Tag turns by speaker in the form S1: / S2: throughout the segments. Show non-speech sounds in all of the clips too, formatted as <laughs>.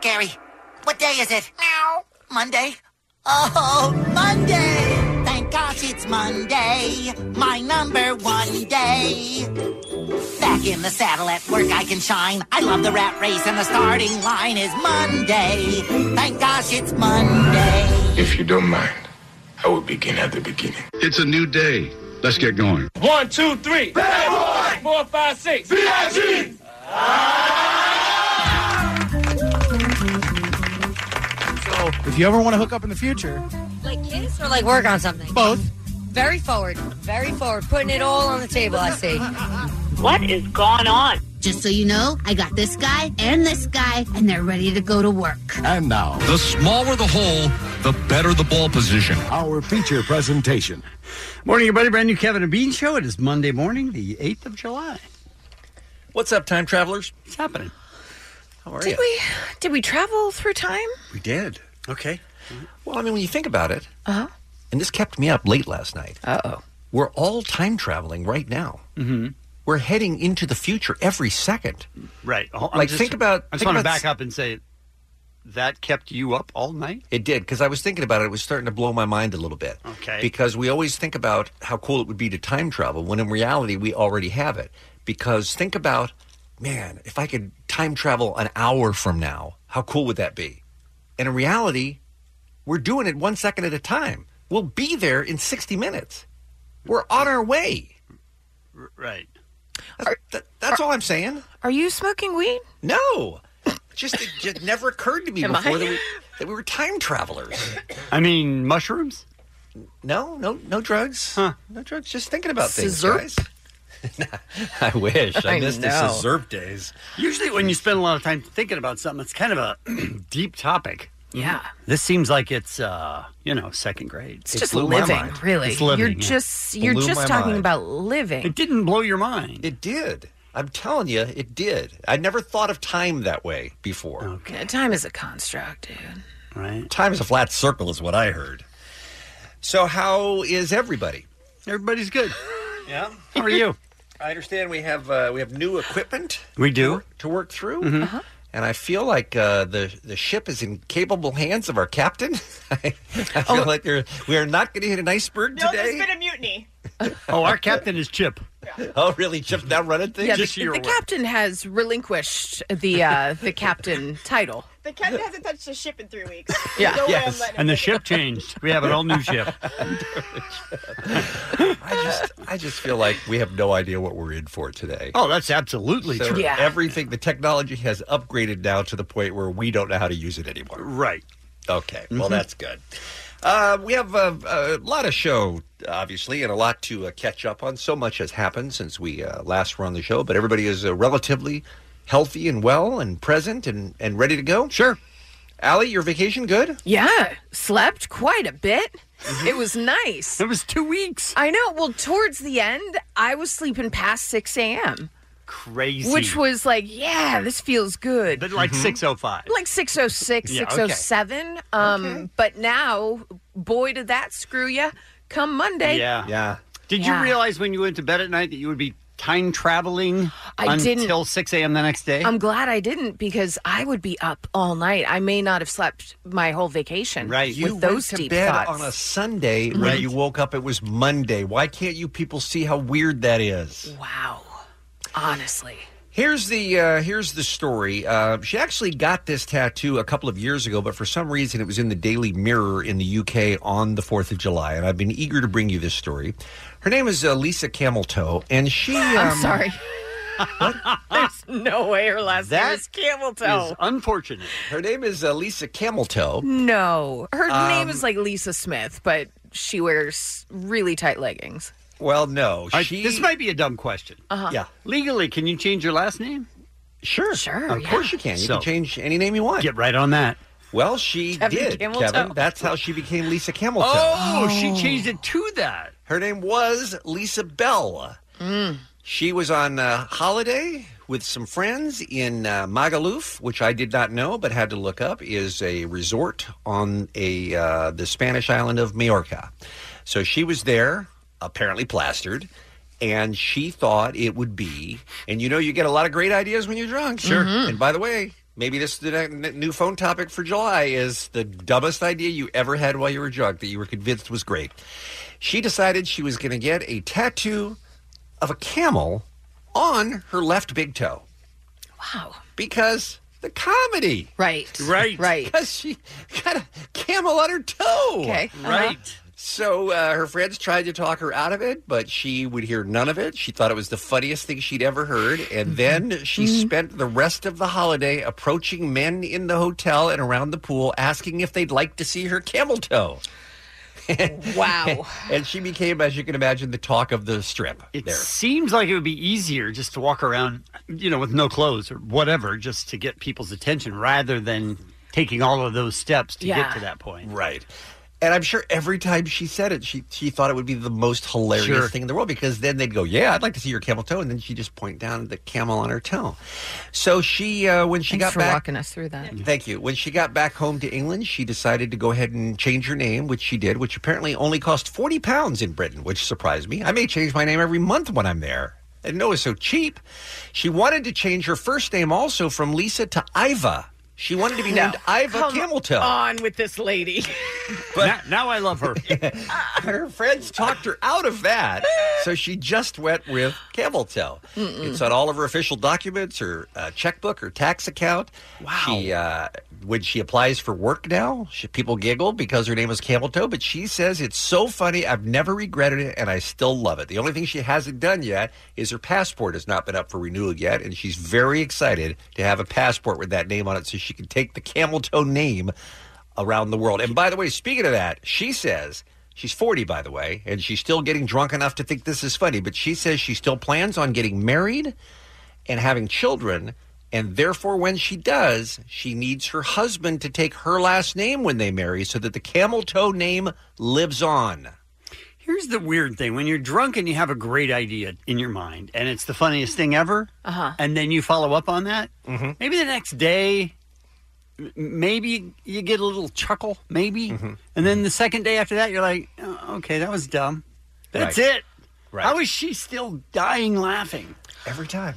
S1: Gary, what day is it? Now. Monday. Oh, Monday! Thank gosh it's Monday, my number one day. Back in the saddle at work I can shine. I love the rat race and the starting line is Monday. Thank gosh it's Monday.
S2: If you don't mind, I will begin at the beginning.
S3: It's a new day. Let's get going.
S4: One, two, three. Bad boy. Four, five, six. VIG.
S5: So if you ever want to hook up in the future,
S6: Like kiss or like work on something?
S5: both.
S6: Very forward. Very forward. Putting it all on the table, I see.
S7: What is going on?
S8: Just so you know, I got this guy and this guy, and they're ready to go to work.
S3: And now,
S9: The smaller the hole, the better the ball position.
S3: our feature presentation.
S10: Morning, everybody. Brand new Kevin and Bean show. It is Monday morning, the 8th of July.
S4: What's up, time travelers?
S10: What's happening? How are you?
S11: Did we did we travel through time?
S10: We did. Okay.
S9: Well, I mean, when you think about it, uh-huh. and this kept me up late last night. Uh oh. We're all time traveling right now. Mm-hmm. We're heading into the future every second.
S10: Right. I'm
S9: Like, think about-
S10: I just
S9: think
S10: want to
S9: about-
S10: back up and say that kept you up all night?
S9: It did because I was thinking about it. It was starting to blow my mind a little bit.
S10: Okay.
S9: Because we always think about how cool it would be to time travel when in reality we already have it. Because think about, man, if I could time travel an hour from now, how cool would that be? And in reality, we're doing it one second at a time. We'll be there in 60 minutes. We're on our way.
S10: R- right.
S9: That's, that- that's all I'm saying.
S11: Are you smoking weed?
S9: No. Just it just never occurred to me
S11: Am
S9: before
S11: I?
S9: that we, that we were time travelers.
S10: I mean, mushrooms?
S9: No, no, no drugs. No drugs. Just thinking about things,
S11: Scissorp?
S9: guys. <laughs> I wish I,
S11: I
S9: missed the
S11: know.
S9: Scissorp days.
S10: Usually, when you spend a lot of time thinking about something, it's kind of a <clears throat> deep topic.
S11: Yeah.
S10: This seems like it's, uh, you know, second grade.
S11: It's just
S9: blew my
S11: living,
S9: mind.
S11: really.
S10: It's living,
S11: you're
S10: yeah.
S11: just you're
S9: Blew my
S11: just talking
S9: mind.
S11: about living.
S10: It didn't blow your mind.
S9: It did. I'm telling you, it did. I never thought of time that way before.
S11: Yeah, Time is a construct, dude.
S10: Right.
S9: Time is a flat circle, is what I heard. So, how is everybody?
S10: Everybody's good.
S9: Yeah,
S10: How are you?
S9: <laughs> I understand we have uh, we have new equipment
S10: We do. Mm-hmm.
S9: to work through. Mm-hmm.
S11: Uh-huh.
S9: And I feel like uh, the the ship is in capable hands of our captain. <laughs> I, I
S11: Oh.
S9: feel like they're, we are not going to hit an iceberg today.
S7: mutiny.
S10: Oh, our captain is Chip.
S9: <laughs> Oh, really? Chip down running thing?
S11: Yeah,
S10: Just
S11: the,
S10: your
S11: the
S10: word.
S11: captain has relinquished
S9: <laughs>
S11: the uh, the captain title.
S7: The captain hasn't touched a ship in three weeks.
S11: Yeah.
S7: No
S9: Yes.
S7: way I'm letting
S10: And the ship changed. We have an all
S11: <laughs>
S10: new ship.
S9: I just, I just feel like we have no idea what we're in for today.
S10: Oh, that's absolutely
S9: So
S10: true.
S11: Yeah.
S9: Everything, the technology has upgraded now to the point where we don't know how to use it anymore.
S10: Right. Mm-hmm.
S9: Okay, well, that's good. Uh, we have a, a lot of show, obviously, and a lot to uh, catch up on. So much has happened since we uh, last were on the show, but everybody is uh, relatively healthy and well and present and, and ready to go. Sure. Allie, your vacation good?
S11: Yeah, slept quite a bit.
S9: Mm-hmm.
S11: It was nice.
S10: It was two weeks.
S11: I know. Well, towards the end, I was sleeping past six a.m.,
S10: Crazy.
S11: which was like, yeah, this feels good.
S10: but
S9: Mm-hmm.
S10: like six oh five.
S11: like 606
S10: Yeah, okay.
S11: 607 um but now boy did that screw you come monday
S10: Yeah.
S9: Yeah.
S10: Did
S11: Yeah.
S10: you realize when you went to bed at night that you would be time traveling
S11: I
S10: until
S11: didn't.
S10: six a.m. the next day?
S11: i'm glad i didn't because i would be up all night i may not have slept my whole vacation
S10: Right.
S11: with
S9: You
S11: those
S9: went to
S11: deep
S9: bed
S11: thoughts Mm-hmm.
S9: on a Sunday when
S10: Right.
S9: you woke up. It was Monday. Why can't you people see how weird that is?
S11: wow honestly
S9: Here's the uh, here's the story. Uh, she actually got this tattoo a couple of years ago, but for some reason it was in the Daily Mirror in the UK on the Fourth of July, and I've been eager to bring you this story. Her name is uh, Lisa Cameltoe, and she. Um,
S11: <laughs> I'm sorry.
S10: Ah.
S11: There's no way her last
S9: That
S11: name is Camel Toe.
S9: is unfortunate. Her name is uh, Lisa Cameltoe.
S11: no, her name
S9: Um,
S11: is like Lisa Smith, but she wears really tight leggings.
S9: Well, no,
S11: she-
S10: this might be a dumb question.
S11: Uh-huh. Yeah.
S10: Legally, can you change your last name?
S9: Sure,
S10: sure.
S9: Of course you can. You can change any name you want.
S10: <laughs> Get right on that.
S9: Well, she
S10: Kevin
S9: did,
S10: Cameltoe.
S9: Kevin. That's how she became Lisa Cameltoe.
S10: Oh, she changed it to that.
S9: Her name was Lisa Bell.
S10: Mm.
S9: She was on uh, holiday with some friends in uh, Magaluf, which I did not know but had to look up, is a resort on a uh, the Spanish island of Majorca. So she was there, apparently plastered, and she thought it would be. And you know, you get a lot of great ideas when you're drunk.
S10: Sure.
S11: Mm-hmm.
S10: Mhm.
S9: And by the way, maybe this is the ne- new phone topic for July is the dumbest idea you ever had while you were drunk that you were convinced was great. She decided she was going to get a tattoo of a camel on her left big toe.
S11: Wow.
S9: Because the comedy.
S11: Right.
S9: <laughs>
S10: Right.
S11: Right.
S9: Because she got a camel on her toe.
S11: Okay. Uh-huh. Right.
S9: So uh, her friends tried to talk her out of it, but she would hear none of it. She thought it was the funniest thing she'd ever heard.
S11: Mm-hmm.
S9: And then she spent the rest of the holiday approaching men in the hotel and around the pool asking if they'd like to see her camel toe. <laughs>
S11: wow.
S9: And she became, as you can imagine, the talk of the strip.
S10: It seems like it would be easier just to walk around, you know, with no clothes or whatever, just to get people's attention rather than taking all of those steps to
S9: Yeah.
S10: get to that point.
S9: Right. And I'm sure every time she said it, she she thought it would be the most hilarious
S10: Sure.
S9: thing in the world because then they'd go, "Yeah, I'd like to see your camel toe," and then she just point down at the camel on her toe. So she, uh, when she
S11: Thanks
S9: got
S11: for
S9: back,
S11: walking us through that.
S9: Thank you. When she got back home to England, she decided to go ahead and change her name, which she did, which apparently only cost 40 pounds in Britain, which surprised me. I may change my name every month when I'm there. I didn't know it was so cheap. She wanted to change her first name also from Lisa to Iva. She wanted to be named Iva
S11: Come
S9: Cameltoe.
S11: on with this lady.
S9: But now, I love her. <laughs> her friends talked her out of that, so she just went with Cameltoe.
S12: Mm-mm.
S9: It's on all of her official documents, her uh, checkbook, her tax account. Wow. She, uh, when she applies for work now, she, people giggle because her name is Cameltoe, but she says it's so funny. I've never regretted it, and I still love it. The only thing she hasn't done yet is her passport has not been up for renewal yet, and she's very excited to have a passport with that name on it so she can take the Cameltoe name around the world. And by the way, speaking of that, she says she's 40, by the way, and she's still getting drunk enough to think this is funny, but she says she still plans on getting married and having children. And therefore, when she does, she needs her husband to take her last name when they marry so that the camel toe name lives on.
S10: Here's the weird thing when you're drunk and you have a great idea in your mind and it's the funniest thing ever, uh-huh. and then you follow up on that,
S9: Mm-hmm.
S10: maybe the next day, m- maybe you get a little chuckle, maybe.
S9: Mm-hmm.
S10: And then the second day after that, you're like, "Oh, okay, that was dumb. That's
S9: Right.
S10: it. How is she still dying laughing?
S9: Every time.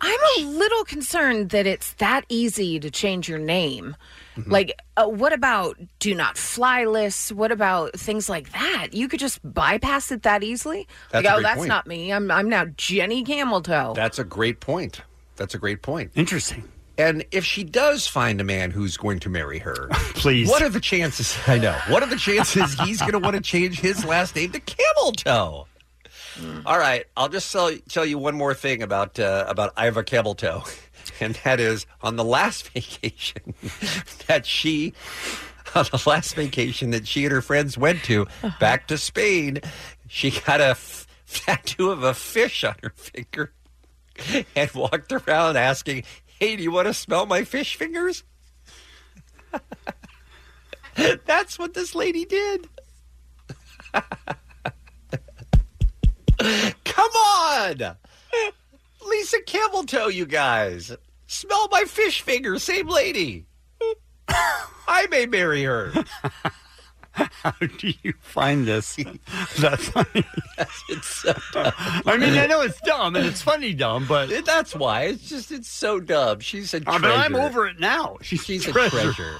S11: I'm a little concerned that it's that easy to change your name.
S9: Mm-hmm.
S11: Like, uh, what about do not fly lists? What about things like that? You could just bypass it that easily.
S9: That's
S11: like,
S9: a
S11: oh,
S9: great
S11: that's
S9: point.
S11: not me. I'm I'm now Jenny Cameltoe.
S9: That's a great point. That's a great point.
S10: Interesting.
S9: And if she does find a man who's going to marry her,
S10: <laughs> please.
S9: What are the chances? <laughs> I know. What are the chances he's going to want to change his last name to Cameltoe? All right, I'll just tell, tell you one more thing about uh, about Iva Cameltoe, <laughs> and that is on the last <laughs> vacation that she on the last vacation that she and her friends went to back to Spain, she got a f- <laughs> tattoo of a fish on her finger <laughs> and walked around asking, "Hey, do you want to smell my fish fingers?" <laughs> That's what this lady did. <laughs> Come on! Lisa Cameltoe, you guys. Smell my fish finger, same
S10: <laughs>
S9: lady. I may marry her.
S10: How do you
S9: <laughs>
S10: find this? <laughs> That's funny.
S9: it's so dumb.
S10: I mean, I know it's dumb and it's funny dumb, but
S9: that's why it's just it's so dumb. She's a
S10: I mean, I'm
S9: treasure.
S10: over it now. She's,
S9: She's a treasure.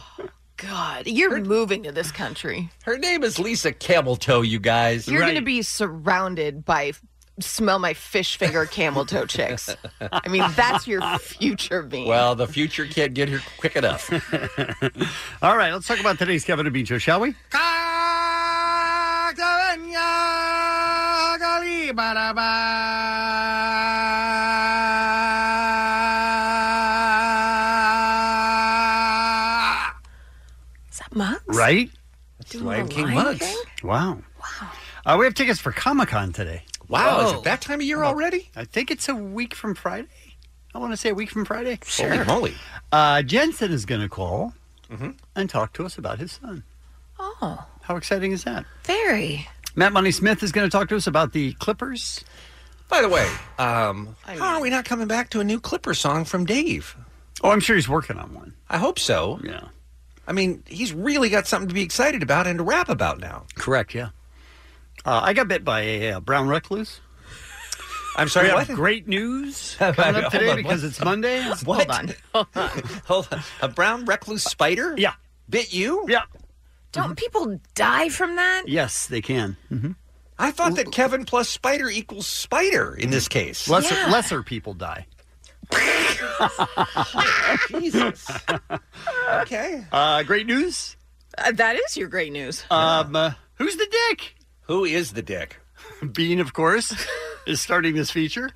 S11: God, you're moving to this country.
S9: Her name is Lisa Cameltoe, you guys.
S11: You're going to be surrounded by smell my fish finger camel toe chicks. I mean, that's your future me.
S9: Well, the future can't get here quick enough.
S10: <laughs> All right, let's talk about today's Kevin and Bean show, shall we?
S11: Is that Mug?
S10: Right?
S11: Doing Lion the King Lion mugs. King?
S10: Wow. Wow. Uh, we have tickets for Comic Con today.
S9: Wow, is it that time of year already?
S10: I think it's a week from Friday. I want to say a week from Friday.
S9: Holy moly. Mm-hmm.
S10: Uh, Jensen is going to call and talk to us about his son.
S11: Oh,
S10: How exciting is that?
S11: very.
S10: Matt Money Smith is going to talk to us about the Clippers.
S9: By the way, um, how are we not coming back to a new Clipper song from Dave?
S10: Oh, I'm sure he's working on one.
S9: I hope so.
S10: Yeah.
S9: I mean, he's really got something to be excited about and to rap about now.
S10: Correct, yeah. Uh, I got bit by a uh, brown recluse.
S9: I'm sorry,
S10: We
S9: what?
S10: have great news <laughs> coming up
S9: Hold
S10: today
S9: on,
S10: because
S9: what?
S10: it's Monday.
S9: <laughs> What?
S11: Hold on.
S9: <laughs> Hold on. A brown recluse spider?
S10: Yeah.
S9: Bit you?
S10: Yeah.
S11: Don't people die from that?
S10: Mm-hmm. Yes, they can. Mm-hmm.
S9: I thought that Kevin plus spider equals spider in this case.
S10: Lesser,
S11: Yeah.
S10: lesser people die.
S9: <laughs>
S10: <laughs>
S9: Jesus. okay.
S10: Uh, great news.
S11: Uh, that is your great news.
S10: Um, uh, who's the dick?
S9: Who is the dick?
S10: <laughs> Bean, of course, is starting this feature.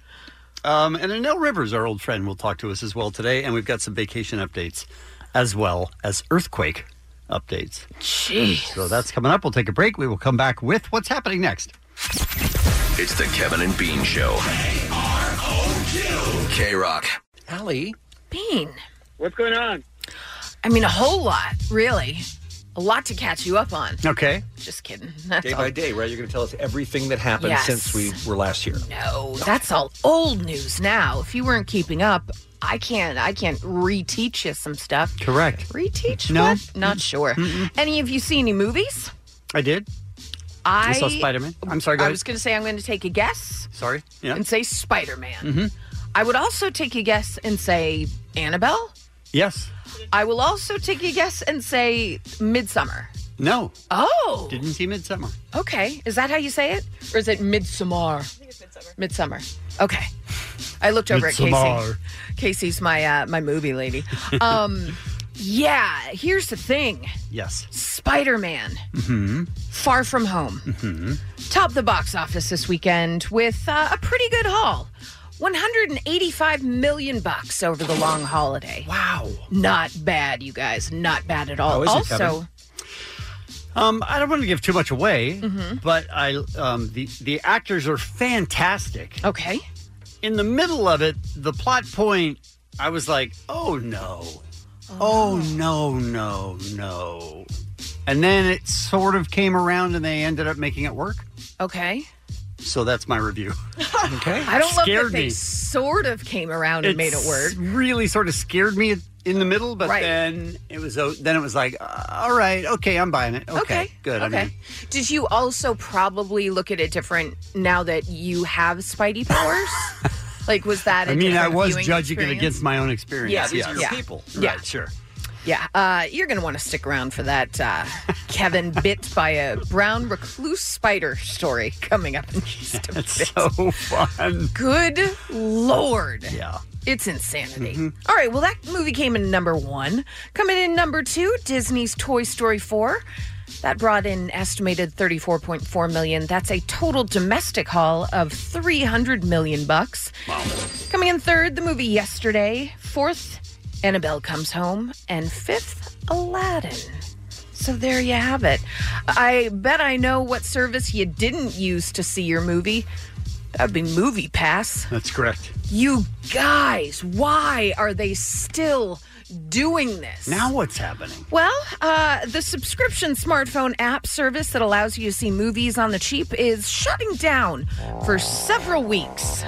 S10: Um, and Anel Rivers, our old friend, will talk to us as well today. And we've got some vacation updates as well as earthquake updates.
S11: Jeez.
S10: So that's coming up. We'll take a break. We will come back with what's happening next.
S12: It's the Kevin and Bean Show. K Rock.
S9: Allie.
S11: Bean.
S4: What's going on?
S11: I mean, a whole lot, really. A lot to catch you up on.
S10: Okay.
S11: Just kidding. That's
S9: Day
S11: all.
S9: by day, right? You're going to tell us everything that happened
S11: Yes.
S9: since we were last here.
S11: No, that's all old news now. If you weren't keeping up, I can't. I can't reteach you some stuff.
S10: Correct.
S11: Reteach?
S10: No.
S11: What? Not sure. Any of you see any movies?
S10: I did.
S11: I
S10: I saw Spider Man. I'm sorry,
S11: I
S10: guys.
S11: was going to say I'm going to take a guess
S10: Sorry. Yeah. Mm-hmm. Mm.
S11: and say Spider Man. I would also take a guess and say Annabelle.
S10: Yes.
S11: I will also take a guess and say Midsummer.
S10: No.
S11: Oh,
S10: Didn't see Midsummer.
S11: okay. Is that how you say it, or is it Midsummer? I think it's Midsummer. Midsummer. Okay. I looked over at Casey.
S10: Midsommar.
S11: Casey's my uh, my movie lady. Um, yeah. Here's the thing:
S10: Yes.
S11: Spider Man,
S10: Hmm.
S11: Far From Home,
S10: Hmm.
S11: topped the box office this weekend with uh, a pretty good haul. 185 million bucks over the long holiday.
S9: Wow.
S11: Not bad, you guys. Not bad at all.
S9: How is it,
S11: also,
S9: Kevin?
S10: Um, I don't want to give too much away,
S11: Mhm.
S10: but I um, the the actors are fantastic.
S11: okay.
S10: in the middle of it, the plot point, I was like, oh no. Oh no, no, no. And then it sort of came around and they ended up making it
S11: <laughs>
S10: work.
S11: Okay.
S10: So that's my review.
S9: Okay.
S11: I don't love that
S10: Scared
S11: they
S10: me.
S11: sort of came around and made it work.
S10: <laughs> Really sort of scared me in the middle, but
S11: Right.
S10: then it was o- then it was like, uh, all right, okay, I'm buying it. Okay.
S11: Okay.
S10: Good.
S11: Okay.
S10: I mean,
S11: Did you also probably look at it different now that you have Spidey
S10: <laughs>
S11: powers? like, was that? I
S10: I mean, I was judging it against my own experience.
S11: Yeah, these are
S10: yes.
S11: your Yeah.
S9: people.
S11: Yeah.
S10: Right, sure.
S11: Yeah, uh, you're going to want to stick around for that
S10: <laughs>
S11: uh, Kevin bit by a brown recluse spider story coming up in
S10: <laughs>
S11: just a bit. <laughs>
S10: It's so fun.
S11: Good lord.
S10: Yeah. Mm-hmm.
S11: It's insanity. All right, well, that movie came in number one. Coming in number two, Disney's Toy Story 4. That brought in an estimated 34.4 million. That's a total domestic haul of 300 million bucks. Coming in third, the movie Yesterday. Fourth, Annabelle Comes Home. And fifth, Aladdin. So there you have it. I bet I know what service you didn't use to see your movie. That'd be Movie Pass.
S10: That's correct.
S11: You guys, why are they still doing this?
S10: Now what's happening?
S11: Well, uh, the subscription smartphone app service that allows you to see movies on the cheap is shutting down for several weeks.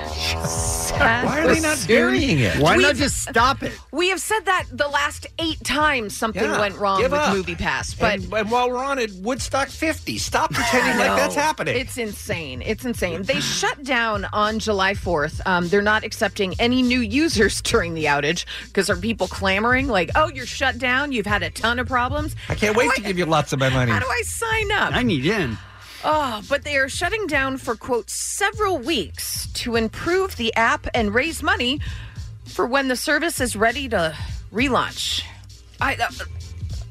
S9: Why are they not burying it?
S10: Why
S11: We've-
S10: not just stop it?
S11: We have said that the last eight times something
S9: Yeah,
S11: went wrong
S9: give
S11: with
S9: up.
S11: Movie Pass, but
S9: and, and while we're on it, Woodstock 50.
S11: <laughs>
S9: Stop pretending like that's happening.
S11: It's insane. It's insane. They shut down on July 4th. Um, they're not accepting any new users <laughs> during the outage because are people clamoring like, "Oh, you're shut down. You've had a ton of problems."
S9: I can't wait to give you lots of my money.
S11: How do I sign up?
S10: I need in.
S11: Oh, but they are shutting down for, quote, several weeks to improve the app and raise money for when the service is ready to relaunch. I uh,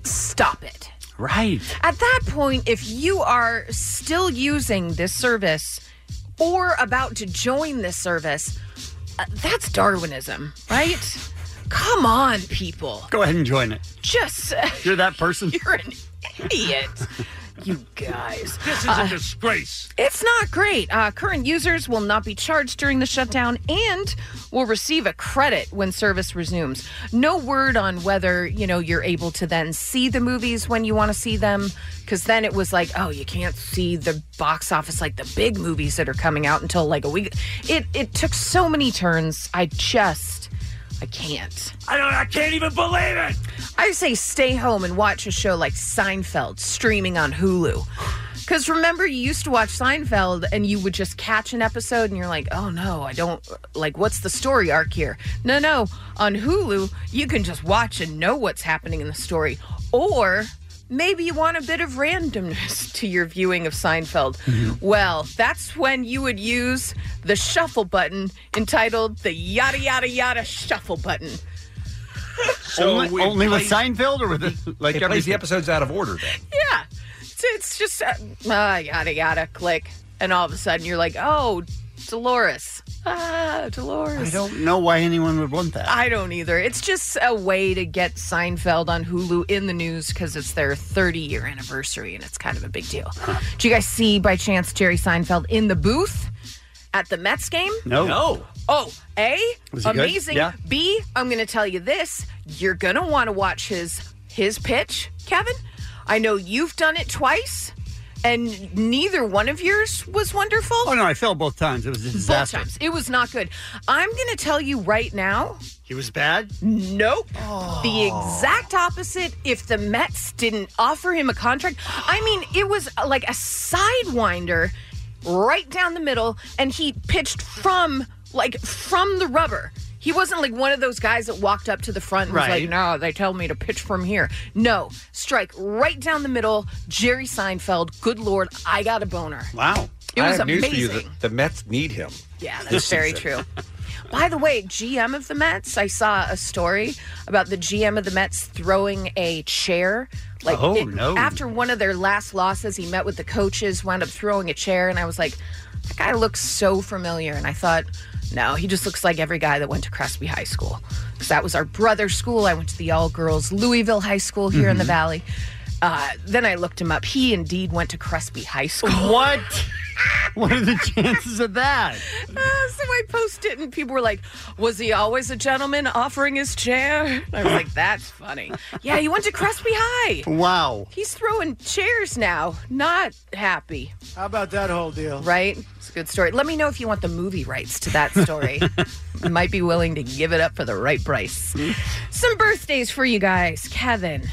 S11: stop it.
S10: Right.
S11: At that point, if you are still using this service or about to join this service, uh, that's Darwinism,
S4: <sighs>
S11: right? Come on, people.
S10: Go ahead and join it.
S11: Just <laughs>
S10: You're that person.
S11: You're an idiot. you guys.
S4: This is
S11: Uh,
S4: a disgrace.
S11: It's not great. Uh, current users will not be charged during the shutdown and will receive a credit when service resumes. No word on whether, you know, you're able to then see the movies when you want to see them. Because then it was like, oh, you can't see the box office, like the big movies that are coming out until like a week. It, it took so many turns. I just, I can't.
S4: I don't. I can't even believe it.
S11: I say stay home and watch a show like Seinfeld streaming on Hulu. Because remember, you used to watch Seinfeld and you would just catch an episode and you're like, oh no, I don't, like, what's the story arc here? No, no. On Hulu, you can just watch and know what's happening in the story. Or maybe you want a bit of randomness <laughs> to your viewing of Seinfeld. Well, that's when you would use the shuffle button entitled the yada yada yada shuffle button.
S10: only only with Seinfeld or with the, <laughs> like
S9: it plays the episodes out of order. Then
S11: Yeah. So it's just, uh, ah, yada, yada, click. And all of a sudden you're like, oh, Dolores. Ah, Dolores.
S10: I don't know why anyone would want that.
S11: I don't either. It's just a way to get Seinfeld on Hulu in the news because it's their 30 year anniversary and it's kind of a big deal. Do you guys see by chance Jerry Seinfeld in the booth at the Mets game?
S10: No. No.
S11: Oh, A,
S10: Was he good?
S11: amazing.
S10: Yeah.
S11: B, I'm going to tell you this. You're going to want to watch his his pitch, Kevin. I know you've done it twice and neither one of yours was wonderful.
S10: Oh no, I failed both times. It was a
S11: Both
S10: disaster.
S11: times. It was not good. I'm going to tell you right now.
S10: He was bad.
S11: Nope. The exact opposite. If the Mets didn't offer him a contract, I mean, it was uh, like a sidewinder right down the middle, and he pitched from like from the rubber. He wasn't like one of those guys that walked up to the front and was like,
S10: Right.
S11: "No, they tell me to pitch from here." No, strike right down the middle. Jerry Seinfeld. Good lord, I got a boner.
S10: Wow,
S11: It
S9: I
S11: was
S9: have news for you:
S11: amazing.
S9: the, the Mets need him.
S11: Yeah, that's
S9: This
S11: very
S9: season.
S11: true. By the way, GM of the Mets, I saw a story about the GM of the Mets throwing a chair. Like
S10: Oh, no.
S11: after one of their last losses, he met with the coaches, wound up throwing a chair, and I was like, that guy looks so familiar. And I thought, no, he just looks like every guy that went to Crespi High School. Because that was our brother's school. I went to the all girls Louisville High School here
S10: Mm-hmm.
S11: in the Valley. Uh, then I looked him up. He indeed went to Crespi High School. <laughs>
S10: What? <laughs> what are the chances of that?
S11: Uh, so I posted it, and people were like, "Was he always a gentleman offering his chair?" And I was like, "That's funny." Yeah, he went to Crespi High.
S10: Wow.
S11: He's throwing chairs now. Not happy.
S5: How about that whole deal?
S11: Right? It's a good story. Let me know if you want the movie rights to that
S10: <laughs>
S11: story. I might be willing to give it up for the right price. Some birthdays for you guys, Kevin.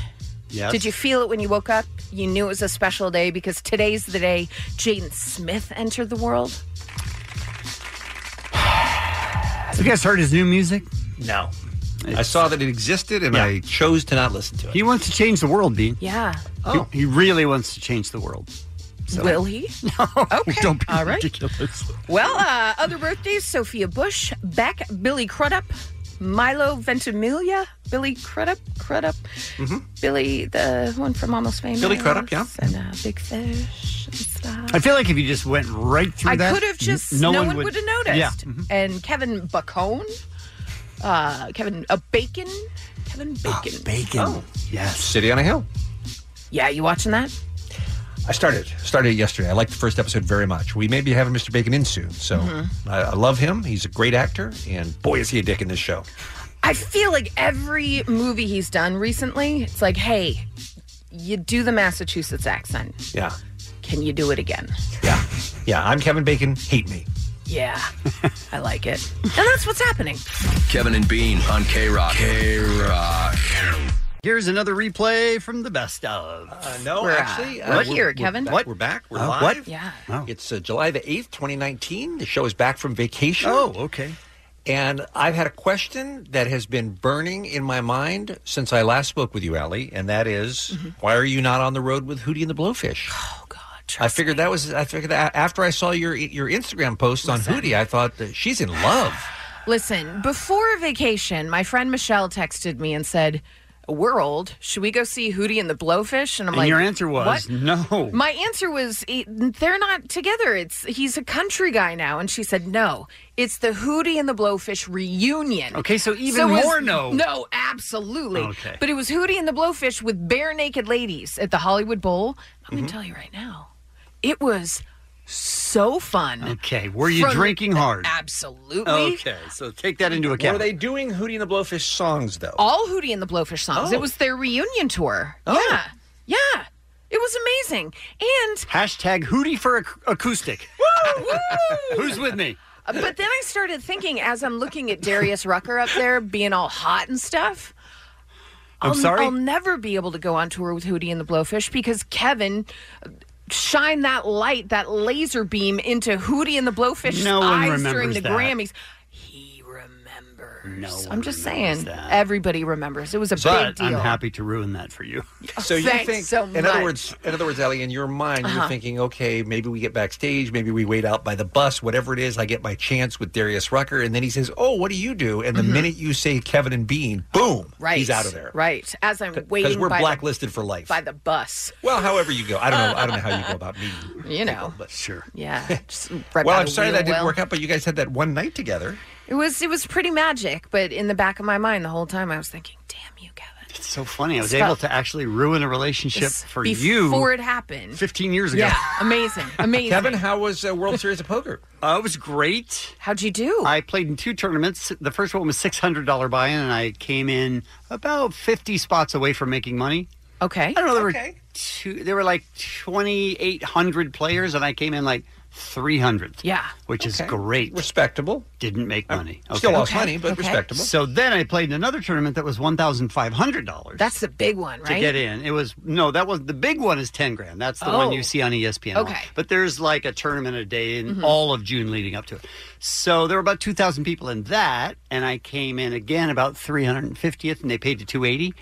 S10: Yes.
S11: Did you feel it when you woke up? You knew it was a special day because today's the day Jaden Smith entered the world.
S10: Have you guys heard his new music?
S9: No, I saw that it existed, and
S10: Yeah.
S9: I chose to not listen to it.
S10: He wants to change the world, Dean.
S11: Yeah.
S10: Oh. He, he really wants to change the world. So-
S11: Will
S10: <laughs>
S11: he? Okay.
S10: Don't be
S11: All right.
S10: ridiculous.
S11: Well, uh, other birthdays Sophia Bush, Beck, Billy Crudup, Milo Ventimiglia, Billy Crudup, Crudup, Billy, the one from Almost Famous.
S10: Mm-hmm. Billy Crudup, yeah.
S11: And uh, Big Fish and stuff.
S10: I feel like if you just went right through
S11: I
S10: that,
S11: could have just,
S10: n-
S11: no, one would have noticed.
S10: Yeah. Mm-hmm.
S11: And Kevin Bacone, uh, Kevin uh, Bacon, Kevin Bacon.
S10: Bacon.
S11: Oh.
S10: Yes.
S9: City on a Hill.
S11: Yeah, you watching that?
S9: I started started it yesterday. I liked the first episode very much. We may be having Mr. Bacon in soon, so
S11: Mhm.
S9: I, I love him. He's a great actor, and boy is he a dick in this show.
S11: I feel like every movie he's done recently, it's like, hey, you do the Massachusetts accent.
S9: Yeah,
S11: Can you do it again?
S9: yeah. I'm Kevin Bacon. Hate me.
S11: Yeah, I like it. And that's what's happening.
S12: Kevin and Bean on K Rock. K Rock.
S10: Here's another replay from the best of.
S9: no,
S11: We're, uh,
S9: actually,
S11: we're
S9: we're-
S11: here,
S9: we're
S11: Kevin.
S9: back-
S11: What?
S9: We're back. We're
S10: Uh,
S9: live.
S10: what?
S11: Yeah.
S9: It's uh, July the eighth, twenty nineteen. The show is back from vacation.
S10: Oh, okay.
S9: And I've had a question that has been burning in my mind since I last spoke with you, Allie, and that is, why are you not on the road with Hootie and the Blowfish? Mm-hmm. Oh, God. I figured that was. I figured that after I saw your your Instagram post on Hootie, I thought that she's in love.
S11: Listen, before vacation, my friend Michelle texted me and said, "We're old. Should we go see Hootie and the Blowfish?" And I'm
S10: and
S11: like,
S10: your answer
S11: "What?"
S10: was no.
S11: My answer was, "E- "They're not together. It's he's a country guy now." And she said, "No, it's the Hootie and the Blowfish reunion."
S10: Okay, so even
S11: it was-
S10: more no.
S11: No, absolutely.
S10: Okay.
S11: But it was Hootie and the Blowfish with bare naked ladies at the Hollywood Bowl. I'm going
S10: Mhm.
S11: to tell you right now, it was so fun.
S10: Okay, were you
S11: From-
S10: drinking hard?
S11: Absolutely.
S10: Okay, so take that into account.
S9: Were they doing Hootie and the Blowfish songs though?
S11: all Hootie and the Blowfish songs.
S9: Oh.
S11: It was their reunion tour.
S9: Oh.
S11: Yeah. Yeah. It was amazing. And
S10: Hashtag Hootie for ac- acoustic. <laughs> Who's with me?
S11: uh, but then I started thinking as I'm looking at Darius Rucker up there being all hot and stuff.
S10: I'm
S11: will
S10: sorry?
S11: I'll never be able to go on tour with Hootie and the Blowfish because Kevin shined that light, that laser beam into Hootie and the Blowfish's
S10: No one
S11: eyes
S10: remembers
S11: during the
S10: that.
S11: Grammys. He remembers. No I'm just saying, everybody remembers. It was a big
S10: But
S11: deal. Oh,
S10: I'm happy to ruin that
S9: <laughs>
S10: for you.
S9: So you
S11: Thanks
S9: think,
S11: so
S9: in other
S11: much.
S9: words, in other words, Ellie, in your mind, you're
S11: Uh-huh.
S9: thinking, okay, maybe we get backstage, maybe we wait out by the bus, whatever it is. I get my chance with Darius Rucker, and then he says, "Oh, what do you do?" And the minute you say Kevin and Bean, boom,
S11: Mm-hmm. Right.
S9: he's out of there
S11: Right. As I'm
S9: because
S11: waiting
S9: we're
S11: by,
S9: blacklisted for life.
S11: the, by the bus.
S9: Well, however you go, I don't know. I don't know how you go about
S11: <laughs>
S9: meeting.
S11: You know.
S9: but sure.
S11: Oh.
S9: <laughs>
S11: Yeah. Just right
S9: well,
S11: by
S9: I'm
S11: the
S9: sorry
S11: wheel
S9: that didn't
S11: well.
S9: work out, but you guys had that one night together.
S11: It was it was pretty magic, but in the back of my mind the whole time I was thinking
S10: It's so funny. I was
S11: Stop.
S10: able to actually ruin a relationship
S11: this
S10: for
S11: before
S10: you
S11: it happened.
S10: 15 years ago.
S11: Yeah.
S10: <laughs>
S11: Amazing. Amazing.
S10: Kevin,
S9: how was uh, World Series of Poker?
S10: <laughs> Uh, it was great.
S11: How'd you do?
S10: I played in two tournaments. The first one was six hundred dollar buy in, and I came in about fifty spots away from making money.
S11: Okay.
S10: I don't know. There were two, there were like twenty eight hundred players, and I came in like three hundredth.
S11: Yeah.
S10: which is great,
S9: respectable. Uh,
S10: Didn't make money.
S9: still lost Okay, money, but okay. respectable.
S10: So then I played in another tournament that was one thousand five hundred dollars.
S11: That's the big one, right?
S10: to get in. It was no, that was the big one is ten grand. That's the one
S11: Oh.
S10: you see on E ESPN. all.
S11: Okay. Mm-hmm.
S10: but there's like a tournament a day in all of June leading up to it. So there were about two thousand people in that, and I came in again about three hundred and fiftieth, and they paid to two eighty.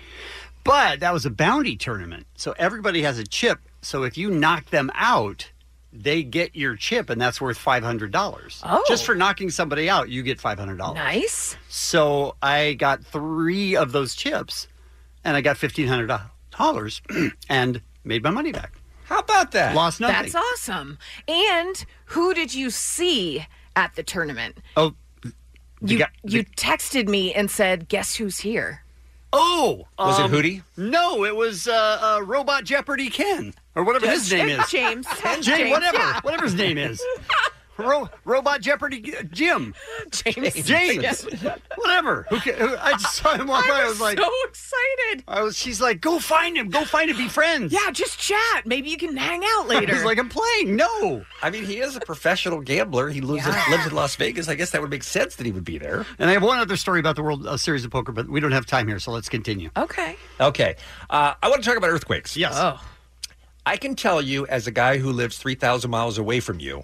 S10: But that was a bounty tournament, so everybody has a chip. So if you knock them out. They get your chip, and that's worth five hundred dollars.
S11: Oh.
S10: just for knocking somebody out, you get five hundred dollars.
S11: Nice.
S10: So I got three of those chips, and I got fifteen hundred dollars, <clears throat> and made my money back.
S9: How about that?
S10: Lost nothing.
S11: That's awesome. And who did you see at the tournament?
S10: Oh, the
S11: You
S10: guy-
S11: you texted me and said, "Guess who's here?"
S10: Oh,
S9: Was it
S10: um,
S9: Hootie?
S10: No, it was uh, uh, Robot Jeopardy Ken or whatever his name is. <laughs>
S11: James.
S10: James,
S11: James,
S10: whatever,
S11: yeah.
S10: whatever his name is. Ro- Robot Jeopardy G- Jim.
S11: James.
S10: James. whatever. Who, ca- who, I just saw him walk by. I was like,
S11: so excited.
S10: I was. She's like, go find him. Go find him. Be friends.
S11: Yeah, just chat. Maybe you can hang out <laughs> later.
S10: He's like, I'm playing. No.
S9: I mean, he is a professional gambler. He lives in, lives in Las Vegas. I guess that would make sense that he would be there.
S10: And I have one other story about the World uh, Series of Poker, but we don't have time here, so let's continue.
S11: Okay.
S9: Okay. Uh, I want to talk about earthquakes.
S10: Yes. Oh.
S9: I can tell you, as a guy who lives 3,000 miles away from you,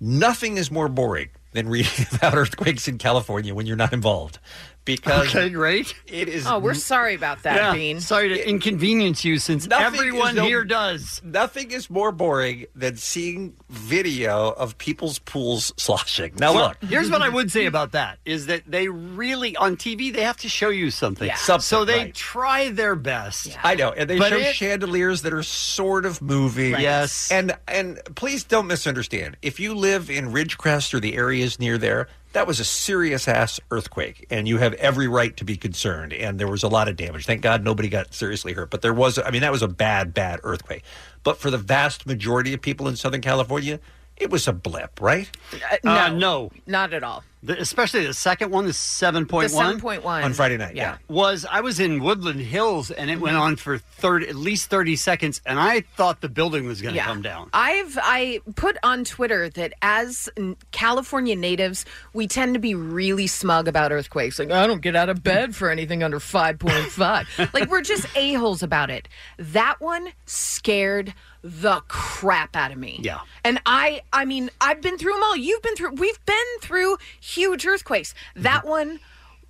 S9: nothing is more boring than reading <laughs> about earthquakes in California when you're not involved. Because
S10: Okay, great.
S9: It is.
S11: Oh, we're sorry about that, Bean.
S10: Sorry to inconvenience you since
S9: Nothing is
S10: everyone
S9: no-
S10: here does.
S9: Nothing is more boring than seeing video of people's pools sloshing. Now,
S10: Well,
S9: look.
S10: here's what I would say about that is that they really on TV they have to show you something.
S9: Yeah. Something,
S10: so they
S9: right.
S10: try their best.
S9: I know, and they
S10: But
S9: show
S10: it-
S9: chandeliers that are sort of moving.
S10: Right. Yes.
S9: and and please don't misunderstand. If you live in Ridgecrest or the areas near there, that was a serious ass earthquake, and you have every right to be concerned. And there was a lot of damage. Thank God nobody got seriously hurt, but there was. I mean, that was a bad, bad earthquake. But for the vast majority of people in Southern California, it was a blip, right?
S11: Uh, no,
S10: Uh, no.
S11: not at all.
S10: The- especially the second one, the seven point
S11: The
S10: one.
S11: 7.1. On Friday night, yeah.
S10: Was I was in Woodland Hills and it went on for thirty at least thirty seconds, and I thought the building was going to come down.
S11: I've I put on Twitter that as n- California natives, we tend to be really smug about earthquakes. Like, I don't get out of bed for anything under
S10: <laughs>
S11: 5.5. like we're just a-holes about it. That one scared the crap out of me.
S10: Yeah.
S11: And I I
S10: Mm-hmm.
S11: mean, I've been through them all. You've been through we've been through huge earthquakes. That one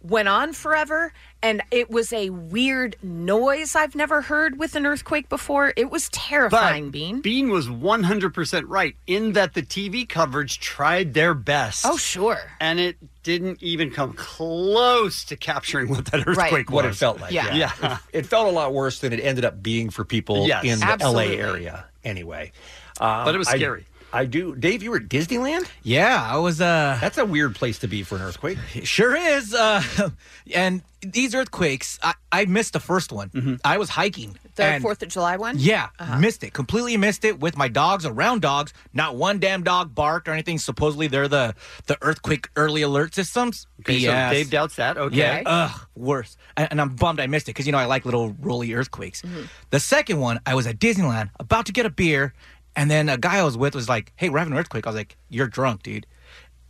S11: went on forever, and it was a weird noise I've never heard with an earthquake before. It was terrifying.
S10: But Bean. was 100% right in that the TV coverage tried their best.
S11: Oh, sure.
S10: And it didn't even come close to capturing what that earthquake was.
S9: What it felt like.
S10: Yeah.
S9: Yeah. <laughs> It, it felt a lot worse than it ended up being for people
S10: Yes.
S9: in the
S10: Absolutely.
S9: LA area anyway. Um,
S10: But it was
S9: I-
S10: scary.
S9: I do. Dave, you were at Disneyland?
S13: Yeah, I was. Uh,
S9: That's a weird place to be for an earthquake.
S13: It sure is. Uh, <laughs> and these earthquakes, I, I missed the first one.
S9: Mm-hmm.
S13: I was hiking.
S11: The
S13: and-
S11: Fourth of July one. Uh-huh.
S13: Yeah, missed it. Completely missed it with my dogs around dogs. Not one damn dog barked or anything. Supposedly they're the the earthquake early alert systems.
S10: Okay, so
S13: BS.
S10: Dave doubts that. Okay.
S13: Yeah. Ugh. Worse. And, and I'm bummed I missed it because you know I like little rolly earthquakes.
S11: Mm-hmm.
S13: The second one, I was at Disneyland about to get a beer, and then a guy I was with was like, "Hey, we're having an earthquake." I was like, "You're drunk, dude."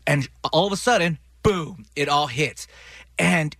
S13: And all of a sudden, boom! It all hits. And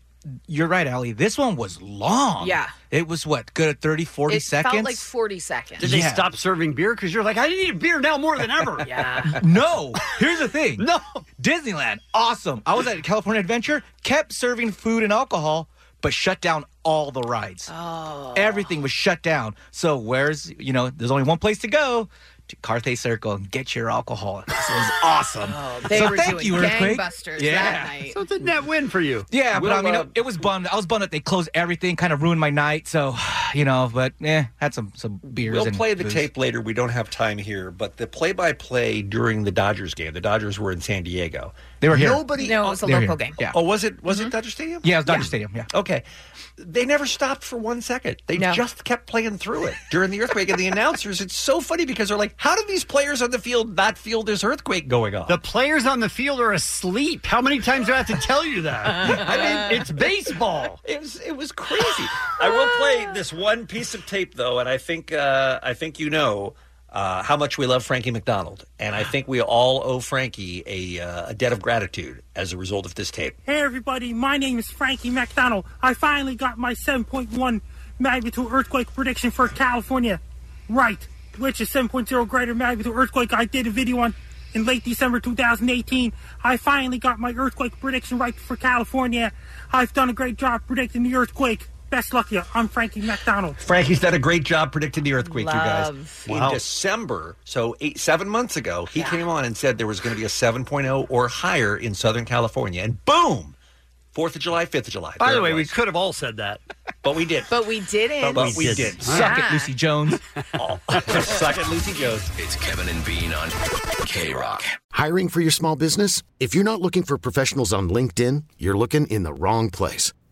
S13: you're right, Allie. This one was long.
S11: Yeah.
S13: It was what, good 30, 40
S11: it
S13: seconds?
S11: felt like forty seconds.
S13: Did they Yeah.
S10: Stop serving beer because you're like, I need a beer now more than ever.
S11: <laughs> yeah.
S13: no. Here's the thing.
S10: No.
S13: Disneyland, awesome. I was at California Adventure, kept serving food and alcohol, but shut down all the rides.
S11: Oh.
S13: Everything was shut down. So where's you know, there's only one place to go. To Carthay Circle and get your alcohol.
S11: <laughs>
S13: This was awesome.
S11: Oh, They
S13: so
S11: were
S13: thank
S11: doing
S13: you, Earthquake.
S11: gangbusters
S13: yeah.
S11: that night.
S10: So it's a net win for you.
S13: Yeah,
S10: Well,
S13: but I mean,
S10: uh,
S13: it, it was bummed. I was bummed that they closed everything, kind of ruined my night. So, <sighs> you know, but yeah, had some some beers.
S9: We'll
S13: and
S9: play the
S13: booze.
S9: tape later. We don't have time here, but the play-by-play during the Dodgers game. The Dodgers were in San Diego.
S13: They were here.
S9: Nobody.
S13: No, it was a They were local here. game. Mm-hmm. Yeah.
S9: Oh, was it? Was it Dodger Stadium?
S13: Yeah, it was Dodger Stadium. Yeah.
S9: Okay. They never stopped for one second. They just kept playing through it during the earthquake. and the <laughs> announcers, it's so funny because they're like, "How do these players on the field not feel this earthquake going on?"
S10: The players on the field are asleep. How many times do I have to tell
S11: <laughs>
S10: you that? I mean, it's baseball.
S9: It was it was crazy. I will play this one piece of tape though, and I think uh, I think you know uh, how much we love Frankie McDonald, and I think we all owe Frankie a uh, a debt of gratitude as a result of this tape.
S14: Hey everybody, my name is Frankie McDonald. I finally got my 7.1 magnitude earthquake prediction for California right, which is 7.0 greater magnitude earthquake. I did a video on in late December 2018. I finally got my earthquake prediction right for California. I've done a great job predicting the earthquake. Best luck to you. I'm Frankie McDonald.
S9: Frankie's done a great job predicting the earthquake, you
S14: Love.
S9: guys.
S14: Wow.
S9: In December, so eight, seven months ago, he came on and said there was going to be a 7.0 or higher in Southern California, and boom, Fourth of July, Fifth of July.
S10: By
S9: there
S10: the
S9: it
S10: way, we
S9: was.
S10: could have all said that.
S9: but we did.
S11: But we didn't.
S9: But we did.
S13: Suck it, Lucy Jones.
S9: Suck it, Lucy Jones.
S12: It's Kevin and Bean on K Rock.
S15: <laughs> Hiring for your small business? If you're not looking for professionals on LinkedIn, you're looking in the wrong place.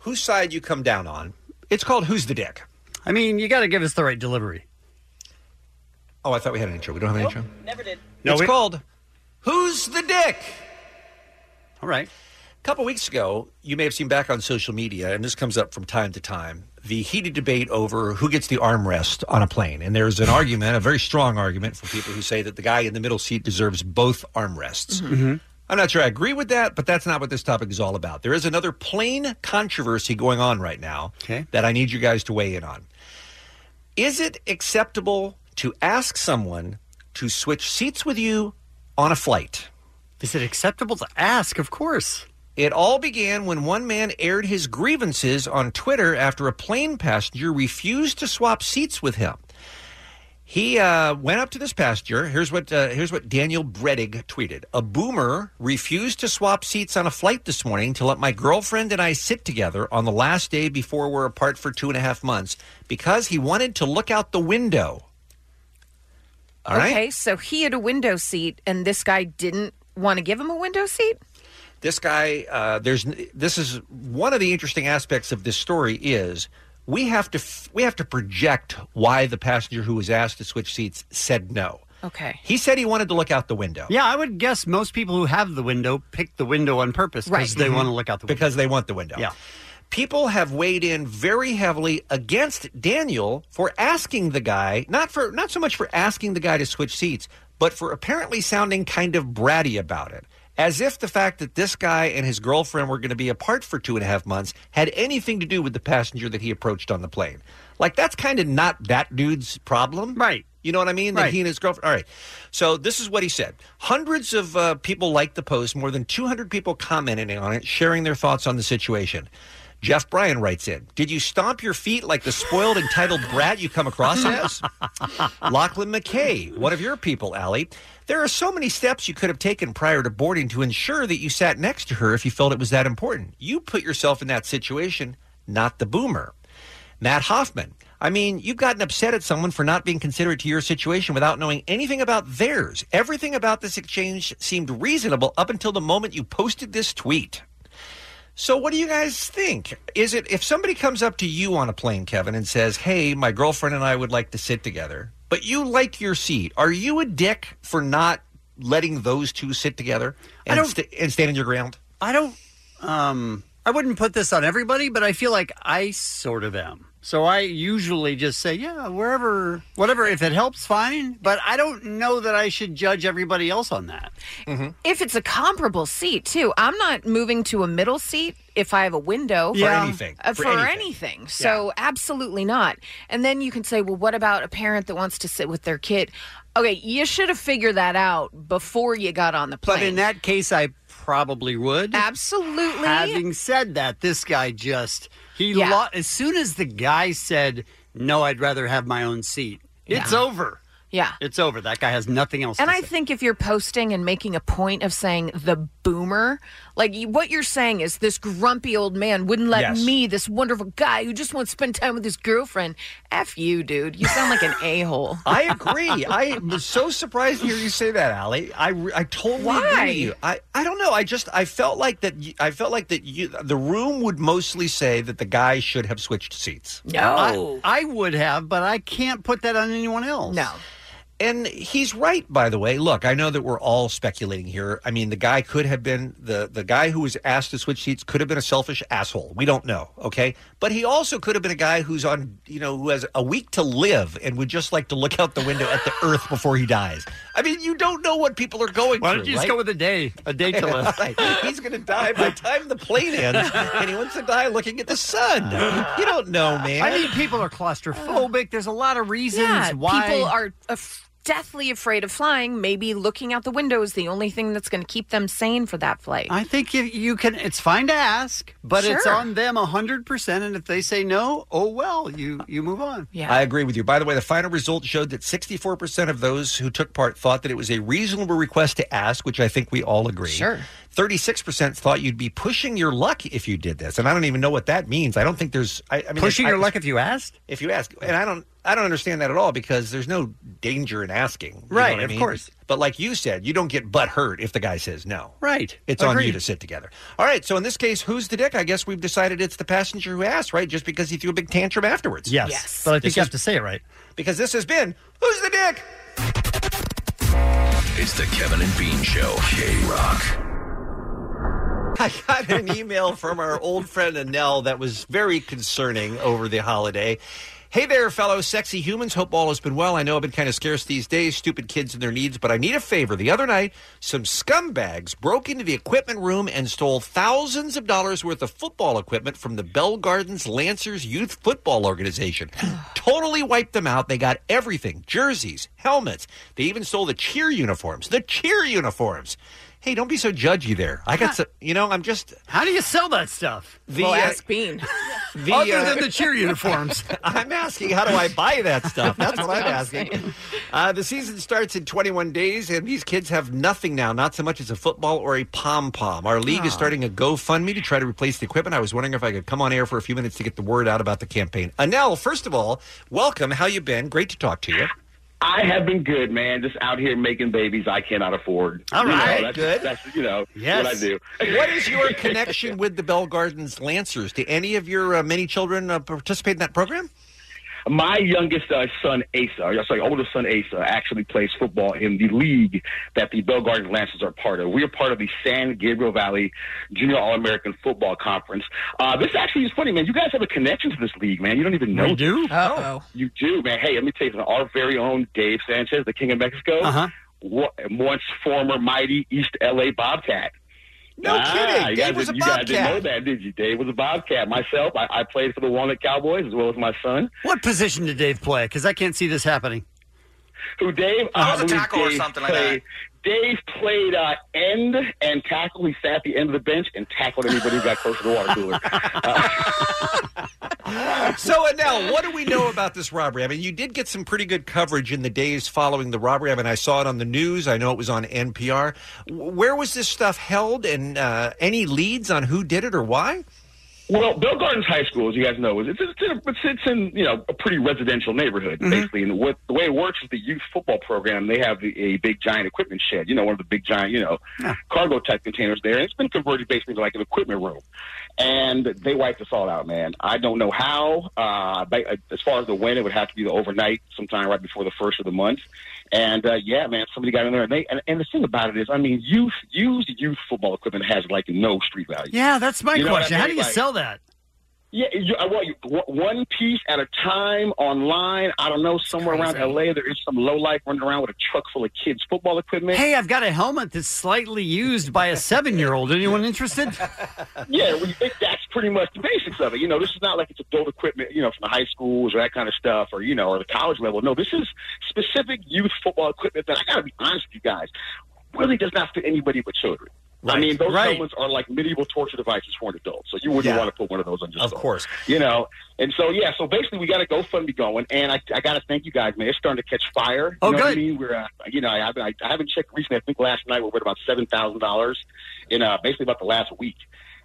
S9: whose side you come down on. It's called "Who's the Dick."
S10: I mean, you got to give us the right delivery.
S9: Oh, I thought we had an intro. We don't have an intro.
S7: Never did.
S9: No, it's
S10: we-
S9: called "Who's the Dick."
S10: All right.
S9: A couple weeks ago, you may have seen back on social media, and this comes up from time to time, the heated debate over who gets the armrest on a plane. And there's an argument, a very strong argument, for people who say that the guy in the middle seat deserves both armrests.
S10: Mm-hmm.
S9: Mm-hmm. I'm not sure I agree with that, but that's not what this topic is all about. There is another plane controversy going on right now that I need you guys to weigh in on. Is it acceptable to ask someone to switch seats with you on a flight?
S10: Is it acceptable to ask? Of course.
S9: It all began when one man aired his grievances on Twitter after a plane passenger refused to swap seats with him. He uh, went up to this passenger. Here's what uh, here's what Daniel Bredig tweeted: A boomer refused to swap seats on a flight this morning to let my girlfriend and I sit together on the last day before we're apart for two and a half months because he wanted to look out the window. All right.
S11: okay, so he had a window seat, and this guy didn't want to give him a window seat.
S9: this guy uh, there's this is one of the interesting aspects of this story is we have to f- we have to project why the passenger who was asked to switch seats said no
S11: Okay.
S9: he said he wanted to look out the window
S10: Yeah, I would guess most people who have the window pick the window on purpose because
S9: Right.
S10: they
S9: Mhm.
S10: want to look out the window.
S9: because they want the window
S10: Yeah.
S9: people have weighed in very heavily against Daniel for asking the guy, not for not so much for asking the guy to switch seats, but for apparently sounding kind of bratty about it. As if the fact that this guy and his girlfriend were going to be apart for two and a half months had anything to do with the passenger that he approached on the plane. Like, that's kind of not that dude's problem. Right. You know what I mean? That
S10: Right.
S9: he and his girlfriend. All right. So this is what he said. Hundreds of uh, people liked the post. More than 200 people commented on it, sharing their thoughts on the situation. Jeff Bryan writes in Did you stomp your feet like the spoiled, entitled brat you come across as? Lachlan McKay, one of your people, Allie. There are so many steps you could have taken prior to boarding to ensure that you sat next to her if you felt it was that important. You put yourself in that situation, not the boomer. Matt Hoffman. I mean, you've gotten upset at someone for not being considerate to your situation without knowing anything about theirs. Everything about this exchange seemed reasonable up until the moment you posted this tweet. So, what do you guys think? Is it if somebody comes up to you on a plane, Kevin, and says, Hey, my girlfriend and I would like to sit together, but you like your seat, are you a dick for not letting those two sit together and, sta- and stand on your ground?
S10: I don't. Um, I wouldn't put this on everybody, but I feel like I sort of am. So I usually just say, yeah, wherever, whatever. If it helps, fine. But I don't know that I should judge everybody else on that.
S11: If it's a comparable seat, too, I'm not moving to a middle seat if I have a window.
S10: For Yeah. anything.
S11: Uh,
S10: For
S11: for,
S10: anything.
S11: anything. So, absolutely not. And then you can say, well, what about a parent that wants to sit with their kid? Okay, you should have figured that out before you got on the plane.
S10: But in that case, I probably would.
S11: Absolutely.
S10: Having said that, this guy just he
S11: Yeah.
S10: lo- as soon as the guy said, "No, I'd rather have my own seat." It's
S11: Yeah.
S10: over.
S11: yeah.
S10: It's over. That guy has nothing else.
S11: And
S10: to
S11: I think if you're posting and making a point of saying the boomer, like you- what you're saying is this grumpy old man wouldn't let
S10: Yes.
S11: me, this wonderful guy who just wants to spend time with his girlfriend. F you, dude. You sound like
S9: <laughs>
S11: an a hole.
S9: <laughs> I agree. I was so surprised to hear you say that, Allie. I, re- I totally agree
S11: Why?
S9: with you. I, I don't know. I just I felt like that. y- I felt like that. You, the room would mostly say that the guy should have switched seats.
S10: No. I, I would have, but I can't put that on anyone else. No.
S9: And he's right, by the way. Look, I know that we're all speculating here. I mean, the guy could have been the the guy who was asked to switch seats could have been a selfish asshole. We don't know, okay? But he also could have been a guy who's on, you know, who has a week to live and would just like to look out the window
S10: <laughs>
S9: at the earth before he dies. I mean, you don't know what people are going
S10: Why
S9: through.
S10: don't you just go with a day, a
S9: <laughs>
S10: day to live?
S9: Right. He's going to die by the time the plane ends, and he wants to die looking at the sun. You don't know, man.
S10: I mean, people are claustrophobic. There's a lot of
S11: <laughs>
S10: reasons
S11: yeah,
S10: why
S11: people are af- deathly afraid of flying. Maybe looking out the window is the only thing that's going to keep them sane for that flight.
S10: I think you, you can. It's fine to ask, but it's
S11: Sure.
S10: on them hundred percent. And if they say no, oh well, you you move on.
S9: I agree with you. By the way, the final result showed that 64% of those who took part thought that it was a reasonable request to ask, which I think we all agree. Sure. 36% thought you'd be pushing your luck if you did this. And I don't even know what that means. I don't think there's I, I mean
S10: Pushing
S9: I-
S10: your luck if you asked?
S9: If you ask. And I don't I don't understand that at all because there's no danger in asking. You know
S10: Right,
S9: what I
S10: of
S9: mean?
S10: course.
S9: But like you said, you don't get butt hurt if the guy says no.
S10: Right.
S9: It's on you
S10: Agreed.
S9: to sit together. All right. So in this case, who's the dick? I guess we've decided it's the passenger who asked, right? Just because he threw a big tantrum afterwards.
S10: Yes. Yes. But I think you have to
S9: say it right. Because this has been Who's the Dick?
S12: It's the Kevin and Bean Show. K Rock.
S9: <laughs> I got an email from our old friend Anel that was very concerning over the holiday. Hey there, fellow sexy humans. Hope all has been well. I know I've been kind of scarce these days, stupid kids and their needs, but I need a favor. The other night, some scumbags broke into the equipment room and stole thousands of dollars worth of football equipment from the Bell Gardens Lancers Youth Football Organization. totally wiped them out. They got everything jerseys, helmets. They even stole the cheer uniforms. The cheer uniforms. Hey, don't be so judgy there. I got some, you know, I'm just.
S10: How do you sell that stuff?
S9: The,
S11: well,
S9: uh,
S11: ask Bean.
S9: <laughs> the,
S10: Other
S9: uh,
S10: than the
S9: <laughs>
S10: cheer uniforms.
S9: I'm asking, how do I buy that stuff? That's what I'm asking. Uh, the season starts in 21 days, and these kids have nothing now, not so much as a football or a pom pom. Our league is
S16: Aw.
S9: starting a GoFundMe to try to replace the equipment. I was wondering if I could come on air for a few minutes to get the word out about the campaign. Anel, first of all, welcome. How you been? Great to talk to you.
S16: I have been good, man. Just out here making babies I cannot afford.
S9: All
S16: You know,
S9: right,
S16: that's,
S9: good.
S16: That's you know what I
S9: Yes.
S16: do.
S9: What is your connection with the Bell Gardens Lancers? Do any of your uh, many children uh, participate in that program?
S16: My youngest uh, son, Asa, or sorry, oldest son, Asa, actually plays football in the league that the Bell Garden Lancers are part of. We are part of the San Gabriel Valley Junior All American Football Conference. Uh, this actually is funny, man. You guys have a connection to this league, man. You don't even know.
S10: We do?
S11: Oh.
S16: You do, man. Hey, let me tell you something. Our very own Dave Sanchez, the King of Mexico,
S10: Uh-huh.
S16: wa- once former mighty East LA Bobcat. Ah,
S17: No kidding.
S16: You
S17: Dave
S16: guys,
S17: was a
S16: you guys didn't know
S17: Bobcat.
S16: that, did you? Dave was a Bobcat. Myself, I, I played for the Walnut Cowboys as well as my son.
S10: What position did Dave play? Because I can't see this happening.
S16: Who, Dave?
S10: I was a
S16: believe
S10: tackle or
S16: Dave
S10: something like
S16: played- Dave played uh, end and tackle. He sat at the end of the bench and tackled anybody who got close to the water cooler.
S9: So, Adele, what do we know about this robbery? I mean, you did get some pretty good coverage in the days following the robbery. I mean, I saw it on the news. I know it was on NPR. W- Where was this stuff held, and uh, any leads on who did it or why?
S16: Well, Bell Gardens High School, as you guys know, is it's, it's, in, a, it's, it's in you know a pretty residential neighborhood
S10: Mm-hmm.
S18: Mhm.
S16: basically. And what the way it works is the youth football program. They have the, a big giant equipment shed, you know, one of the big giant you know cargo type containers there. And it's been converted basically to like an equipment room. And they wiped us all out, man. I don't know how. Uh, but, uh, as far as the when, it would have to be the overnight, sometime right before the first of the month. And uh, yeah, man, somebody got in there. And, they, and, and the thing about it is, I mean, youth used youth football equipment has like no street value.
S10: Yeah, that's my
S16: You know what I
S10: question. How
S16: mean?
S10: do you
S16: Like-
S10: sell that?
S16: Yeah, you, I want you, w- one piece at a time online. I don't know, somewhere around LA, there is some low life running around with a truck full of kids' football
S9: <laughs>
S16: equipment.
S10: Hey, I've got a helmet that's slightly used by a seven-year-old. Anyone interested?
S16: yeah, we think that's pretty much the basics of it. You know, this is not like it's adult equipment, you know, from the high schools or that kind of stuff, or you know, or the college level. No, this is specific youth football equipment that I got to be honest with you guys, really does not fit anybody but children. I
S9: Right,
S16: mean, those
S9: right.
S16: helmets are like medieval torture devices for an adult, so you wouldn't
S9: Yeah.
S16: want to put one of those on your
S9: Of
S10: <laughs>
S16: soul.
S9: course.
S16: you know. And so, yeah, so basically, we got a GoFundMe going, and I, I got to thank you guys, man. It's starting to catch fire. You
S10: Oh,
S16: know what I
S10: good.
S16: mean? We're, uh, you know, I, I, I haven't checked recently. I think last night we were at about seven thousand dollars in uh, basically about the last week.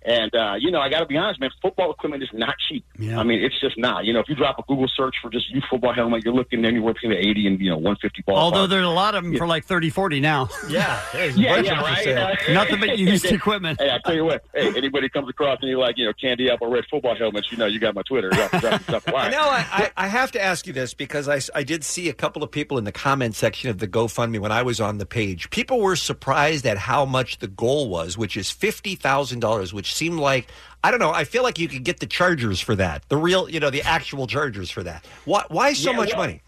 S16: And uh, you know, I got to be honest, man. Football equipment is not cheap. I mean, it's just not. You know, if you drop a Google search for just youth football helmet, you're looking anywhere between the eighty and you know one fifty ball.
S10: Although there's a lot of them for like 30, 40 now. <laughs>
S9: Yeah,
S16: <laughs> yeah, yeah, right. Uh,
S10: Nothing
S16: <laughs>
S10: but used equipment.
S16: Hey, I tell you what. Hey, anybody comes across and you're like, you know, candy apple red football helmets. You know, you got my Twitter. Drop, drop, drop, <laughs> why?
S9: Now, I, I, I have to ask you this because I, s- I did see a couple of people in the comment section of the GoFundMe when I was on the page. People were surprised at how much the goal was, which is $50,000, which seemed like, I don't know, I feel like you could get the Chargers for that, the real, you know, the actual Chargers for that. Why, why so
S16: Yeah,
S9: much
S16: well-
S9: money?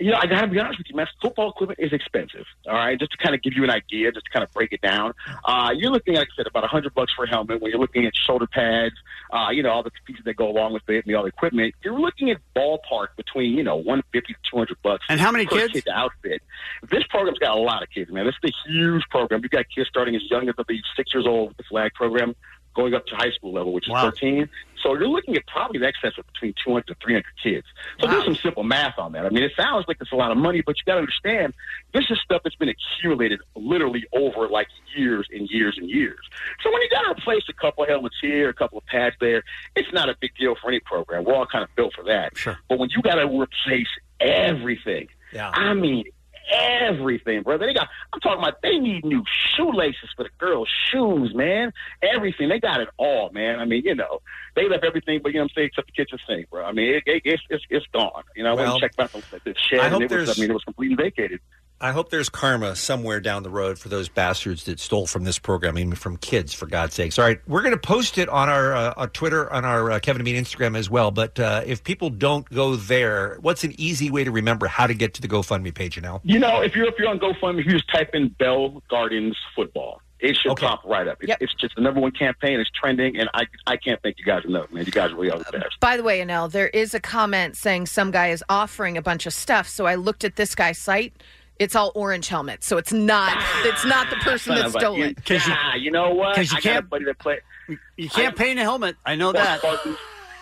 S16: you know, I got to be honest with you, man. Football equipment is expensive. All right, just to kind of give you an idea, just to kind of break it down. Uh, you're looking, like I said, about a hundred bucks for a helmet. When you're looking at shoulder pads, uh, you know, all the pieces that go along with it, and all the equipment, you're looking at ballpark between you know one fifty to two hundred bucks.
S10: And how many
S16: per
S10: kids?
S16: Kid to outfit. This program's got a lot of kids, man. This is a huge program. We've got kids starting as young as I believe six years old with the flag program, going up to high school level, which is thirteen. So you're looking at probably an excess of between 200 to 300 kids. So there's some simple math on that. I mean, it sounds like it's a lot of money, but you got to understand this is stuff that's been accumulated literally over like years and years and years. So when you got to replace a couple of helmets here, a couple of pads there, it's not a big deal for any program. We're all kind of built for that. Sure. But when you got to replace everything,
S9: yeah.
S16: I mean everything, brother. They got I'm talking about they need new shoelaces for the girls' shoes, man. Everything. They got it all, man. I mean, you know, they left everything but you know what I'm saying, except the kitchen sink, bro. I mean it, it, it's, it's it's gone. You know, I
S9: Well,
S16: went and checked out the, the shed
S9: I
S16: and
S9: hope
S16: it was
S9: there's-
S16: I mean it was completely vacated.
S9: I hope there's karma somewhere down the road for those bastards that stole from this program, I mean, from kids, for God's sakes. All right, we're going to post it on our, uh, our Twitter, on our uh, Kevin and Bean Instagram as well. But uh, if people don't go there, what's an easy way to remember how to get to the GoFundMe page, you know?
S16: You know, if you're if you're on GoFundMe, if you just type in Bell Gardens football. It should pop right up. It's, it's just the number one campaign. It's trending, and I I can't thank you guys enough, man. You guys really are the
S10: Uh,
S16: best.
S11: By the way, Anel, there is a comment saying some guy is offering a bunch of stuff. So I looked at this guy's site. It's all orange helmets. So it's not it's not the person
S16: Son
S11: that
S16: of a-
S11: stole
S16: you-
S11: it.
S16: Ah, you know what?
S10: 'cause you
S16: I got a
S10: can't-
S16: buddy that play-
S10: You can't paint a helmet. I know that.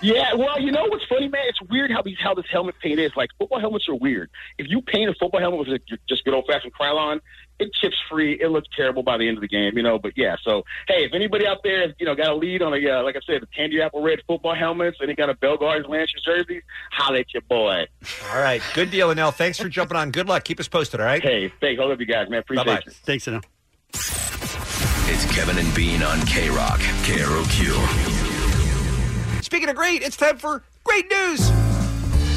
S16: Yeah, well, you know what's funny, man? It's weird how these how this helmet paint is. Like football helmets are weird. If you paint a football helmet with a, just good old fashioned Krylon, it chips free. It looks terrible by the end of the game, you know. But yeah, so hey, if anybody out there, you know, got a lead on a uh, like I said, the candy apple red football helmets, and they got a Bell Guards Lancers jersey, holla at your boy.
S9: All right, good deal, Anel. Thanks for jumping on. Good luck. Keep us posted, all right?
S16: Hey, thanks. I love you guys, man. Appreciate
S9: Bye-bye.
S16: you.
S10: Thanks, Anel.
S12: It's Kevin and Bean on K Rock, K R O Q.
S9: Speaking of great, it's time for great news.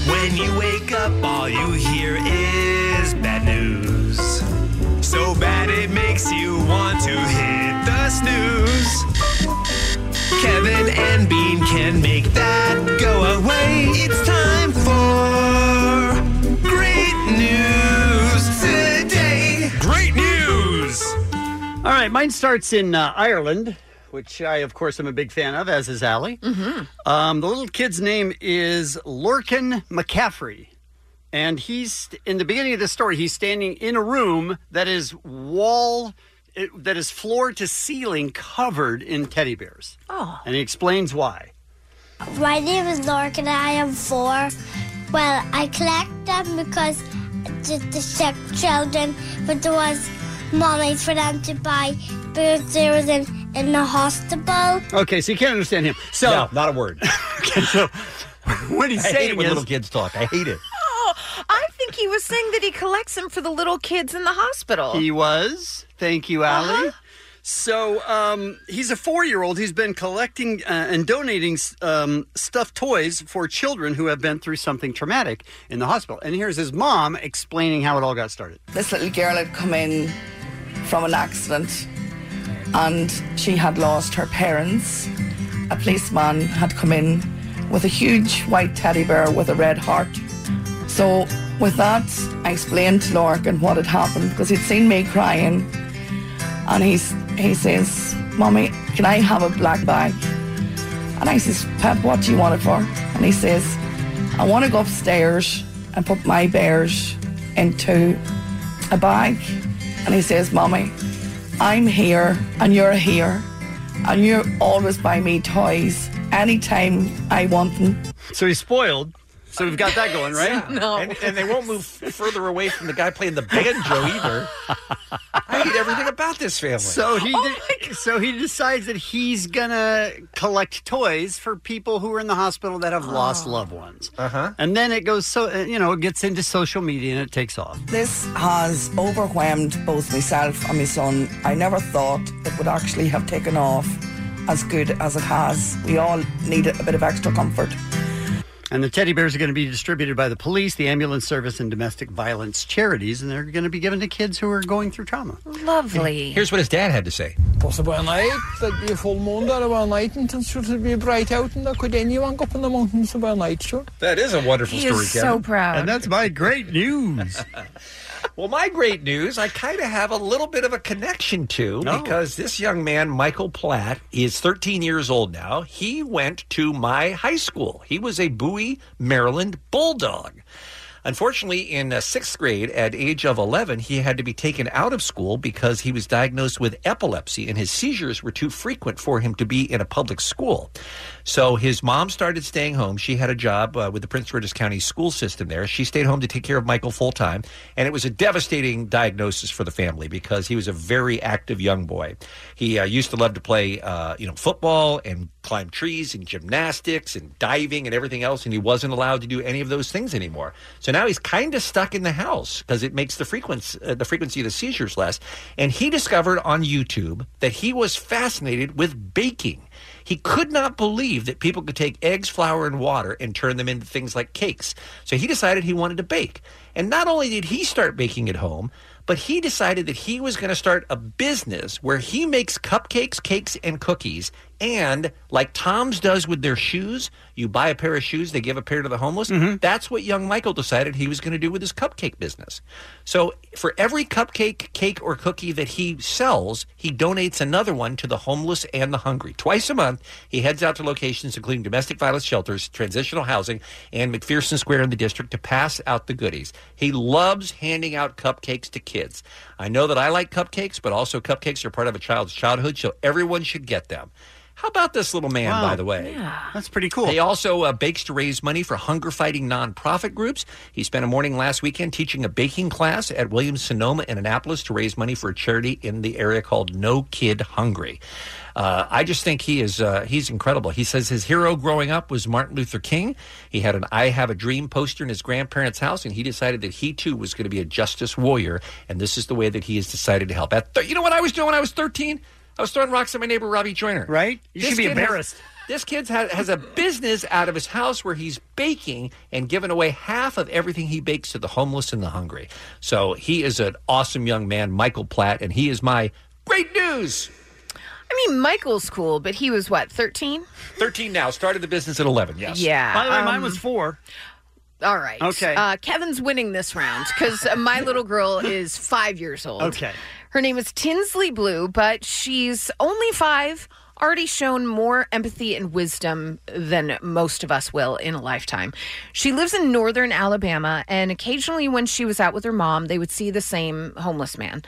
S17: When you wake up, all you hear is bad news. So bad it makes you want to hit the snooze. Kevin and Bean can make that go away. It's time for great news today. Great news!
S10: All right, mine starts in uh, Ireland, which I, of course, am a big fan of, as is Allie.
S7: Mm-hmm.
S10: Um, the little kid's name is Lorcan McCaffrey. And he's in the beginning of the story, he's standing in a room that is wall, it, that is floor to ceiling covered in teddy bears.
S18: Oh.
S10: And he explains why.
S18: My name is Lark and I am four. Well, I collect them because the, the sick children, but there was money for them to buy because they was in, in the hospital.
S10: Okay, so you can't understand him. So,
S9: No, not a word.
S10: <laughs> okay, so what he's
S9: I hate
S10: saying
S9: it when
S10: is-
S9: little kids talk. I hate it.
S11: <laughs> Oh, I think he was saying that he collects them for the little kids in the hospital.
S10: He was. Thank you, Allie. Oh. Uh-huh. So um, he's a four-year-old who's been collecting uh, and donating um, stuffed toys for children who have been through something traumatic in the hospital. And here's his mom explaining how it all got started.
S19: This little girl had come in from an accident and she had lost her parents. A policeman had come in with a huge white teddy bear with a red heart. So, with that, I explained to Lorcan what had happened because he'd seen me crying and he's, he says, Mommy, can I have a black bag? And I says, Pep, what do you want it for? And he says, I want to go upstairs and put my bears into a bag. And he says, Mommy, I'm here and you're here and you always buy me toys anytime I want them.
S10: So he's spoiled. So we've got that going, right?
S11: No.
S9: And, and they won't move further away from the guy playing the banjo either. I hate everything about this family.
S10: So he de- so he decides that he's gonna collect toys for people who are in the hospital that have lost loved ones. Uh-huh. And then it goes so uh, you know it gets into social media and it takes off.
S19: This has overwhelmed both myself and my son. I never thought it would actually have taken off as good as it has. We all need a bit of extra comfort.
S10: And the teddy bears are going to be distributed by the police, the ambulance service, and domestic violence charities, and they're going to be given to kids who are going through trauma.
S11: Lovely.
S9: Here's what his dad had to say.
S20: Het was er bij een eind, dat bij volmaan, dat bij een eind en dan zullen we bij breid houden, dan kun je anyone go up in the mountains bij een eind, sure.
S9: That is a wonderful
S20: He
S9: story,
S20: is
S9: Kevin.
S20: so proud. And
S10: that's my great news.
S9: <laughs> well, my great news, I kind of have a little bit of a connection to
S10: Oh.
S9: because this young man, Michael Platt, is 13 years old now. He went to my high school. He was a Bowie, Maryland Bulldog. Unfortunately, in uh, sixth grade, at age of 11, he had to be taken out of school because he was diagnosed with epilepsy and his seizures were too frequent for him to be in a public school. So his mom started staying home. She had a job uh, with the Prince George's County school system there. She stayed home to take care of Michael full time. And it was a devastating diagnosis for the family because he was a very active young boy. He uh, used to love to play, uh, you know, football and climb trees and gymnastics and diving and everything else. And he wasn't allowed to do any of those things anymore. So now he's kind of stuck in the house because it makes the frequency, uh, the frequency of the seizures less. And he discovered on YouTube that he was fascinated with baking. He could not believe that people could take eggs, flour, and water and turn them into things like cakes. So he decided he wanted to bake. And not only did he start baking at home, but he decided that he was going to start a business where he makes cupcakes, cakes, and cookies. And like Tom's does with their shoes, you buy a pair of shoes, they give a pair to the homeless. That's what young Michael decided he was going to do with his cupcake business. So for every cupcake, cake, or cookie that he sells, he donates another one to the homeless and the hungry. Twice a month, he heads out to locations including domestic violence shelters, transitional housing, and McPherson Square in the district to pass out the goodies. He loves handing out cupcakes to kids. I know that I like cupcakes, but also cupcakes are part of a child's childhood, so everyone should get them. How about this little man,
S10: Wow.
S9: by the way?
S10: That's pretty cool.
S9: He also uh, bakes to raise money for hunger fighting nonprofit groups. He spent a morning last weekend teaching a baking class at Williams Sonoma in Annapolis to raise money for a charity in the area called No Kid Hungry. Uh, I just think he is uh, he's incredible. He says his hero growing up was Martin Luther King. He had an I Have a Dream poster in his grandparents' house, and he decided that he too was going to be a justice warrior. And this is the way that he has decided to help. At th- you know what I was doing when I was 13? I was throwing rocks at my neighbor Robbie Joyner. Right?
S10: You should be embarrassed.
S9: This kid has, has a business out of his house where he's baking and giving away half of everything he bakes to the homeless and the hungry. So he is an awesome young man, Michael Platt, and he is my Great news.
S11: I mean, Michael's cool, but he was what, 13?
S9: 13 now. Started the business at 11. Yes.
S11: Yeah.
S10: By the way, mine
S11: um,
S10: was four.
S11: All right.
S10: Okay.
S11: Uh, Kevin's winning this round because my little girl is five years old.
S10: Okay.
S11: Her name is Tinsley Blue, but she's only five, already shown more empathy and wisdom than most of us will in a lifetime. She lives in northern Alabama, and occasionally when she was out with her mom, they would see the same homeless man.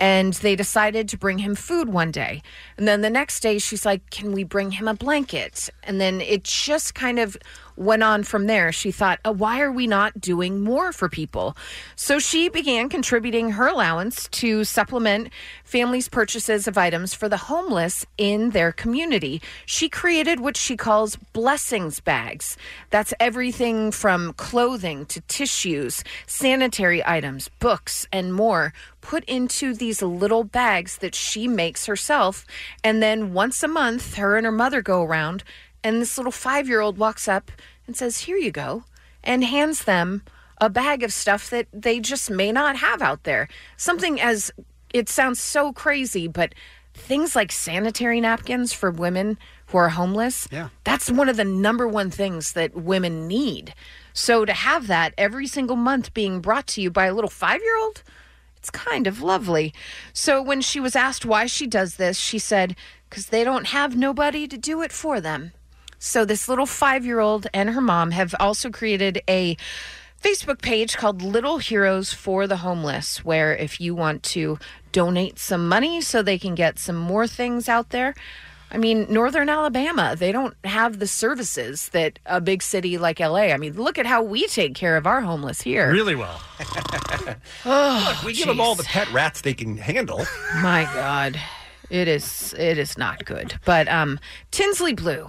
S11: And they decided to bring him food one day. And then the next day, she's like, Can we bring him a blanket? And then it just kind of went on from there. She thought, oh, Why are we not doing more for people? So she began contributing her allowance to supplement families' purchases of items for the homeless in their community. She created what she calls blessings bags. That's everything from clothing to tissues, sanitary items, books, and more put into these little bags that she makes herself. And then once a month, her and her mother go around, and this little five year old walks up and says, Here you go, and hands them a bag of stuff that they just may not have out there. Something as it sounds so crazy, but things like sanitary napkins for women who are homeless.
S10: Yeah.
S11: That's one of the number one things that women need. So to have that every single month being brought to you by a little five year old, it's kind of lovely. So when she was asked why she does this, she said, because they don't have nobody to do it for them. So this little five year old and her mom have also created a Facebook page called Little Heroes for the Homeless, where if you want to donate some money so they can get some more things out there. I mean, Northern Alabama, they don't have the services that a big city like LA. I mean, look at how we take care of our homeless here.
S9: <laughs>
S10: Really well.
S11: Oh,
S9: Look, we give them all the
S11: jeez.
S9: pet rats they can handle.
S11: My God, it is it is not good. But um, Tinsley Blue,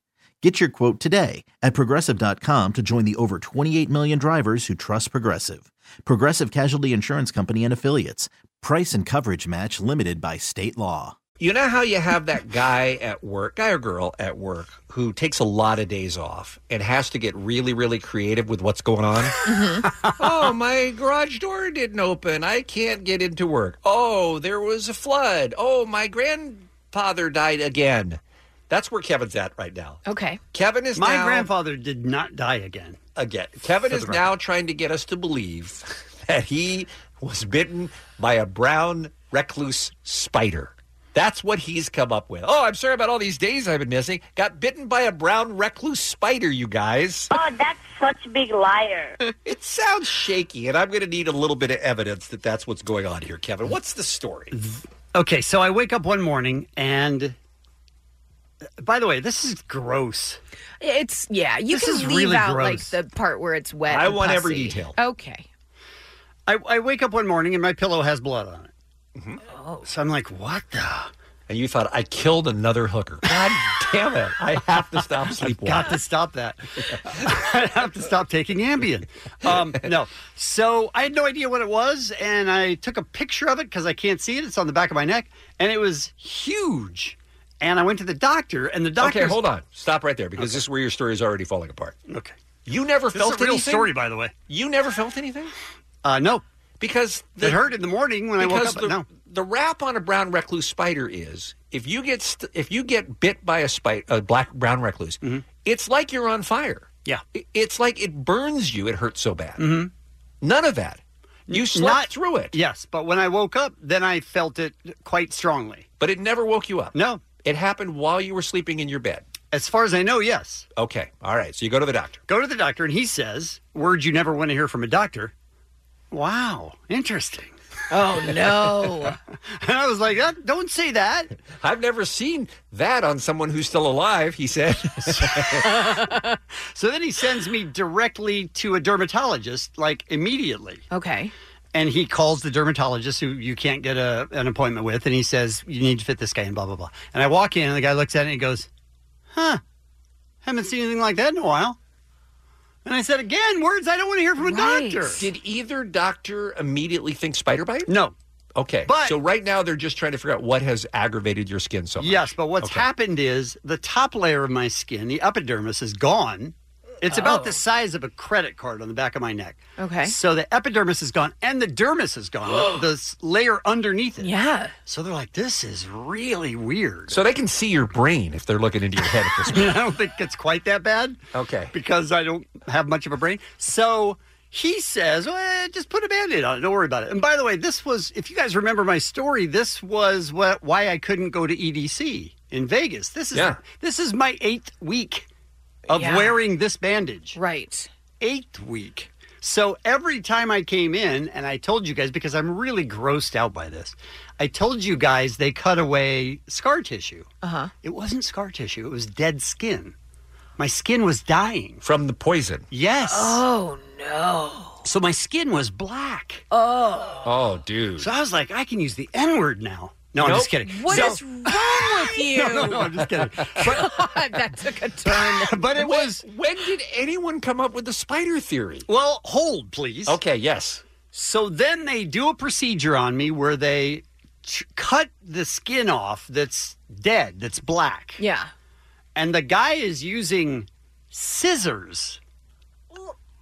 S21: Get your quote today at progressive.com to join the over 28 million drivers who trust Progressive. Progressive Casualty Insurance Company and Affiliates. Price and coverage match limited by state law.
S9: You know how you have that guy at work, guy or girl at work, who takes a lot of days off and has to get really, really creative with what's going on? oh, my garage door didn't open. I can't get into work. Oh, there was a flood. Oh, my grandfather died again. That's where Kevin's at right now.
S11: Okay.
S9: Kevin is
S10: My
S9: now-
S10: grandfather did not die again.
S9: Again. Kevin
S10: For
S9: is
S10: the
S9: now trying to get us to believe <laughs> that he was bitten by a brown recluse spider. That's what he's come up with. Oh, I'm sorry about all these days I've been missing. Got bitten by a brown recluse spider, you guys.
S22: Oh, that's such a big liar.
S9: It sounds shaky, and I'm going to need a little bit of evidence that that's what's going on here, Kevin. What's the story?
S10: Okay, so I wake up one morning and. By the way, this is gross.
S11: It's yeah. You
S10: This
S11: can
S10: is
S11: leave
S10: really
S11: out
S10: gross.
S11: like the part where it's wet.
S10: I
S11: and
S10: want every
S11: pussy.
S10: detail.
S11: Okay.
S10: I, I wake up one morning and my pillow has blood on it.
S9: Mm-hmm.
S10: Oh. So I'm like, what the?
S9: And you thought, I killed another hooker. God damn it. I have to
S10: <laughs>
S9: stop sleepwalking.
S10: Got to
S9: <laughs>
S10: stop that. I have to stop taking Ambien. Um, no. So I had no idea what it was, and I took a picture of it because I can't see it. It's on the back of my neck, and it was huge. And I went to the doctor, and the doctor.
S9: Okay, hold on. Stop right there because this is where your story is already falling apart.
S10: Okay.
S9: You never
S10: This is
S9: felt
S10: a real
S9: anything?
S10: story, by the way.
S9: You never felt anything?
S10: Uh, no.
S9: Because
S10: it hurt in the morning when I woke
S9: because
S10: up. but
S9: the,
S10: no.
S9: the wrap on a brown recluse spider is if you get st- if you get bit by a spider, a black brown recluse, it's like you're on fire.
S10: Mm-hmm. Yeah.
S9: I- It's like it burns you. It hurts so bad. None of that. You slept
S10: Not-
S9: through it.
S10: Yes, but when I woke up, then I felt it quite strongly.
S9: But it never woke you up.
S10: No.
S9: It happened while you were sleeping in your bed.
S10: As far as I know, yes.
S9: Okay. All right. So you go to the doctor.
S10: Go to the doctor, and he says, words you never want to hear from a doctor. Wow, interesting.
S11: Oh
S10: no. <laughs> and I was like, "That- don't say that.
S9: <laughs> I've never seen that on someone who's still alive, he said.
S10: <laughs> So then he sends me directly to a dermatologist, like immediately.
S11: Okay.
S10: And he calls the dermatologist who you can't get a, an appointment with, and he says, You need to fit this guy in, blah, blah, blah. And I walk in, and the guy looks at it and he goes, Huh, haven't seen anything like that in a while. And I said, Again, words I don't want to hear from a doctor.
S9: Did either doctor immediately think spider bite?
S10: No.
S9: Okay.
S10: But-
S9: so right now they're just trying to figure out what has aggravated your skin so much.
S10: Yes, but what's happened is the top layer of my skin, the epidermis, is gone. It's about the size of a credit card on the back of my neck.
S11: Okay.
S10: So the epidermis is gone and the dermis
S11: <gasps>
S10: is gone, the s- layer underneath it.
S11: Yeah.
S10: So they're like, this is really weird.
S9: So they can see your brain if they're looking into your head at this
S10: <laughs> I don't think it's quite that bad.
S9: Okay.
S10: Because I don't have much of a brain. So he says, well, eh, just put a band aid on it. Don't worry about it. And by the way, this was, if you guys remember my story, this was what, why I couldn't go to EDC in Vegas. This is,
S9: Yeah.
S10: this is my eighth week of
S9: Yeah.
S10: wearing this bandage.
S11: Right.
S10: Eighth week. So every time I came in, and I told you guys, because I'm really grossed out by this, I told you guys they cut away scar tissue. Uh
S11: Uh-huh.
S10: huh. It wasn't scar tissue, it was dead skin. My skin was dying
S9: from the poison.
S10: Yes.
S11: Oh no.
S10: So my skin was black.
S11: Oh.
S9: Oh, dude.
S10: So I was like, I can use the N word now. No, I'm
S9: Nope.
S10: just kidding.
S11: What
S10: So-
S11: is
S9: <laughs>
S11: wrong with you?
S10: <laughs> No, no, no, I'm just kidding.
S11: God, that took a
S9: <laughs>
S11: turn.
S10: <laughs> but it was.
S9: When did anyone come up with the spider theory?
S10: Well, hold, please.
S9: Okay, yes.
S10: So then they do a procedure on me where they ch- cut the skin off that's dead, that's black.
S11: Yeah.
S10: And the guy is using scissors.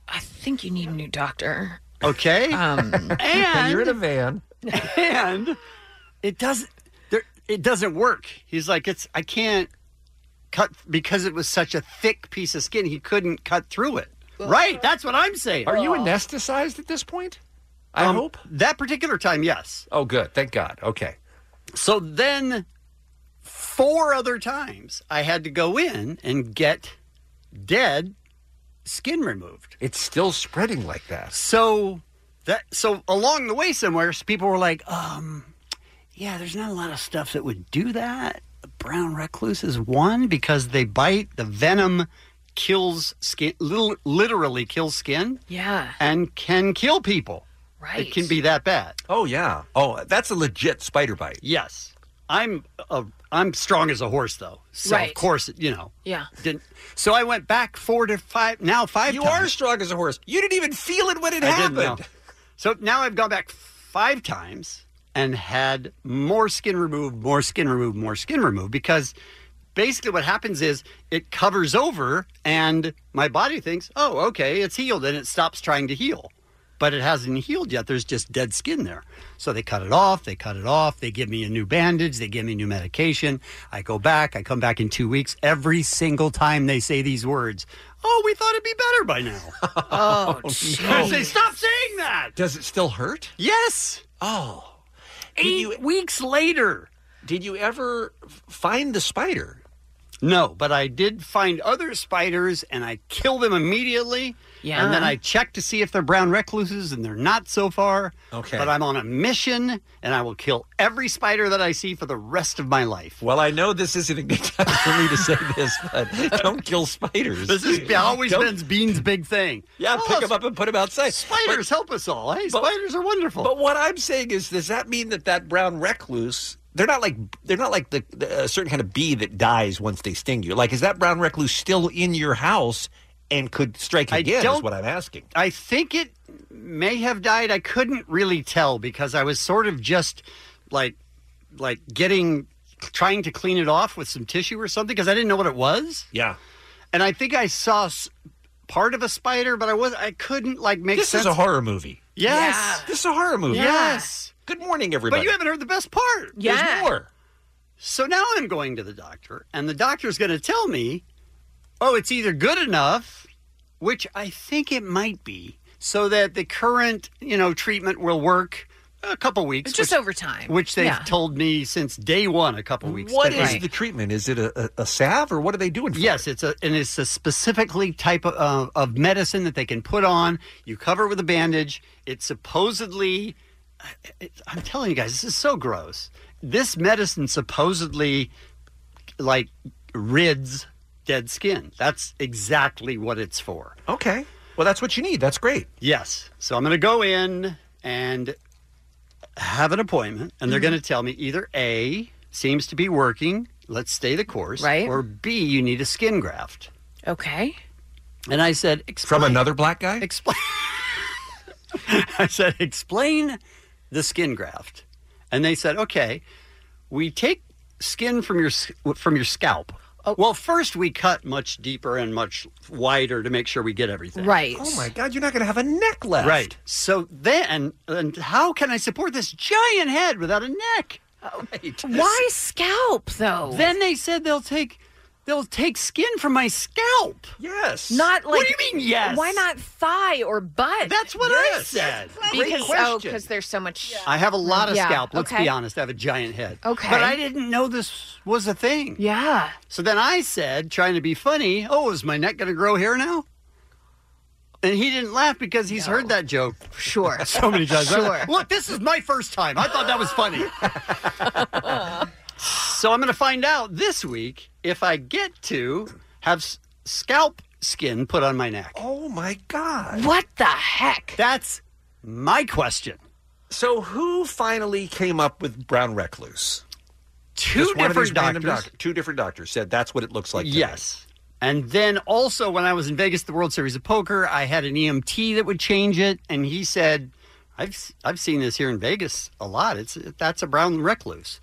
S11: I think you need a new doctor.
S10: Okay.
S11: Um,
S10: and
S9: you're in a van.
S10: <laughs> And it doesn't. There, it doesn't work. He's like, it's. I can't cut because it was such a thick piece of skin. He couldn't cut through it. Right. That's what I'm saying. Um,
S9: Are you anesthetized at this point? I hope.
S10: That particular time, yes.
S9: Oh, good. Thank God. Okay.
S10: So then, four other times, I had to go in and get dead skin removed.
S9: It's still spreading like that.
S10: So that so along the way somewhere, s- people were like, um, yeah, there's not a lot of stuff that would do that. The brown recluse is one because they bite. The venom kills skin, lit- literally kills skin,
S11: Yeah.
S10: and can kill people.
S11: Right.
S10: It can be that bad.
S9: Oh yeah. Oh, that's a legit spider bite.
S10: Yes, I'm a, I'm strong as a horse though. So
S11: Right.
S10: of course, you know.
S11: Yeah.
S10: Didn't, so I went back four to five. Now five.
S9: You
S10: times.
S9: are strong as a horse. You didn't even feel it when it
S10: I didn't
S9: happened.
S10: know. So now I've gone back five times and had more skin removed, more skin removed, more skin removed because basically what happens is it covers over and my body thinks, oh, okay, it's healed and it stops trying to heal. But it hasn't healed yet. There's just dead skin there. So they cut it off. They cut it off. They give me a new bandage. They give me new medication. I go back. I come back in two weeks. Every single time they say these words, oh, we thought it'd be better by now. <laughs>
S11: Oh,
S10: <laughs> I say, stop saying that.
S9: Does it still hurt?
S10: Yes.
S9: Oh.
S10: Eight weeks later.
S9: Did you ever f- find the spider?
S10: No, but I did find other spiders and I kill them immediately.
S11: Yeah.
S10: And then I check to see if they're brown recluses and they're not so far.
S9: Okay.
S10: But I'm on a mission and I will kill every spider that I see for the rest of my life.
S9: Well, I know this isn't a good <laughs> time for me to say this, but don't kill spiders.
S10: <laughs> This has always
S9: Don't-
S10: been Bean's big thing.
S9: Yeah,
S10: Oh,
S9: pick 'em pick them up and put them outside.
S10: Spiders help us all. Hey,
S9: But-
S10: spiders are wonderful.
S9: But what I'm saying is, does that mean that that brown recluse? They're not like they're not like the, the a certain kind of bee that dies once they sting you. Like, is that brown recluse still in your house and could strike
S10: I
S9: again? Is
S10: don't-
S9: what I'm asking.
S10: I think it may have died. I couldn't really tell because I was sort of just like like getting trying to clean it off with some tissue or something because I didn't know what it was.
S9: Yeah,
S10: And I think I saw s- part of a spider, but I was I couldn't like make
S9: this
S10: sense.
S9: is a horror movie.
S10: Yes.
S9: This is a horror movie.
S10: Yes.
S9: Good morning, everybody.
S10: But you haven't heard the best part.
S11: Yeah.
S9: There's more.
S10: So now I'm going to the doctor, and the doctor's going to tell me, oh, it's either good enough, which I think it might be, so that the current, you know, treatment will work a couple weeks.
S11: It's just
S10: which,
S11: over time.
S10: Which they've
S11: yeah.
S10: told me since day one, a couple weeks.
S9: What
S10: ago.
S9: is the treatment? Is it a, a, a salve or what are they doing? For
S10: Yes,
S9: it?
S10: it's a and it's a specifically type of, uh, of medicine that they can put on. You cover with a bandage. It supposedly it's, I'm telling you guys, this is so gross. This medicine supposedly like rids dead skin. That's exactly what it's for.
S17: Okay. Well, that's what you need. That's great.
S10: Yes. So I'm going to go in and have an appointment, and they're
S17: Mhm.
S10: going to tell me either A seems to be working. Let's stay the course. Right. Or B, you need a skin graft.
S11: Okay.
S10: And I said, explain. From another black guy? Explain. <laughs> I said, explain the skin graft. And they said, okay, we take skin from your s- from your scalp.
S11: Oh.
S10: Well, first we cut much deeper and much wider to make sure we get everything.
S11: Right.
S17: Oh my God, you're not going to have a neck left.
S10: Right. So then, and how can I support this giant head without a neck? Right.
S11: Why scalp though?
S10: Then they said they'll take they'll take skin from my scalp. Yes.
S11: Not like
S10: What do you mean yes?
S11: Why not thigh or butt?
S10: That's what I Yes. said. Great
S11: Because oh,
S10: question.
S11: because there's so much.
S10: I have a lot of
S11: Yeah,
S10: scalp. Let's
S11: okay.
S10: be honest. I have a giant head.
S11: Okay.
S10: But I didn't know this was a thing.
S11: Yeah.
S10: So then I said, trying to be funny, oh, is my neck going to grow hair now? And he didn't laugh because he's heard that joke.
S11: Sure.
S10: <laughs> <laughs> so many times.
S17: Sure.
S10: Look, this is my first time. I thought that was funny. so I'm going to find out this week if I get to have s- scalp skin put on my neck.
S17: Oh my God.
S11: What the heck?
S10: That's my question.
S9: So who finally came up with brown recluse?
S10: Two
S9: Just one of these
S10: different
S9: random
S10: doctors.
S9: doc- two different doctors said that's what it looks like. to me."
S10: Yes. And then also, when I was in Vegas, at the World Series of Poker, I had an EMT that would change it, and he said, "I've s- I've seen this here in Vegas a lot. It's that's a brown recluse,"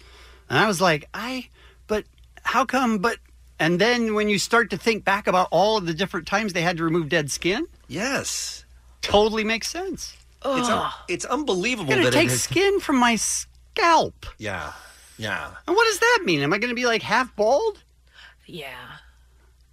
S10: and I was like, "I, but how come?" But and then when you start to think back about all of the different times they had to remove dead skin,
S9: yes,
S10: totally makes sense.
S9: It's, un-
S10: Ugh.
S9: it's unbelievable
S10: Gonna
S9: that
S10: take
S9: it has-
S10: skin from my scalp.
S9: Yeah, yeah.
S10: And what does that mean? Am I going to be like half bald?
S11: Yeah.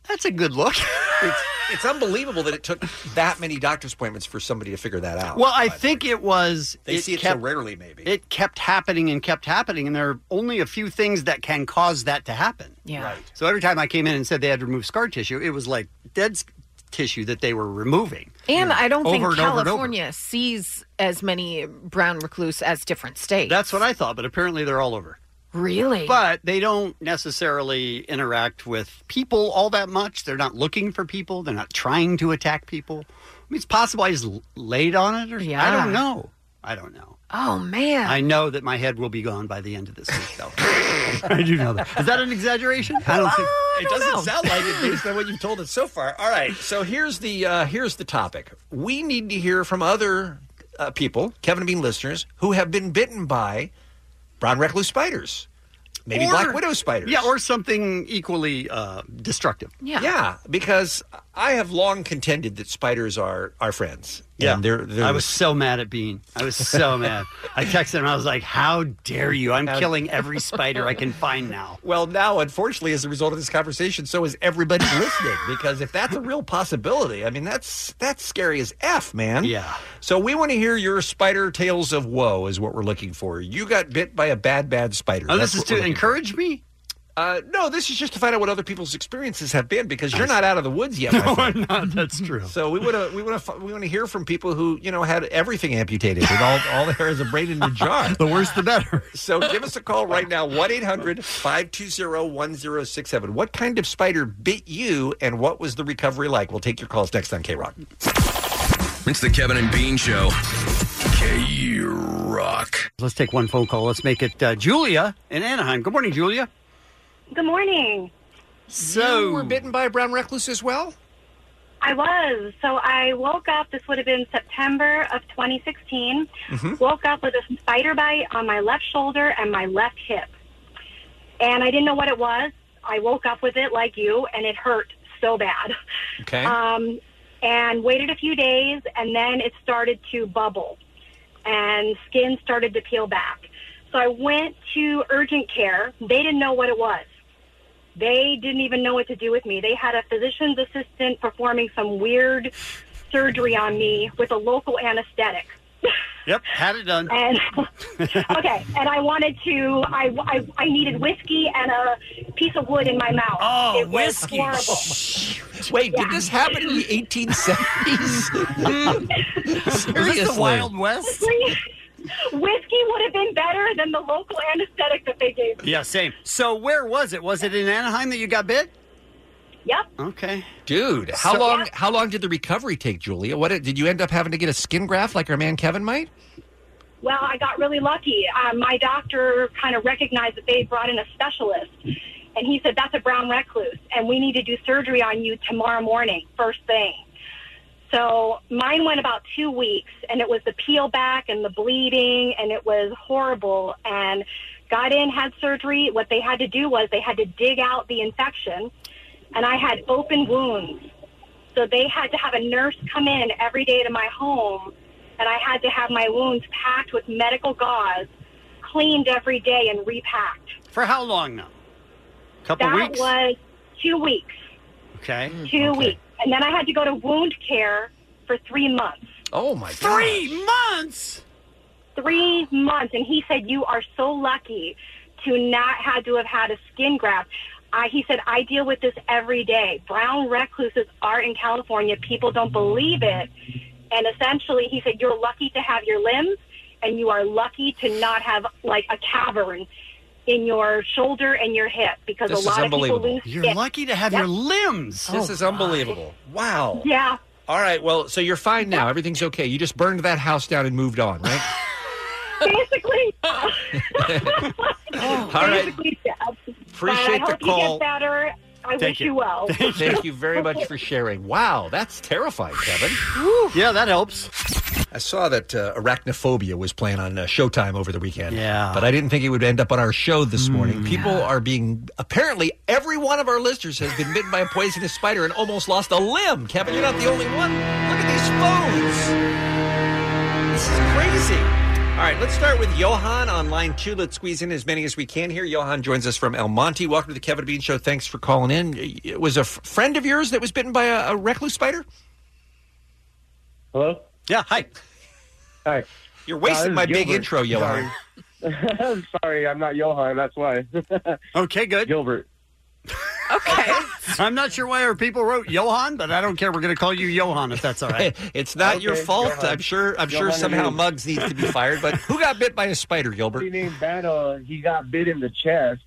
S10: That's a good look. <laughs>
S9: it's, it's unbelievable that it took that many doctor's appointments for somebody to figure that out.
S10: Well, I think it was.
S9: They see it so
S10: kept-
S9: rarely, maybe.
S10: It kept happening and kept happening, and there are only a few things that can cause that to happen.
S11: Yeah.
S10: So every time I came in and said they had to remove scar tissue, it was like dead s- tissue that they were removing.
S11: And I don't
S10: Over
S11: think
S10: and over and over.
S11: California sees as many brown recluse as different states.
S10: That's what I thought, but apparently they're all over.
S11: Really?
S10: But they don't necessarily interact with people all that much. They're not looking for people. They're not trying to attack people. I mean, it's possible I just l- laid on it, or I
S11: Yeah.
S10: don't know. I don't know.
S11: Oh man.
S10: I know that my head will be gone by the end of this week, though. I do know that. Is that an exaggeration? Uh, I
S9: Uh,
S10: don't think
S9: it doesn't sound like it based on what you've told us so far. All right, so here's the uh, here's the topic. We need to hear from other uh, people, Kevin and Bean listeners, who have been bitten by brown recluse spiders, <laughs> maybe
S10: Or-
S9: black widow spiders.
S10: Yeah, or something equally uh, destructive.
S9: Yeah. because I have long contended that spiders are our friends.
S10: Yeah.
S9: and they're, they're
S10: I was so mad at Bean. I was so mad. I texted him. I was like, "How dare you? I'm
S9: How-
S10: killing every spider I can find now."
S9: Well, now, unfortunately, as a result of this conversation, so is
S10: <laughs>
S9: everybody listening. Because if that's a real possibility, I mean, that's that's scary as f, man.
S10: Yeah.
S9: So we want to hear your spider tales of woe is what we're looking for. You got bit by a bad, bad spider.
S10: Oh,
S9: That's
S10: this
S9: what
S10: is
S9: we're
S10: to
S9: looking for.
S10: encourage me.
S9: Uh, no, this is just to find out what other people's experiences have been because you're not out of the woods
S10: <laughs>
S9: yet. my
S10: No,
S9: friend.
S10: I'm not. That's true.
S9: So we want to we want to we want to hear from people who you know had everything amputated and all all there is a brain in the jar.
S10: <laughs> the worse, the better.
S9: So give us a call right now 1-800-520-1067. What kind of spider bit you and what was the recovery like? We'll take your calls next on K Rock.
S12: It's the Kevin and Bean Show. K Rock.
S10: Let's take one phone call. Let's make it uh, Julia in Anaheim. Good morning, Julia.
S22: Good morning.
S10: So- You were
S9: bitten by a brown recluse as well?
S22: I was. So I woke up, this would have been September of 2016.
S9: Mm-hmm.
S22: Woke up with a spider bite on my left shoulder and my left hip. And I didn't know what it was. I woke up with it like you, and it hurt so bad. <laughs>
S9: Okay.
S22: Um, and waited a few days, and then it started to bubble, and skin started to peel back. So I went to urgent care. They didn't know what it was. They didn't even know what to do with me. They had a physician's assistant performing some weird surgery on me with a local
S9: <laughs>
S22: anesthetic.
S10: Yep, had it done.
S22: And okay, and I wanted to. I, I, I needed whiskey and a piece of wood in my mouth. Oh, it was
S9: whiskey.
S22: horrible.
S9: Wait, did this happen in the 1870s?
S10: Is this the Wild West?
S22: Seriously? Whiskey would have been better than the local anesthetic that they gave me.
S10: Yeah, same. So where was it? Was it in Anaheim that you got bit?
S22: Yep.
S10: Okay.
S9: <laughs> Dude, how
S10: So-
S9: long? How long did the recovery take, Julia? What did you end up having to get a skin graft like our man Kevin might?
S22: Well, I got really lucky. Uh, my doctor kind of recognized that they brought in a specialist, and he said, That's a brown recluse, and we need to do surgery on you tomorrow morning, first thing. So mine went about two weeks, and it was the peel back and the bleeding, and it was horrible. And got in, had surgery. What they had to do was they had to dig out the infection, and I had open wounds. So they had to have a nurse come in every day to my home, and I had to have my wounds packed with medical gauze, cleaned every day, and repacked.
S10: For how long now? Couple
S22: that
S10: weeks.
S22: was two weeks
S10: okay.
S22: two weeks. And then I had to go to wound care for three months.
S9: Oh my
S22: god.
S10: Three months.
S22: Three months. And he said, You are so lucky to not had to have had a skin graft. I, he said, I deal with this every day. Brown recluses are in California. People don't believe it. And essentially, he said, You're lucky to have your limbs, and you are lucky to not have like a cavern in your shoulder and your hip because
S9: This
S22: a
S9: is
S22: lot of people
S9: unbelievable.
S22: lose
S9: You're
S22: skin.
S10: lucky to have
S22: Yep.
S10: your limbs.
S9: This is unbelievable. Wow.
S22: Oh, Yeah.
S9: All right. Well, so you're fine now. Everything's okay. You just burned that house down and moved on, right?
S22: <laughs> <laughs> Basically. Oh,
S9: All right.
S22: Basically, yeah. but I
S9: Appreciate the
S22: hope
S9: call.
S22: You get better. I wish you well.
S9: Thank you very
S22: <laughs>
S9: much for sharing. Wow, that's terrifying, Kevin.
S10: yeah, that helps.
S9: I saw that uh, Arachnophobia was playing on uh, Showtime over the weekend.
S10: Yeah.
S9: But I didn't think it would end up on our show this morning. People are being, apparently, every one of our listeners has been bitten by a poisonous spider and almost lost a limb. Kevin, you're not the only one. Look at these phones. This is crazy. All right, let's start with Johan on line two. Let's squeeze in as many as we can here. Johan joins us from El Monte. Welcome to the Kevin Bean Show. Thanks for calling in. It was a f- friend of yours that was bitten by a, a recluse spider?
S1: Hello?
S10: Yeah, hi.
S1: Hi.
S9: You're wasting
S1: Uh,
S9: my
S1: this is
S9: big intro, Johan.
S1: Sorry. <laughs> I'm sorry, I'm not Johan, that's why. <laughs>
S10: okay, good.
S1: Gilbert.
S10: <laughs> I'm not sure why our people wrote Johan, but I don't care. We're going to call you Johan if that's all right.
S9: <laughs> it's not your fault. I'm sure. I'm sure somehow Muggs needs to be fired. But who got bit by a spider, Gilbert?
S1: He named Battle, he got bit in the chest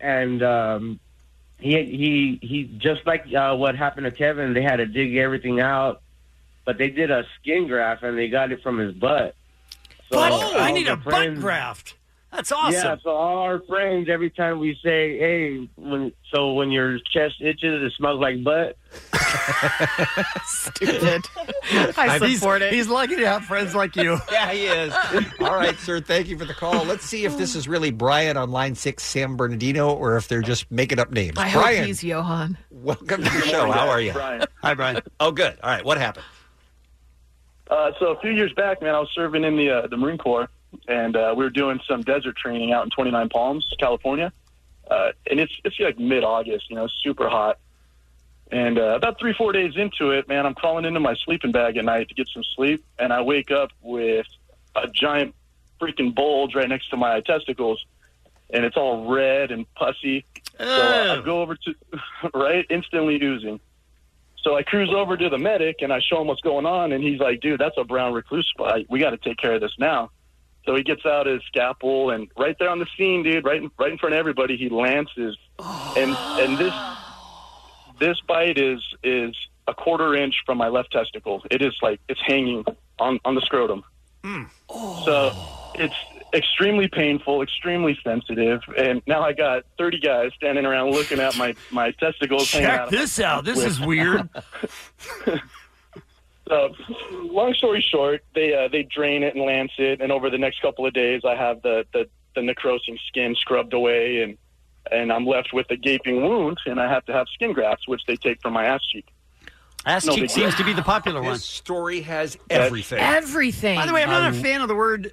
S1: and um he he he just like uh, what happened to Kevin, they had to dig everything out. But they did a skin graft and they got it from his butt. So
S10: Butt?
S1: all
S10: Oh, I need
S1: the
S10: a butt
S9: <laughs>
S1: friends-
S10: graft. That's awesome.
S1: Yeah, so all our friends, every time we say, "Hey," when so when your chest itches, it smells like butt.
S10: <laughs> Stupid.
S1: I
S10: he's, He's lucky to have friends like you.
S9: <laughs> yeah, he is. All right, sir. Thank you for the call. Let's see if this is really Brian on line six, San Bernardino, or if they're just making up names.
S11: I hope
S9: Brian,
S11: he's Johan.
S9: welcome to the show. How are you?
S2: Brian.
S10: <laughs> Hi, Brian.
S9: Oh, good. All right. What happened?
S2: Uh, so a few years back, man, I was serving in the uh, the Marine Corps, and uh, we were doing some desert training out in Twenty Nine Palms, California. Uh, and it's it's like mid August, you know, super hot. And uh, about three four days into it, man, I'm crawling into my sleeping bag at night to get some sleep, and I wake up with a giant freaking bulge right next to my testicles, and it's all red and pussy. So uh, I go over to <laughs> right instantly oozing. So I cruise over to the medic and I show him what's going on, and he's like, "Dude, that's a brown recluse spot. We got to take care of this now." So he gets out his scalpel and right there on the scene, dude, right in, right in front of everybody, he lances, and and this this bite is is a quarter inch from my left testicle. It is like it's hanging on on the scrotum.
S10: Mm.
S2: So it's extremely painful, extremely sensitive, and now I got thirty guys standing around looking at my my testicles. hanging out
S10: Check
S2: of
S10: this
S2: my-
S10: out. This
S2: with-
S10: is weird.
S2: <laughs> so, long story short, they uh, they drain it and lance it, and over the next couple of days, I have the the, the necrosing skin scrubbed away, and and I'm left with a gaping wound, and I have to have skin grafts, which they take from my ass cheek.
S10: Ass
S2: No
S10: cheek
S2: big
S10: seems
S2: deal.
S10: to be the <laughs> popular one.
S2: This
S9: story has
S2: everything.
S11: Everything.
S10: By the way, I'm not a
S11: Um,
S10: fan of the word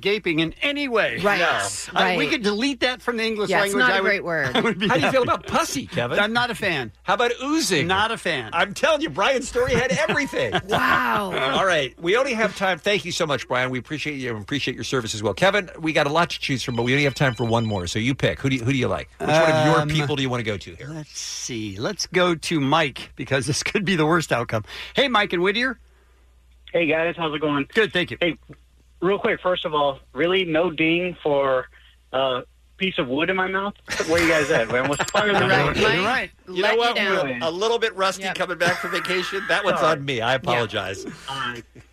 S10: gaping in any way.
S11: Right.
S10: No. I- we
S11: Right.
S10: could delete that from the English
S11: Yeah, it's
S10: language.
S11: not
S10: I
S11: a
S10: would-
S11: great word.
S10: <laughs> I would be
S9: How do you feel
S10: happy.
S9: about pussy, Kevin?
S10: I'm not a fan.
S9: How about oozing?
S10: Not a fan.
S9: I'm telling you, Brian's story
S10: <laughs>
S9: had
S11: <laughs>
S9: everything.
S11: Oh.
S10: Wow.
S9: All right. We only have time. Thank you so much, Brian. We appreciate you and appreciate your service as well. Kevin, we got a lot to choose from, but we only have time for one more. So you pick. Who do you, who do you like? Which one of your
S10: Um,
S9: people do you want to go to here?
S10: Let's see. Let's go to Mike because this could be the worst outcome. Hey, Mike and Whittier.
S2: Hey guys, how's it going?
S10: Good, thank you.
S2: Hey,
S6: real quick, first of all, really no ding for uh, piece of wood in my mouth. Where you guys at, man? What's the fire in the road?
S9: You're right. You
S6: Let
S9: know
S6: you
S9: what?
S6: down.
S9: We're A little bit rusty coming back from vacation. That one's
S6: Sorry.
S9: on me. I apologize.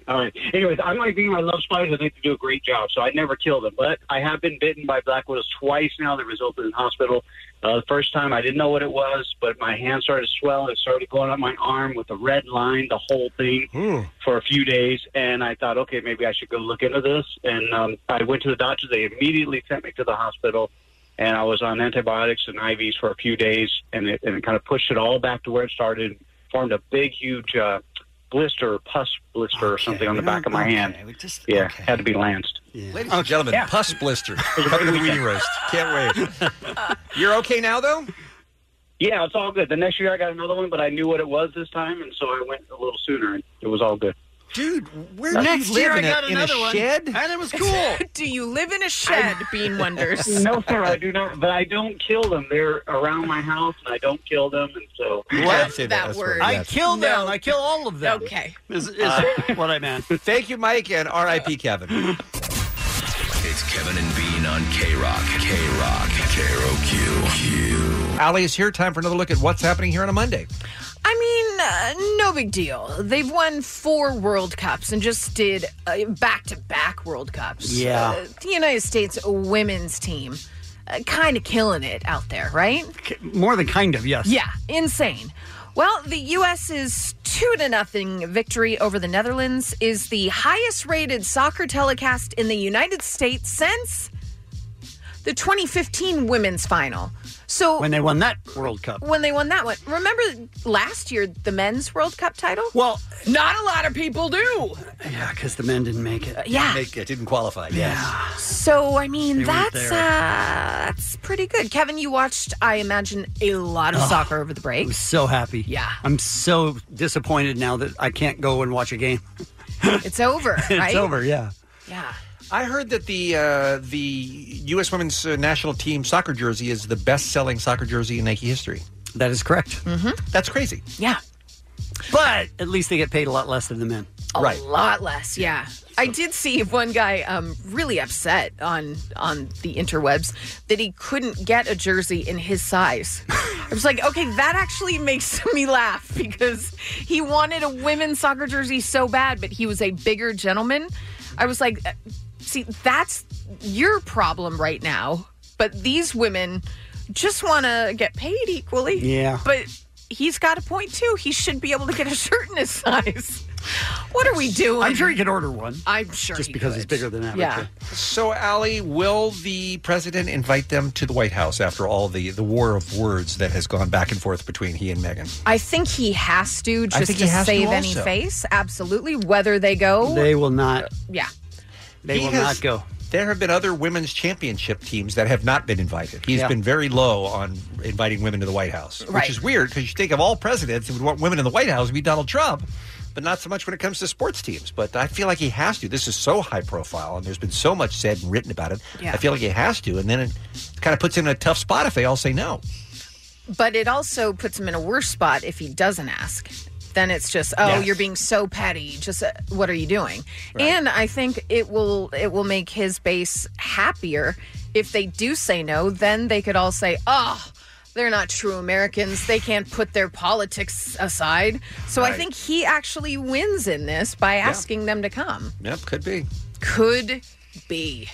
S6: All right. Anyways, I'm going to be my love spiders. I think they do a great job, so I never kill them. But I have been bitten by black widows twice now that resulted in hospital. Uh, the first time I didn't know what it was, but my hand started to swell. It started going up my arm with a red line, the whole thing
S9: Hmm.
S6: for a few days. And I thought, okay, maybe I should go look into this. And um, I went to the doctor. They immediately sent me to the hospital, and I was on antibiotics and IVs for a few days, and it, and it kind of pushed it all back to where it started. Formed a big, huge. Uh, blister, pus blister, or something on the back of my hand. yeah, had to be lanced.
S9: Ladies and gentlemen, pus
S10: <laughs>
S9: blister.
S6: Coming
S9: to Weenie Roast. Can't wait. You're okay now, though?
S6: Yeah, it's all good. The next year I got another one, but I knew what it was this time, and so I went a little sooner, and it was all good.
S9: Dude,
S6: where do you live in a- in a shed?
S11: And it was cool. <laughs> Do you live in a shed? Bean
S10: <laughs>
S11: wonders.
S6: no, sir, I do not. But I don't kill them. They're around my house, and I don't kill them, and so
S10: Love that word. I kill them. I kill all of them. Okay. Is, is what I meant.
S9: Uh, <laughs> Thank you, Mike, and R.I.P.
S10: <laughs>
S9: Kevin.
S12: It's Kevin and Bean on K Rock. K Rock. K R O Q.
S9: Allie is here. Time for another look at what's happening here on a Monday.
S11: I mean, uh, no big deal. They've won four World Cups and just did back to back World Cups.
S10: Yeah.
S11: Uh, the United States women's team uh, kind of killing it out there, right?
S10: More than kind of, yes.
S11: Yeah, insane. Well, the U.S.'s two to nothing victory over the Netherlands is the highest rated soccer telecast in the United States since the 2015 women's final. So
S10: When they won that World Cup.
S11: when they won that one. Remember last year the men's World Cup title?
S10: Well,
S11: not a lot of people do.
S10: Yeah, because the men didn't make it.
S11: yeah.
S9: Make it didn't qualify. Yeah.
S11: So I mean,
S10: They weren't
S11: that's
S10: there.
S11: uh, that's pretty good. Kevin, you watched, I imagine, a lot of
S10: Ugh.
S11: soccer over the break.
S10: I'm so happy.
S11: Yeah.
S10: I'm so disappointed now that I can't go and watch a game.
S11: It's over,
S10: <laughs> it's
S11: right?
S10: over, yeah.
S11: Yeah.
S9: I heard that the uh, the U.S. women's uh, national team soccer jersey is the best selling soccer jersey in Nike history.
S10: That is correct.
S9: Mm-hmm. That's crazy.
S11: Yeah.
S10: But at least they get paid a lot less than the men.
S11: A lot less, yeah. I did see one guy um, really upset on on the interwebs that he couldn't get a jersey in his size. I was like, okay, that actually makes <laughs> me laugh because he wanted a women's soccer jersey so bad, but he was a bigger gentleman. I was like, uh, see, that's your problem right now. But these women just want to get paid equally.
S10: Yeah.
S11: <laughs> But he's got a point too. He should be able to get a shirt in his size. What are we doing?
S10: I'm sure he could order one.
S11: I'm sure.
S10: Just
S11: he
S10: because
S11: could.
S10: he's bigger than average.
S11: Yeah.
S9: So, Allie, will the president invite them to the White House after all the, the war of words that has gone back and forth between he and Meghan?
S11: I think he has to
S9: I
S11: just
S9: think
S11: to
S9: he has to
S11: save any
S9: also.
S11: face. Absolutely. Whether they go,
S10: They will not.
S11: yeah.
S10: They
S9: He
S10: will
S9: has-
S10: not go.
S9: There have been other women's championship teams that have not been invited. He's
S10: Yeah.
S9: been very low on inviting women to the White House,
S10: Right.
S9: which is weird because you think of all presidents who would want women in the White House would be Donald Trump, but not so much when it comes to sports teams. But I feel like he has to. This is so high profile, and there's been so much said and written about it.
S11: Yeah.
S9: I feel like he has to, and then it kind of puts him in a tough spot if they all say no.
S11: But it also puts him in a worse spot if he doesn't ask. Then it's just, oh,
S9: Yes.
S11: you're being so petty. Just uh, what are you doing? And I think it will it will make his base happier if they do say no. Then they could all say, oh. They're not true Americans. They can't put their politics aside. So I
S9: Right.
S11: think he actually wins in this by asking them to come.
S9: Yep, could be.
S11: Could be.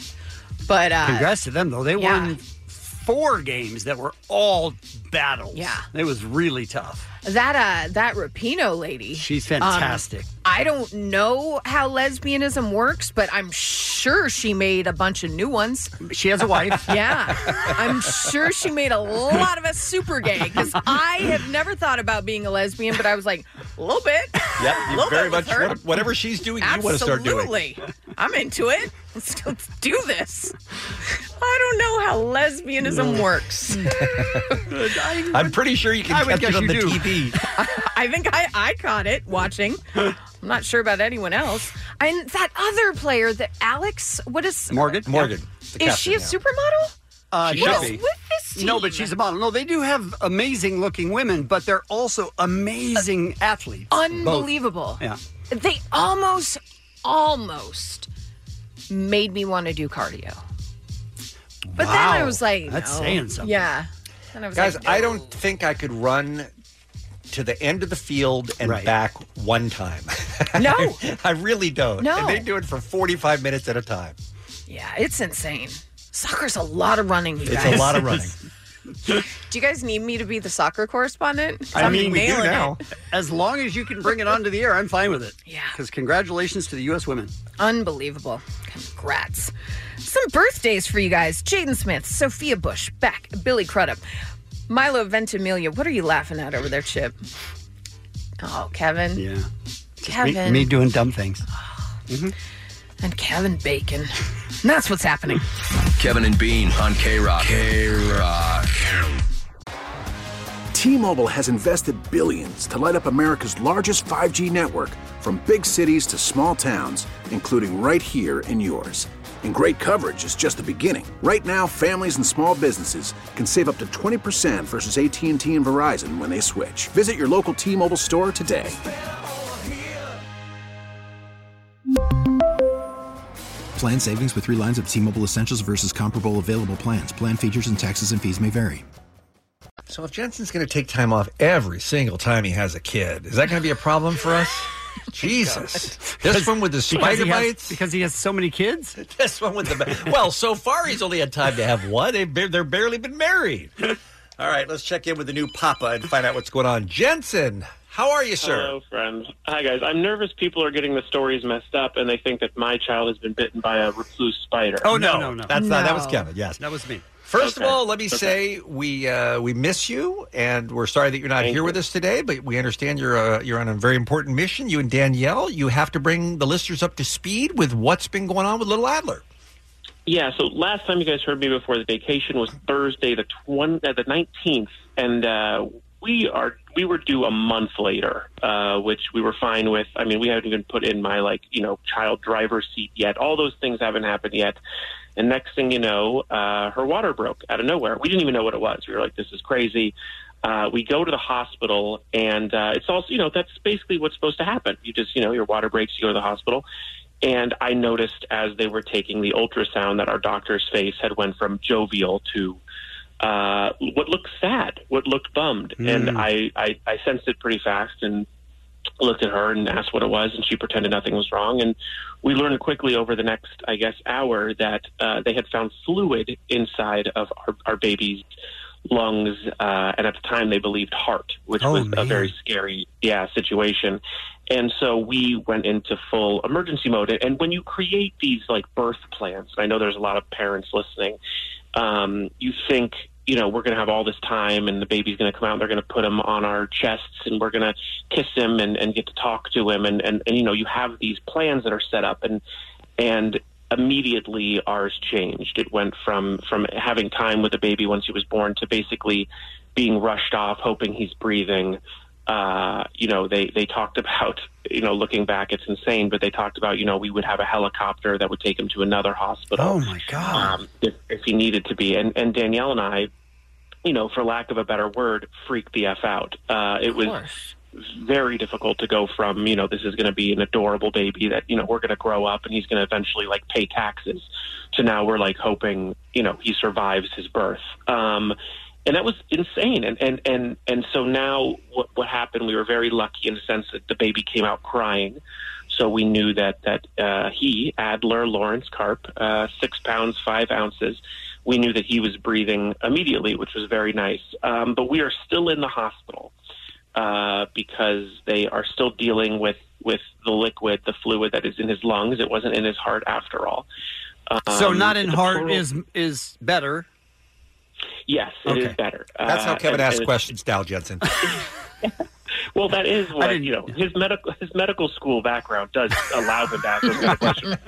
S11: But uh,
S10: Congrats to them, though. They
S11: yeah.
S10: won four games that were all battles. Yeah. It was really tough.
S11: That uh that Rapino lady.
S10: She's
S11: um,
S10: fantastic.
S11: I don't know how lesbianism works, but I'm sure she made a bunch of new ones.
S10: She has
S9: <laughs>
S10: a wife.
S11: <laughs> yeah. I'm sure she made a lot of us super gay because I have never thought about being a lesbian, but I was like, a little bit.
S9: Yep,
S11: Little
S9: you very
S11: bit with
S9: much
S11: her.
S9: what- whatever she's doing, you want to start doing.
S11: Absolutely. I'm into it. Let's, let's do this. I don't know how
S9: Mm.
S11: lesbianism
S9: <laughs>
S11: works.
S9: I'm pretty sure you can
S11: I would
S9: catch
S11: guess
S9: it on
S11: you
S9: the
S11: do.
S9: TV.
S11: I think I, I caught it watching. I'm not sure about anyone else. And that other player, that Alex, what is
S10: Morgan? Morgan.
S11: Is she a supermodel?
S10: Uh,
S11: She
S10: no.
S11: should be. With this
S10: No, but she's a model. No, they do have amazing looking women, but they're also amazing athletes.
S11: Unbelievable.
S10: Both. Yeah.
S11: They almost, almost made me want to do cardio. But then I
S9: Wow.
S11: was like,
S9: That's
S11: no.
S9: saying something.
S11: Yeah. And I was
S9: Guys,
S11: like,
S9: I don't think I could run to the end of the field and back one time. <laughs> No. I really don't.
S11: No.
S9: And they do it for 45 minutes at a time.
S11: yeah, it's insane. Soccer's a lot of running, you
S9: It's
S11: guys. <laughs>
S9: a lot of running.
S11: Do you guys need me to be the soccer correspondent?
S10: I
S11: I'm
S10: mean, we do
S11: nailing it.
S10: now. As long as you can bring it onto the air, I'm fine with it.
S11: Yeah.
S10: Because congratulations to the U.S. women.
S11: Unbelievable. Congrats. Some birthdays for you guys Jaden Smith, Sophia Bush, Beck, Billy Crudup, Milo Ventimiglia. What are you laughing at over there, Chip? Oh, Kevin.
S10: Yeah. Me,
S11: Kevin.
S10: me doing dumb things.
S11: And Kevin Bacon. And that's what's happening.
S12: Kevin and Bean on K Rock. K Rock.
S3: T-Mobile has invested billions to light up America's largest 5G network from big cities to small towns, including right here in yours. And great coverage is just the beginning. Right now, families and small businesses can save up to 20% versus AT&T and Verizon when they switch. Visit your local T-Mobile store today.
S8: Plan savings with three lines of T Mobile Essentials versus comparable available plans. Plan features and taxes and fees may vary.
S9: So if Jensen's going to take time off every single time he has a kid, is that going to be a problem
S11: <laughs>
S9: for us? Jesus. This one with the
S10: Because
S9: spider
S10: he has-
S9: bites?
S10: Because he has so many kids?
S9: <laughs> This one with the. Well, so far he's only had time to have one. They've, ba- they're barely been
S11: <laughs>
S9: married. All right, let's check in with the new papa and find out what's going on. Jensen, how are you, sir?
S23: Hello, friends. Hi, guys. I'm nervous people are getting the stories messed up and they think that my child has been bitten by a recluse spider.
S9: Oh, no, no, no. That's not- that was No. Kevin, yes.
S10: That was me.
S9: First
S23: Okay.
S9: of all, let me
S23: Okay.
S9: say we uh, we miss you, and we're sorry that you're not here with us today. But we understand you're uh, you're on a very important mission. You and Danielle, you have to bring the listeners up to speed with what's been going on with Little Adler.
S23: Yeah, so last time you guys heard me before the vacation was Thursday the twen- uh, the 19th and uh we are we were due a month later, uh, which we were fine with. I mean, we haven't even put in my like you know child driver seat yet. All those things haven't happened yet. And next thing you know, uh, her water broke out of nowhere. We didn't even know what it was. We were like, "This is crazy." Uh, we go to the hospital, and uh, it's also you know that's basically what's supposed to happen. You just you know your water breaks, you go to the hospital. And I noticed as they were taking the ultrasound that our doctor's face had went from jovial to uh, what looked sad, what looked bummed, and I, I I sensed it pretty fast and looked at her and asked what it was, and she pretended nothing was wrong. And we learned quickly over the next, I guess, hour that uh, they had found fluid inside of our, our baby's lungs, uh, and at the time they believed heart, which
S24: Oh,
S23: was a
S24: man.
S23: very scary, yeah, situation. And so we went into full emergency mode. And when you create these like birth plans, I know there's a lot of parents listening um, you think you know we're going to have all this time and the baby's going to come out and they're going to put him on our chests and we're going to kiss him and, and get to talk to him and, and and you know you have these plans that are set up and and immediately ours changed it went from from having time with the baby once he was born to basically being rushed off hoping he's breathing uh, you know, they, they talked about, you know, looking back, it's insane, but they talked about, you know, we would have a helicopter that would take him to another hospital.
S10: Oh, my God.
S23: Um, if, if he needed to be. And, and Danielle and I, you know, for lack of a better word, freaked the F out. Uh, it was very difficult to go from, you know, this is going to be an adorable baby that, you know, we're going to grow up and he's going to eventually like pay taxes to now we're like hoping, you know, he survives his birth. Um, and that was insane. And, and, and, and so now what, what happened, we were very lucky in the sense that the baby came out crying. So we knew that, that, uh, he, Adler Lawrence Carp, uh, six pounds, five ounces, we knew that he was breathing immediately, which was very nice. Um, but we are still in the hospital uh, because they are still dealing with with the liquid, the fluid that is in his lungs. It wasn't in his heart after all.
S10: so
S23: Um,
S10: not in
S23: the
S10: heart
S23: total-
S10: is is better.
S23: yes, it is better.
S9: That's how
S23: Uh,
S9: Kevin
S23: and-
S9: asks
S23: and it's-
S9: questions now, Jensen.
S23: Well, that is what you know. His medical his medical school background does allow him to ask those kind of questions. <laughs>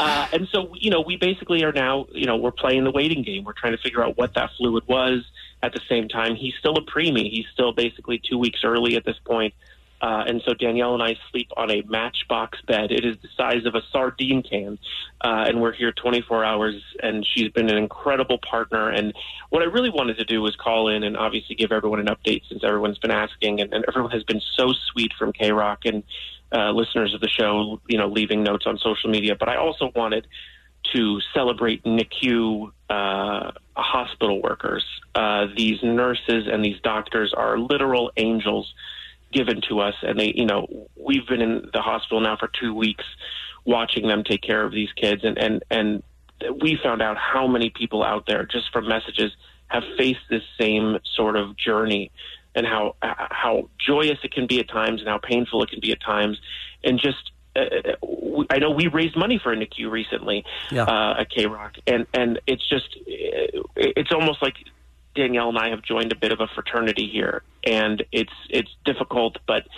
S23: Uh, and so, you know, we basically are now, you know, we're playing the waiting game. We're trying to figure out what that fluid was. At the same time, he's still a preemie. He's still basically two weeks early at this point. Uh, and so Danielle and I sleep on a matchbox bed. It is the size of a sardine can, uh, and we're here 24 hours. And she's been an incredible partner. And what I really wanted to do was call in and obviously give everyone an update since everyone's been asking, and, and everyone has been so sweet from K Rock. And uh, listeners of the show, you know, leaving notes on social media. But I also wanted to celebrate NICU uh, hospital workers. Uh, these nurses and these doctors are literal angels given to us, and they, you know, we've been in the hospital now for two weeks, watching them take care of these kids, and and and we found out how many people out there just from messages have faced this same sort of journey and how how joyous it can be at times and how painful it can be at times and just uh, we- I know we raised money for a NICU recently
S4: Yeah.
S23: uh, at K Rock, and and it's just uh, it's almost like Danielle and I have joined a bit of a fraternity here, and it's it's difficult, but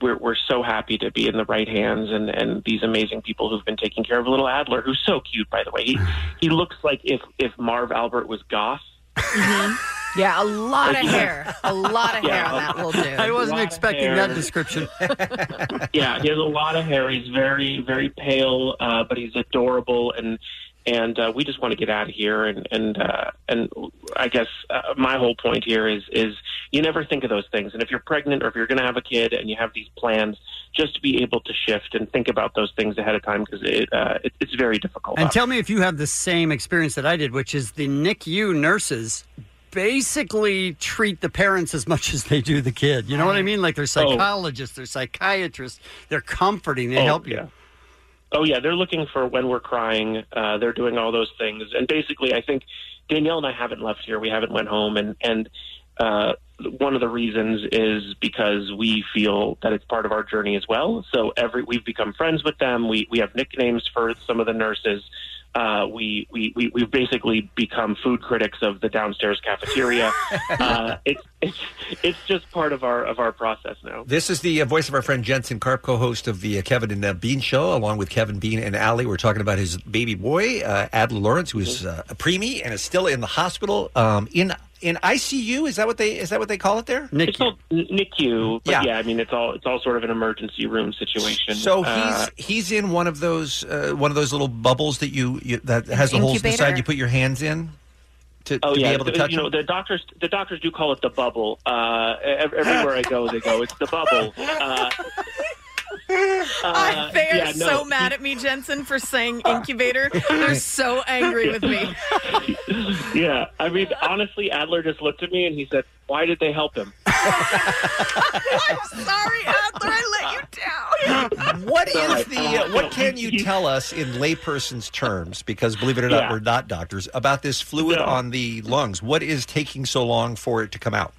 S23: we're we're so happy to be in the right hands and and these amazing people who've been taking care of little Adler, who's so cute by the way. He he looks like if if Marv Albert was goth.
S11: Yeah, a lot of hair. A lot of hair
S23: Yeah.
S11: on that little dude.
S23: I wasn't Lot of expecting hair. that
S10: <laughs> description.
S23: yeah, he has a lot of hair. He's very, very pale, uh, but he's adorable, and and uh, we just want to get out of here. And and uh, and I guess uh, my whole point here is is you never think of those things. And if you're pregnant or if you're going to have a kid and you have these plans, just to be able to shift and think about those things ahead of time because it, uh, it it's very difficult.
S10: And tell me if you have the same experience that I did, which is the NICU nurses basically treat the parents as much as they do the kid. You know what I mean? Like they're
S23: Oh.
S10: psychologists, they're psychiatrists, they're comforting, they
S23: Oh,
S10: help you.
S23: yeah. Oh yeah, they're looking for when we're crying. Uh, they're doing all those things, and basically, I think Danielle and I haven't left here. We haven't went home, and and uh, one of the reasons is because we feel that it's part of our journey as well. So every we've become friends with them. We we have nicknames for some of the nurses. Uh, we, we, we, we've basically become food critics of the downstairs cafeteria. uh, it's, it's, it's just part of our, of our process now.
S9: This is the uh, voice of our friend Jensen Karp, co-host of the uh, Kevin and uh, Bean Show, along with Kevin Bean and Allie. We're talking about his baby boy, uh, Adler Lawrence, who is uh, a preemie and is still in the hospital um, in in ICU. Is that what they is that what they call it there?
S23: It's called N- NICU, but
S9: Yeah.
S23: yeah. I mean it's all it's all sort of an emergency room situation.
S9: So he's
S23: Uh,
S9: he's in one of those uh, one of those little bubbles that you, you that has the holes inside.
S23: incubator.
S9: You put your hands in to,
S23: oh
S9: to
S23: yeah,
S9: be able to
S23: you
S9: touch.
S23: know
S9: him?
S23: the doctors the doctors do call it the bubble. Uh, ev- everywhere I go, they go it's the
S9: <laughs>
S23: bubble. Uh,
S11: I- they are
S23: yeah, no, Uh.
S11: so mad at me, Jensen, for saying incubator. They're so angry with me.
S23: yeah, I mean honestly, Adler just looked at me and he said, "Why did they help him?"
S11: I'm sorry, Adler. I let you down.
S9: What is the uh, what can you tell us in layperson's terms? Because believe it or not,
S23: Yeah.
S9: we're not doctors about this fluid
S23: No.
S9: on the lungs. What is taking so long for it to come out?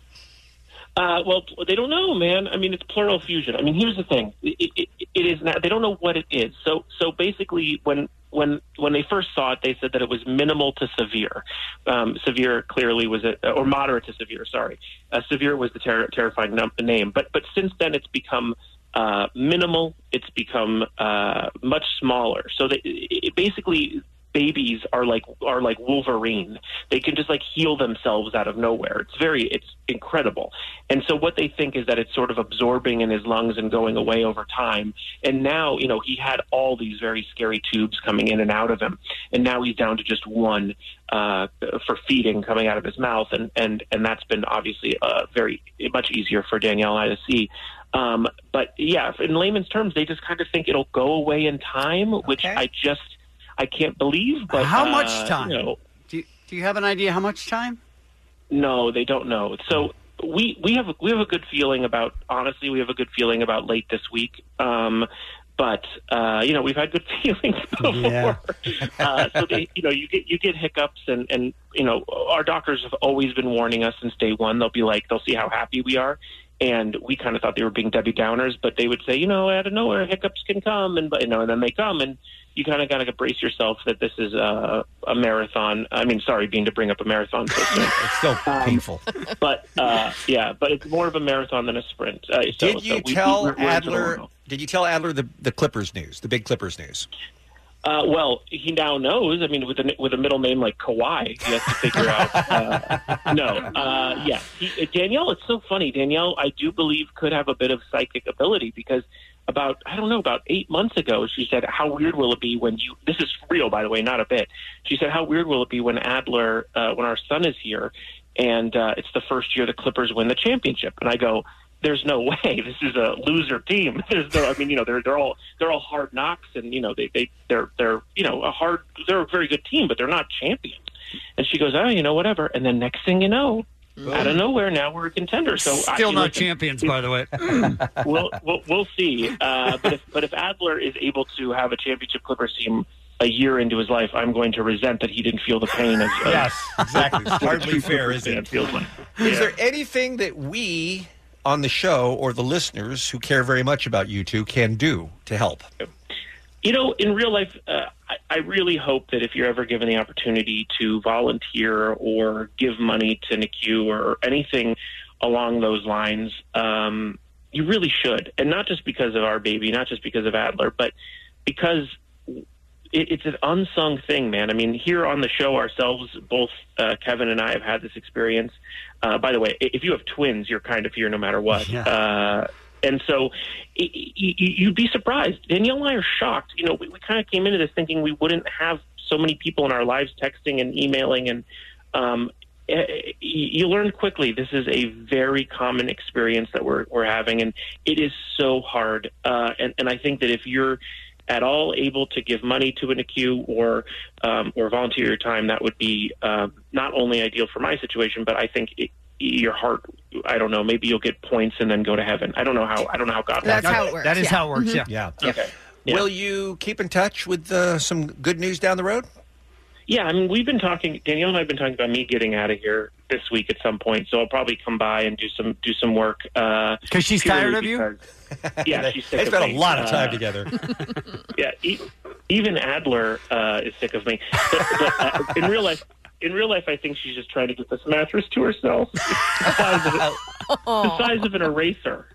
S23: Uh, well, pl- they don't know, man. I mean, it's pleural fusion. I mean, here's the thing: it, it, it is not. They don't know what it is. So, so basically, when when when they first saw it, they said that it was minimal to severe. Um, severe clearly was a, or moderate to severe. Sorry, uh, severe was the ter- terrifying num- name. But but since then, it's become uh, minimal. It's become uh, much smaller. So that it, it basically. Babies are like are like Wolverine. They can just like heal themselves out of nowhere. It's very it's incredible. And so what they think is that it's sort of absorbing in his lungs and going away over time. And now, you know, he had all these very scary tubes coming in and out of him. And now he's down to just one uh, for feeding coming out of his mouth. And, and, and that's been obviously uh, very much easier for Danielle and I to see. Um, but yeah, in layman's terms, they just kind of think it'll go away in time, which I just, I can't believe. But
S10: how
S23: uh,
S10: much time?
S23: you know,
S10: do, you, do you have an idea how much time?
S23: no, they don't know. So we we have we have a good feeling about honestly we have a good feeling about late this week. Um, but uh, you know we've had good <laughs> feelings before. uh, so they, you know you get you get hiccups and and you know our doctors have always been warning us since day one. They'll be like they'll see how happy we are. And we kind of thought they were being Debbie Downers, but they would say, you know, out of nowhere, hiccups can come, and but you know, and then they come, and you kind of got to brace yourself that this is uh, a marathon. I mean, sorry, Bean, to bring up a marathon. but, you know,
S9: It's so painful.
S23: <laughs> but uh, yeah, but it's more of a marathon than a sprint. Uh, so,
S9: Did you
S23: so we-
S9: tell
S23: we- we're- we're into the
S9: Adler?
S23: long
S9: Did you tell Adler the, the Clippers news, the big Clippers news?
S23: haul. Uh, well, he now knows. I mean, with a with a middle name like Kawhi, he has to figure out. Uh, no, uh, yeah, he, Danielle. It's so funny. Danielle, I do believe could have a bit of psychic ability because about I don't know about eight months ago, she said, "How weird will it be when you?" This is real, by the way, not a bit. She said, "How weird will it be when Adler, uh, when our son is here, and uh, it's the first year the Clippers win the championship?" And I go, there's no <laughs> way this is a loser team. <laughs> There's no, I mean, you know, they're they're all they're all hard knocks, and you know, they they they're they're you know a hard they're a very good team, but they're not champions. And she goes, oh, you know, whatever. And then next thing you know, out of nowhere, now we're a contender. So I-
S10: Still
S23: you
S10: not
S23: listen,
S10: champions, by the way. <laughs>
S23: <laughs> we'll, we'll we'll see. Uh, but if but if Adler is able to have a championship Clippers team a year into his life, I'm going to resent that he didn't feel the pain. Of, of
S4: Yes,
S23: <laughs>
S4: exactly. It's
S23: what a
S4: hardly
S23: true
S4: fair,
S23: Clippers
S4: is it?
S23: fan Feels like.
S9: Is there anything that we on the show or the listeners who care very much about you two can do to help?
S23: You know, in real life, uh, I, I really hope that if you're ever given the opportunity to volunteer or give money to NICU or anything along those lines, um, you really should. And not just because of our baby, not just because of Adler, but because it, it's an unsung thing, man. I mean, here on the show ourselves, both uh, Kevin and I have had this experience. Uh, by the way, i- if you have twins, you're kind of here no matter what. Uh, and so y- y- y- you'd be surprised. Danielle and I are shocked. You know, we, we kind of came into this thinking we wouldn't have so many people in our lives texting and emailing and um, eh, you learn quickly this is a very common experience that we're, we're having and it is so hard uh, and, and i think that if you're at all able to give money to an NICU or um, or volunteer your time, that would be uh, not only ideal for my situation, but I think it, your heart. I don't know. Maybe you'll get points and then go to heaven. I don't know how. I don't know how God.
S11: That's
S23: works.
S11: how it works, That is yeah. how it works, Mhm.
S9: Yeah.
S23: Okay. Yeah.
S9: Will you keep in touch with uh, some good news down the road?
S23: Yeah, I mean, we've been talking. Danielle and I've been talking about me getting out of here this week at some point. So I'll probably come by and do some do some work. uh, Because
S10: she's tired of you?
S23: yeah,
S10: <laughs>
S9: They-
S23: she's sick
S9: they
S23: of
S9: spent a
S23: me.
S9: lot of time
S23: Uh,
S9: together.
S23: yeah, e- even Adler uh, is sick of me. But, but, uh, in real life, in real life, I think she's just trying to get this mattress to herself. the size of, it- the size of an eraser.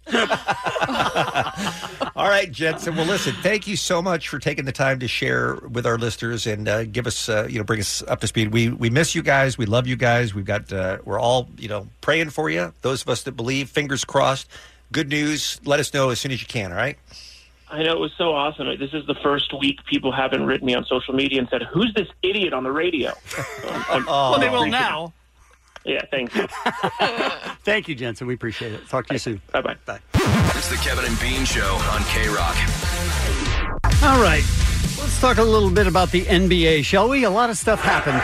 S9: All right, Jensen. Well, listen, thank you so much for taking the time to share with our listeners and uh, give us, uh, you know, bring us up to speed. We we miss you guys. We love you guys. We've got, uh, we're all, you know, praying for you. Those of us that believe, fingers crossed. Good news. Let us know as soon as you can. All right.
S23: I know it was so awesome. This is the first week people haven't written me on social media and said, "Who's this idiot on the radio?" Um, I'm-
S10: Well, they will
S23: appreciate it.
S10: now.
S23: Yeah, thank you.
S10: Thank you, Jensen. We appreciate it. Talk to you soon.
S23: Bye-bye.
S10: Bye.
S12: It's the Kevin and Bean Show on K Rock.
S10: All right. Let's talk a little bit about the NBA, shall we? A lot of stuff happened.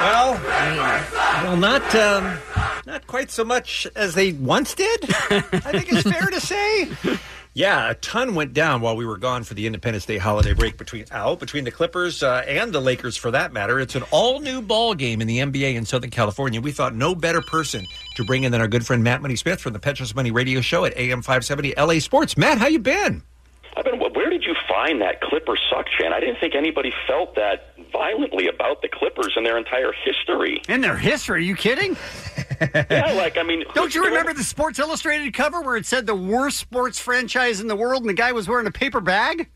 S9: Well, well, not um, not quite so much as they once did. I think <laughs> it's fair to say. Yeah, a ton went down while we were gone for the Independence Day holiday break between out between the Clippers uh, and the Lakers, for that matter. It's an all new ball game in the NBA in Southern California. We thought no better person to bring in than our good friend Matt Money Smith from the Petros Money Radio Show at AM five seventy LA Sports. Matt, how you been?
S5: I've been. Where did you find that Clipper suck chant? I didn't think anybody felt that violently about the Clippers in their entire history.
S10: In their history, are you kidding?
S5: <laughs> yeah, like I mean,
S10: <laughs> Don't you remember the Sports Illustrated cover where it said the worst sports franchise in the world and the guy was wearing a paper bag?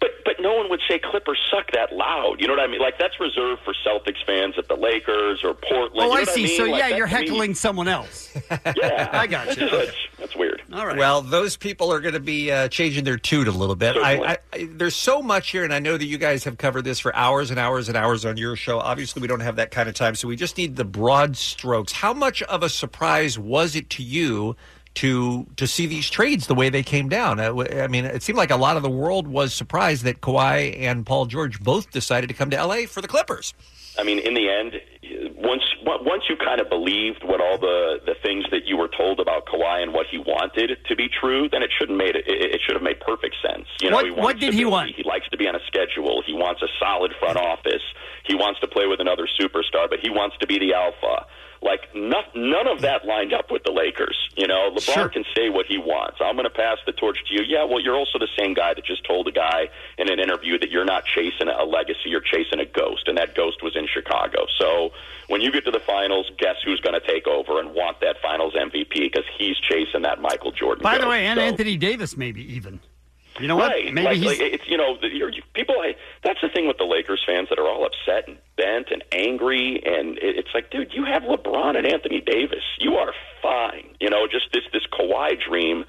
S5: But but no one would say Clippers suck that loud. You know what I mean? Like that's reserved for Celtics fans at the Lakers or Portland.
S10: oh,
S5: you know
S10: I
S5: what
S10: see.
S5: mean?
S10: So,
S5: Like,
S10: yeah,
S5: that
S10: you're
S5: to me-
S10: heckling someone
S5: <laughs>
S10: else.
S5: yeah,
S10: I got
S5: That's
S10: you.
S5: just- That's, that's weird.
S10: All right.
S9: Well, those people are going to be uh, changing their tune a little bit. I, I, I, there's so much here, and I know that you guys have covered this for hours and hours and hours on your show. Obviously, we don't have that kind of time, so we just need the broad strokes. How much of a surprise was it to you to to see these trades the way they came down? I, I mean, it seemed like a lot of the world was surprised that Kawhi and Paul George both decided to come to LA for the Clippers.
S5: I mean, in the end, once on- once you kind of believed what all the the things that you were told about Kawhi and what he wanted to be true, then it should have made it, it should have made perfect sense. You know,
S10: What-
S5: he wants
S10: what did he
S5: stability.
S10: want?
S5: He likes to be on a schedule. He wants a solid front office. He wants to play with another superstar, but he wants to be the alpha. Like no, none of that lined up with the Lakers. You know, LeBron can say what he wants. I'm going to pass the torch to you. Yeah, well, you're also the same guy that just told a guy in an interview that you're not chasing a legacy, you're chasing a ghost, and that ghost was in Chicago. So when you get to the finals, guess who's going to take over and want that Finals MVP because he's chasing that Michael Jordan.
S10: By the
S5: ghost.
S10: way, and
S5: So-
S10: Anthony Davis, maybe even. You know what?
S5: Right.
S10: Maybe
S5: like,
S10: he's.
S5: like, it's you know the, you're, you, people. I, that's the thing with the Lakers fans that are all upset and bent and angry, and it, it's like, dude, you have LeBron and Anthony Davis. You are fine. You know, just this this Kawhi dream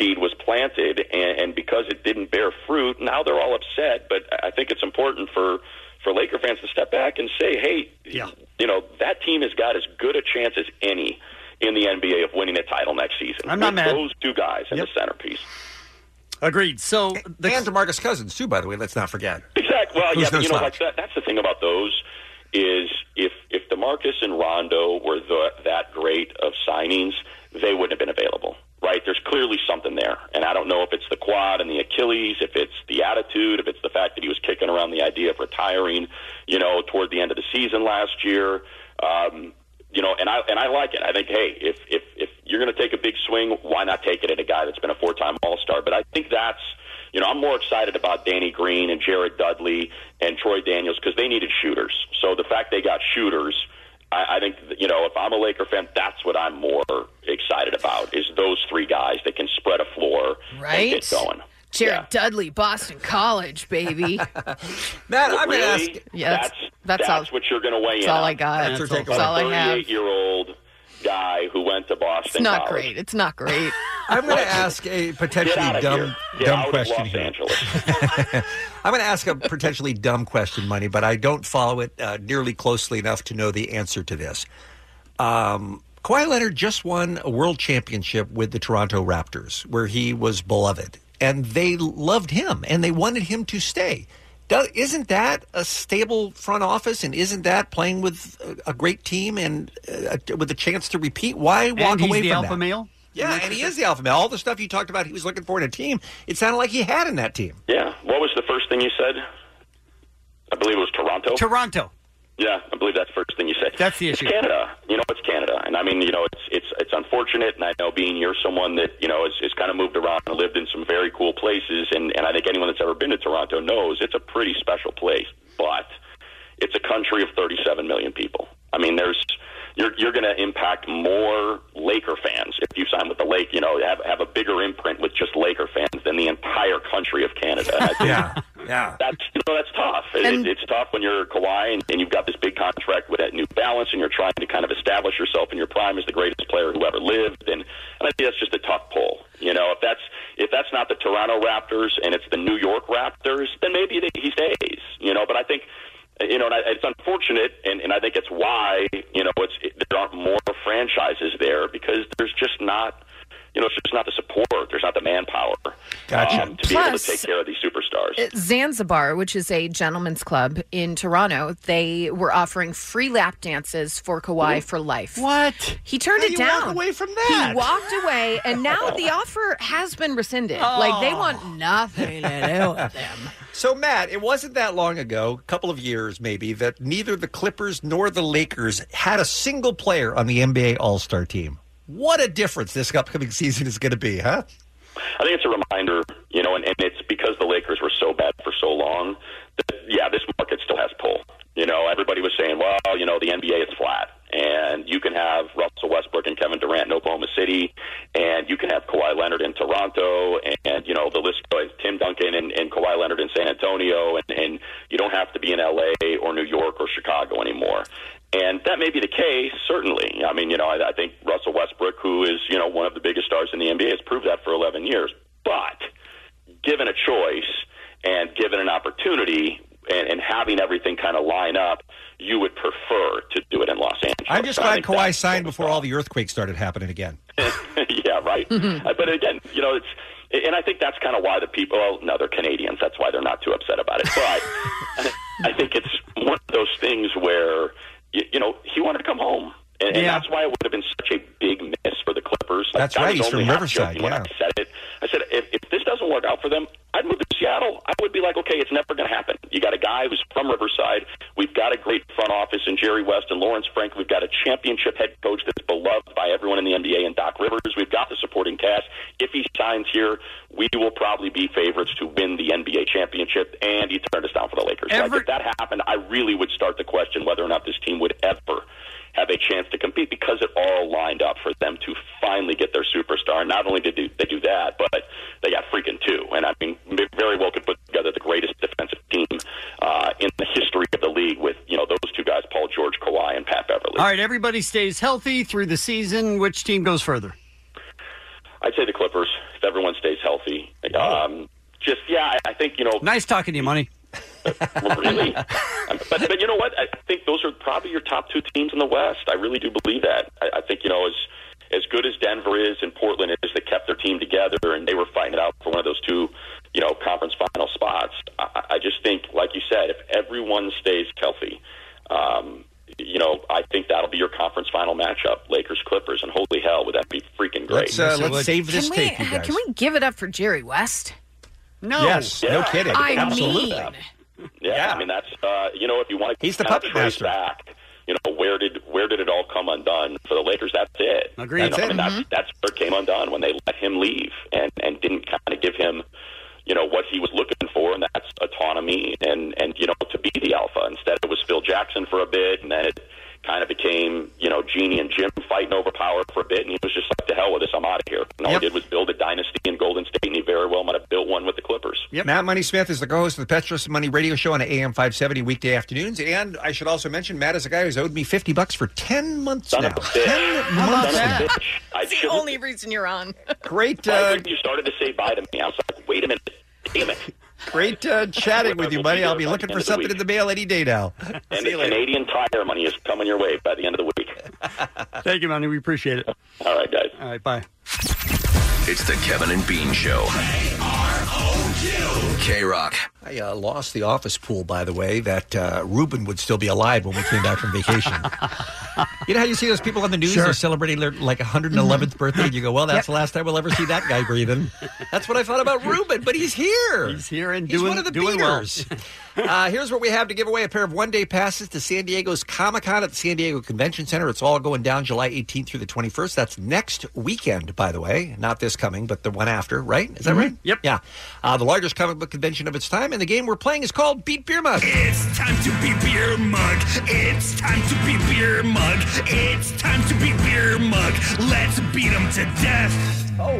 S5: seed was planted, and, and because it didn't bear fruit, now they're all upset. But I I think it's important for for Laker fans to step back and say, hey,
S10: yeah.
S5: you know that team has got as good a chance as any in the NBA of winning a title next season.
S10: I'm not
S5: With
S10: mad.
S5: Those two guys in the centerpiece.
S10: Agreed. So
S9: the and Demarcus Cousins too. By the way, let's not forget.
S5: Exactly. Well,
S9: Who's no
S5: yeah, but you know,
S9: slouch.
S5: like that, that's the thing about those is if if DeMarcus and Rondo were the, that great of signings, they wouldn't have been available, right? There's clearly something there, and I don't know if it's the quad and the Achilles, if it's the attitude, if it's the fact that he was kicking around the idea of retiring, you know, toward the end of the season last year. Um, you know, and I and I like it. I think, hey, if if if you're going to take a big swing, why not take it at a guy that's been a four-time All-Star? But I think that's you know, I'm more excited about Danny Green and Jared Dudley and Troy Daniels because they needed shooters. So the fact they got shooters, I, I think, that, you know, if I'm a Laker fan, that's what I'm more excited about is those three guys that can spread a floor and
S11: Right?
S5: get going.
S11: Jared Dudley, Boston College, baby.
S9: Matt,
S5: I'm gonna Really? ask-
S11: Yeah, that's that's,
S5: That's,
S11: all.
S5: what you're going to weigh
S11: that's
S5: in.
S11: all I
S5: on.
S11: got. That's her
S5: But
S11: takeaway. That's all
S5: a
S11: I have.
S5: 38-year-old guy who went to Boston
S11: It's not
S5: College.
S11: great. It's
S4: <laughs>
S11: not great.
S9: I'm going to ask a potentially
S5: Get out of
S9: dumb,
S5: here. Get
S9: dumb
S5: out of
S9: question
S5: Los
S9: here.
S5: Angeles.
S9: <laughs> I'm going to ask a potentially dumb question, Money, but I don't follow it uh, nearly closely enough to know the answer to this. Um, Kawhi Leonard just won a world championship with the Toronto Raptors, where he was beloved, and they loved him and they wanted him to stay. Do- isn't that a stable front office, and isn't that playing with a, a great team and uh, with a chance to repeat? Why walk
S10: and he's
S9: away
S10: the
S9: from
S10: alpha
S9: that?
S10: male.
S9: Yeah, and he is the alpha male. All the stuff you talked about, he was looking for in a team. It sounded like he had in that team.
S5: Yeah. What was the first thing you said? I believe it was Toronto.
S10: Toronto.
S5: Yeah, I believe that's the first thing you said.
S10: That's the issue.
S5: It's Canada. You know, it's Canada, and I mean, you know, it's it's it's unfortunate, and I know being you're someone that you know has, has kind of moved around and lived in some very cool places, and and I think anyone that's ever been to Toronto knows it's a pretty special place, but it's a country of 37 million people. I mean, there's you're you're going to impact more Laker fans if you sign with the Lake. You know, have have a bigger imprint with just Laker fans than the entire country of Canada. And I think
S9: Yeah.
S5: That's you know that's tough. It, it, it's tough when you're Kawhi and, and you've got this big contract with that New Balance, and you're trying to kind of establish yourself in your prime as the greatest player who ever lived. And, and I think that's just a tough pull. You know, if that's if that's not the Toronto Raptors and it's the New York Raptors, then maybe they, he stays. You know, but I think you know, and I, it's unfortunate, and, and I think it's why you know it's it, there aren't more franchises there because there's just not. You know, it's just not the support. There's not the manpower
S9: Gotcha.
S5: um, to be able to
S11: Plus-
S5: take care of these superstars.
S11: At Uh, Zanzibar, which is a gentleman's club in Toronto, they were offering free lap dances for Kawhi for life.
S10: What?
S11: He <laughs> turned
S9: How
S11: it
S9: do you
S11: down.
S9: walk away from that?
S11: He walked away, and now
S7: <laughs>
S11: the offer has been rescinded. Like they want nothing to do with it.
S9: So, Matt, it wasn't that long ago, a couple of years maybe, that neither the Clippers nor the Lakers had a single player on the NBA All Star team. What a difference this upcoming <laughs> season is going to be, huh?
S5: I think it's a reminder, you know, and, and it's because the Lakers were so bad for so long that, yeah, this market still has pull. You know, everybody was saying, well, you know, the NBA is flat, and you can have Russell Westbrook and Kevin Durant in Oklahoma City, and you can have Kawhi Leonard in Toronto, and, and you know, the list goes Tim Duncan and, and Kawhi Leonard in San Antonio, and, and you don't have to be in LA or New York or Chicago anymore. And that may be the case, certainly. I mean, you know, I, I think Russell Westbrook, who is, you know, one of the biggest stars in the NBA, has proved that for 11 years. But given a choice and given an opportunity and, and having everything kind of line up, you would prefer to do it in Los Angeles.
S9: I'm just glad Kawhi signed before all the earthquakes started happening again.
S5: <laughs> yeah, right.
S9: Mm-hmm.
S5: Uh, But again, you know, it's and I think that's kind of why the people. Well, no, they're Canadians. That's why they're not too upset about it.
S9: <laughs>
S5: But I think it's one of those things where you, you know he wanted to come home, and, and
S9: Yeah.
S5: that's why it would have been such a big miss for the Clippers. Like,
S9: That's
S5: I
S9: right, he's
S5: was
S9: from
S5: only half
S9: Riverside,
S5: joking when
S9: yeah.
S5: I said it. I said if, if this doesn't work out for them, I'd move to Seattle. I would be like, okay, it's never going to happen. You got a guy who's from Riverside. We've got a great front office in Jerry West and Lawrence Frank. We've got a championship head coach that's beloved by everyone in the NBA and Doc Rivers. We've got the supporting cast. If he signs here, we will probably be favorites to win the NBA championship. And he turned us down for the Lakers. like if that happened, I really would start to question whether or not this team would ever have a chance to compete because it all lined up for them to finally get their superstar. Not only did they, they do that, but they got freaking two. And I mean, they very well could put together the greatest defensive team uh, in the history of the league with you know those two guys, Paul George, Kawhi, and Pat Beverly.
S10: All right, everybody stays healthy through the season. Which team goes further?
S5: I'd say the Clippers if everyone stays healthy. Um, just yeah, I, I think you know
S10: Nice talking to you, Money.
S5: really. Uh, but, but you know what? I think those are probably your top two teams in the West. I really do believe that. I, I think you know as as good as Denver is and Portland is, they kept their team together and they were fighting it out for one of those two, you know, conference final spots. I, I just think, like you said, if everyone stays healthy, um, you know, I think that'll be your conference final matchup, Lakers Clippers, and holy hell, would that be freaking great?
S4: Let's, uh, let's save this
S11: can we,
S4: tape, you guys.
S11: Can we give it up for Jerry West? No.
S4: Yes, no kidding.
S11: I
S4: Absolutely.
S11: mean,
S5: Yeah, I mean that's uh, you know if you want to he's
S4: the puppet master.
S5: back, you know where did where did it all come undone for the Lakers? That's it.
S4: Agreed.
S5: You know,
S4: That's
S5: I mean,
S4: it.
S5: that's, that's where it came undone when they let him leave and and didn't kind of give him you know what he was looking for, and that's autonomy and and you know to be the alpha. Instead, it was Phil Jackson for a bit, and then it kind of became you know Genie and Jim fighting over power for a bit, and he was just like, "To hell with this, I'm out of here." And all he did was build a dynasty in Golden State, and he very well might have built one with the Clippers.
S9: Matt Money Smith is the co-host of the Petrus Money Radio Show on AM 570 weekday afternoons, and I should also mention Matt is a guy who's owed me 50 bucks for 10 months now. 10 months now.
S11: It's the only reason you're on.
S9: Great.
S5: Uh, you started to say bye to me. I was like, "Wait a minute,
S4: <laughs>
S5: damn it."
S9: Great uh, chatting with you, buddy. I'll be looking for something in the mail any day now.
S5: And the Canadian tire money is coming your way by the end of the week.
S4: <laughs>
S10: Thank you, Monty. We appreciate it.
S5: All right, guys.
S10: All right, bye.
S12: It's the Kevin and Bean Show. K Rock.
S9: I uh, lost the office pool, by the way, that uh, Ruben would still be alive when we came back from
S10: <laughs>
S9: vacation. you know how you see those people on the news?
S4: Sure.
S9: They're celebrating their like
S10: Mm-hmm.
S9: 111th birthday, and you go, well, that's
S4: Yep.
S9: the last time we'll ever see that guy
S10: <laughs>
S9: breathing. That's what I thought about Ruben, but he's here. He's
S10: here and
S9: he's
S10: doing-
S9: one of the
S10: doing well.
S9: beaters. <laughs> uh, here's what we have to give away: a pair of one-day passes to San Diego's Comic Con at the San Diego Convention Center. It's all going down July 18th through the 21st. That's next weekend, by the way, not this coming, but the one after. Right? Is that right? Yep. Yeah. Uh, the largest comic book convention of its time, and the game we're playing is called Beat Beer Mug.
S17: It's time to be beer mug. It's time to be beer mug. It's time to be beer mug. Let's beat 'em to death. Oh,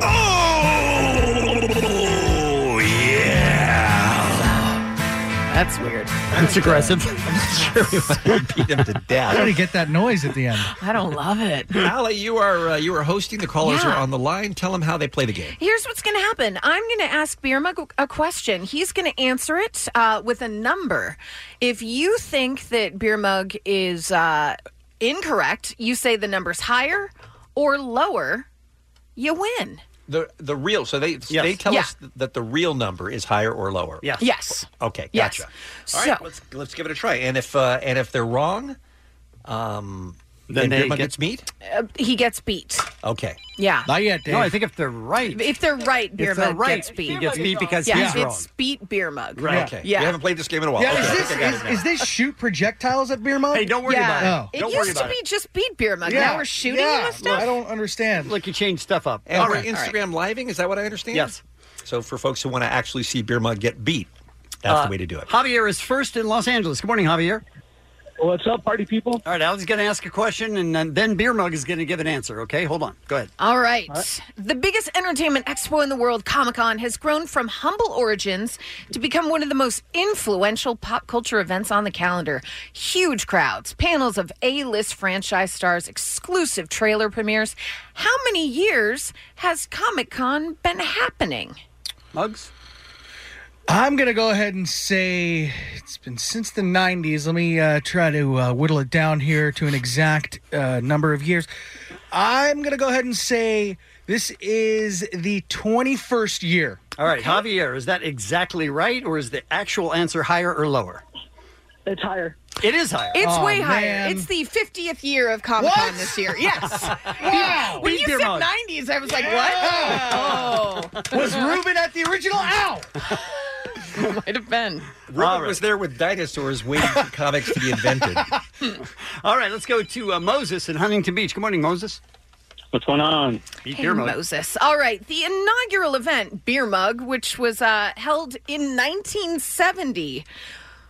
S17: yeah.
S11: That's weird.
S10: That's aggressive.
S9: <laughs> I'm not sure we want to <laughs> beat him to death.
S13: How do you get that noise at the end?
S11: I don't love it.
S9: Allie, you are uh, you are hosting. The callers
S11: Yeah.
S9: are on the line. Tell them how they play the game.
S11: Here's what's going to happen. I'm going to ask Beer Mug a question. He's going to answer it uh, with a number. If you think that Beer Mug is uh, incorrect, you say the number's higher or lower, you win.
S9: The the real. So they they tell
S11: Yeah.
S9: us that the real number is higher or lower. Yes.
S11: Yes.
S9: Okay.
S11: Yes.
S9: Gotcha. All right,
S11: So-
S9: Let's let's give it a try. And if uh, and if they're wrong, um, then,
S10: they
S9: Beer Mug
S10: get-
S9: gets meat.
S11: Uh, he gets beat.
S9: Okay.
S11: Yeah. Not
S13: yet,
S10: No, I think if they're right.
S11: If they're right, Beer
S10: they're
S11: Mug
S10: right,
S11: gets beat.
S10: he gets beat because
S11: yeah,
S10: he's
S11: it's beat Beer Mug.
S9: Right. Okay.
S11: Yeah.
S9: We haven't played this game in a while.
S13: yeah,
S9: okay. I
S13: is
S9: think I got
S13: this
S9: it now.
S13: is, is this shoot projectiles at beer mug? Hey,
S10: don't
S7: Oh.
S13: yeah.
S11: It used to be just beat Beer Mug. Now we're shooting
S13: yeah.
S11: him with stuff.
S13: I don't understand.
S10: Look, you changed stuff up.
S9: And
S10: All
S9: we're
S10: right, all right.
S9: Instagram living. Is that what I understand?
S10: Yes.
S9: So for folks who want to actually see Beer Mug get beat, that's
S10: Uh,
S9: the way to do it.
S10: Javier is first in Los Angeles. Good morning, Javier.
S14: What's up, party people?
S10: All right, Alex is going to ask a question, and then, then Beer Mug is going to give an answer. Okay, hold on. Go ahead.
S11: All right. The biggest entertainment expo in the world, Comic Con, has grown from humble origins to become one of the most influential pop culture events on the calendar. Huge crowds, panels of A list franchise stars, exclusive trailer premieres. How many years has Comic Con been happening?
S10: Mugs?
S13: I'm gonna go ahead and say it's been since the '90s. Let me uh, try to uh, whittle it down here to an exact uh, number of years. I'm gonna go ahead and say this is the 21st year.
S10: All right, Javier, is that exactly right, or is the actual answer higher or lower?
S14: It's higher.
S10: It is higher.
S11: It's way higher. It's the 50th year of Comic Con
S10: Oh, What?
S11: this year. Yes.
S13: Wow.
S11: When you
S13: Beat Beer
S11: said
S13: Mug.
S11: 90s, I was like, what? Oh.
S13: Was Ruben at the original? Ow!
S11: Might have been.
S9: Ruben was there with dinosaurs waiting
S10: <laughs>
S9: for comics to be invented.
S10: All right, let's go to uh, Moses in Huntington Beach. Good morning, Moses.
S14: What's going on?
S10: Beat
S11: Hey,
S10: Beer Mug.
S11: Moses. All right. The inaugural event, Beer Mug, which was uh, held in 1970,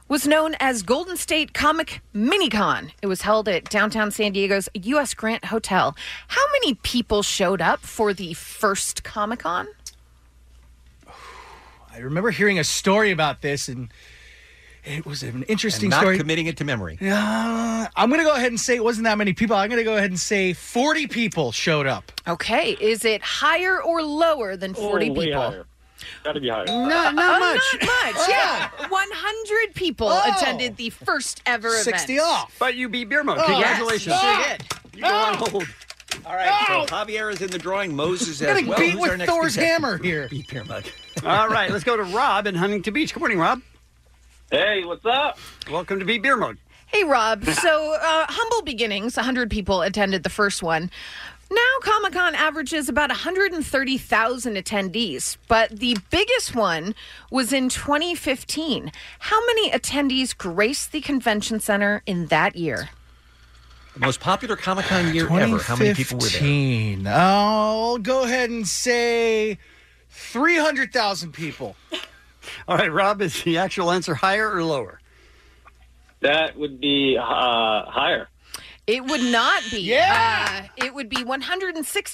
S11: was known as Golden State Comic Minicon. It was held at downtown San Diego's U.S. Grant Hotel. How many people showed up for the first Comic Con?
S13: I remember hearing a story about this, and it was an interesting
S9: and not
S13: story.
S9: committing it to memory.
S13: Uh, I'm going to go ahead and say it wasn't that many people. I'm going to go ahead and say 40 people showed up.
S11: Okay. Is it higher or lower than 40 people?
S14: Got to Oh, be higher.
S11: Uh, uh, Not <laughs> much. Oh. Yeah. 100 people attended the first ever event.
S10: But you beat Beer Mug.
S11: Oh,
S10: Congratulations.
S11: yes.
S10: You did. You go on hold.
S9: All right, so Javier is in the drawing. Moses as well. Who's our next contestant?
S7: here.
S9: Beat beer mug. <laughs>
S10: All right, let's go to Rob in Huntington Beach. Good morning, Rob.
S6: Hey, what's up?
S10: Welcome to Beat Beer Mug.
S11: Hey, Rob. So, uh, humble beginnings. 100 people attended the first one. Now, Comic Con averages about 130,000 attendees, but the biggest one was in 2015. How many attendees graced the convention center in that year?
S9: The most popular Comic Con year ever. How many people were there?
S7: 2015. I'll Oh, go ahead and say 300,000 people.
S10: All right, Rob, is the actual answer higher or lower?
S6: That would be uh, higher.
S11: It
S7: <gasps>
S11: would not be. Yeah. Uh, it would be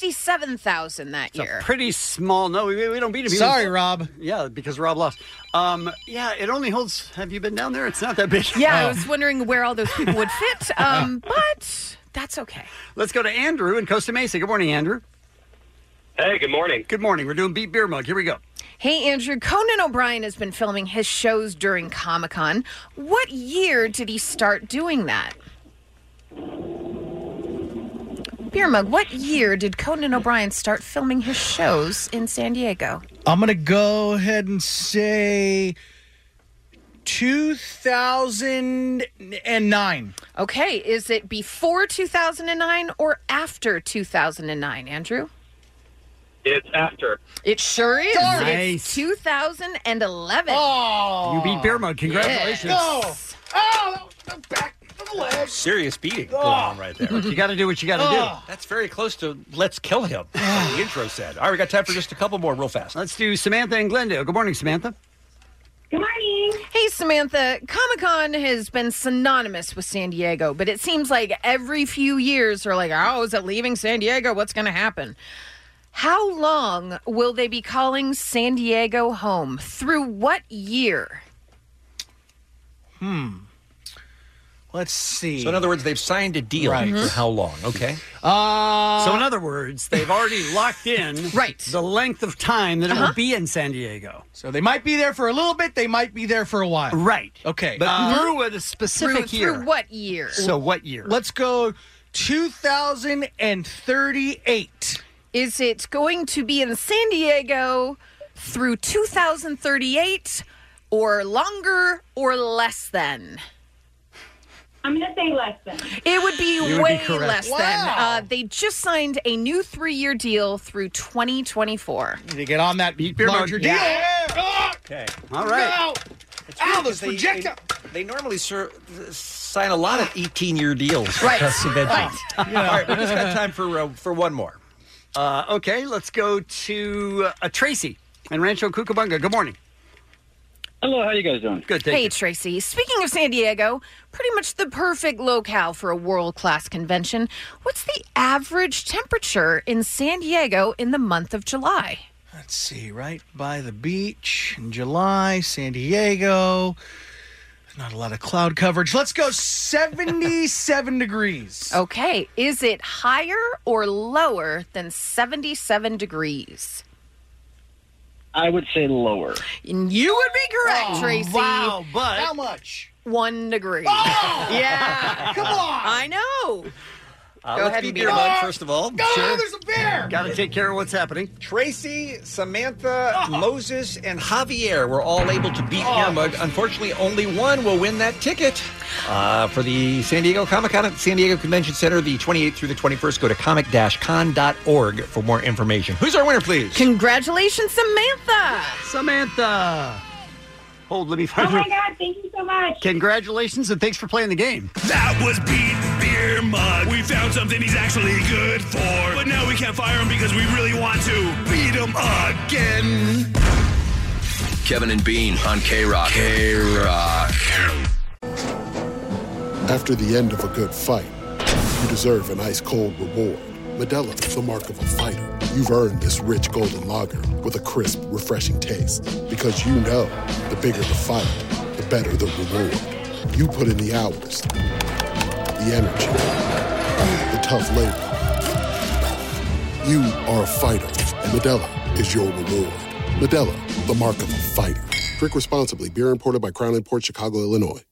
S11: 167,000 that year.
S10: Pretty small. No, we, we don't beat him. He
S7: Sorry,
S10: was-
S7: Rob.
S10: Yeah, because Rob lost. Um, yeah, it only holds. Have you been down there? It's not that big. Oh.
S11: Yeah, I was wondering where all those people would fit, um, but that's okay.
S10: Let's go to Andrew in Costa Mesa. Good morning, Andrew.
S6: Hey, good morning.
S10: Good morning. We're doing Beat Beer Mug. Here we go.
S11: Hey, Andrew. Conan O'Brien has been filming his shows during Comic Con. What year did he start doing that? Beer mug, what year did Conan O'Brien start filming his shows in San Diego?
S7: I'm going to go ahead and say 2009.
S11: Okay, is it before 2009 or after 2009, Andrew?
S6: It's after.
S11: It sure is.
S6: Darn it.
S11: It's 2011.
S10: You beat Beer Mug. Congratulations.
S7: Oh, the back of the leg.
S9: Serious beating going on right there.
S10: Ah. <laughs> You got to do what you got to do. Ah.
S9: Oh. That's very close to let's kill him. like the intro said. All right, we got time for just a couple more real fast.
S10: Let's do Samantha and Glendale. Good morning, Samantha.
S11: Good morning. Hey, Samantha. Comic Con has been synonymous with San Diego, but it seems like every few years they're like, oh, is it leaving San Diego? What's going to happen? How long will they be calling San Diego home? Through what year?
S7: Hmm. Let's see.
S9: So in other words, they've signed a deal
S7: Right.
S9: for how long? Okay.
S7: Uh,
S10: so, in other words, they've already locked in <laughs> right. Uh-huh. the length of time that it will be in San Diego.
S7: So they might be there for a little bit. They might be there for a while.
S10: Right.
S7: Okay.
S10: But
S7: Uh,
S10: uh-huh. through a specific
S11: through,
S10: year.
S11: Through what year?
S10: So what year?
S7: Let's go 2038.
S11: Is it going to be in San Diego through 2038 or longer or less than?
S17: I'm going to say less than.
S11: It would be
S17: You would be
S11: way less
S17: correct.
S11: than. Uh, they just signed a new three year deal through 2024.
S7: Need to get on that
S10: beer
S7: larger
S10: mug.
S7: deal.
S10: Yeah.
S9: Okay.
S10: All right.
S9: It's
S7: Ow,
S9: weird
S7: this
S9: 'cause they-
S7: projector.
S9: They, they normally sir, sign a lot of 18 year deals.
S10: Right.
S9: That's the bad
S10: <laughs>
S9: thing.
S10: Right.
S9: All right, we just got time for, uh, for one more.
S10: Uh, okay, let's go to uh, Tracy in Rancho Cucamonga. Good morning.
S17: Hello, how you guys doing?
S10: Good, thank
S11: Hey,
S10: you.
S11: Tracy. Speaking of San Diego, pretty much the perfect locale for a world class convention. What's the average temperature in San Diego in the month of July?
S7: Let's see, right by the beach in July, San Diego. Not a lot of cloud coverage. Let's go 77 <laughs> degrees.
S11: Okay, is it higher or lower than 77 degrees?
S17: I would say lower.
S11: And you would be correct,
S17: Oh,
S11: Tracy.
S17: wow,
S10: but- How
S7: much?
S11: One degree. yeah.
S7: Oh! <laughs> Come on.
S11: I know.
S9: Uh,
S11: Go
S9: let's
S11: ahead
S9: be
S11: and
S9: beer
S11: beat
S9: mug
S11: it.
S9: first of all.
S11: No,
S7: there's a bear.
S10: Got to take care of what's happening.
S9: Tracy, Samantha, Moses, and Javier were all able to beat beer mug. Unfortunately, only one will win that ticket. Uh, for the San Diego Comic Con at San Diego Convention Center, the 28th through the 21st, go to comic-con.org for more information. Who's our winner, please?
S11: Congratulations, Samantha.
S10: Samantha. Hold, let me
S17: Oh
S10: find
S17: my
S10: her.
S17: God, thank you so much.
S10: Congratulations and thanks for playing the game.
S14: That was Beat Beer Mug. We found something he's actually good for, but now we can't fire him because we really want to beat him again.
S12: Kevin and Bean on K Rock. K Rock.
S25: After the end of a good fight, you deserve an ice cold reward. Medella is the mark of a fighter. You've earned this rich golden lager with a crisp, refreshing taste. Because you know the bigger the fight, the better the reward. You put in the hours, the energy, the tough labor. You are a fighter, and Medella is your reward. Medella, the mark of a fighter. Drink responsibly. Beer imported by Crown Port Chicago, Illinois.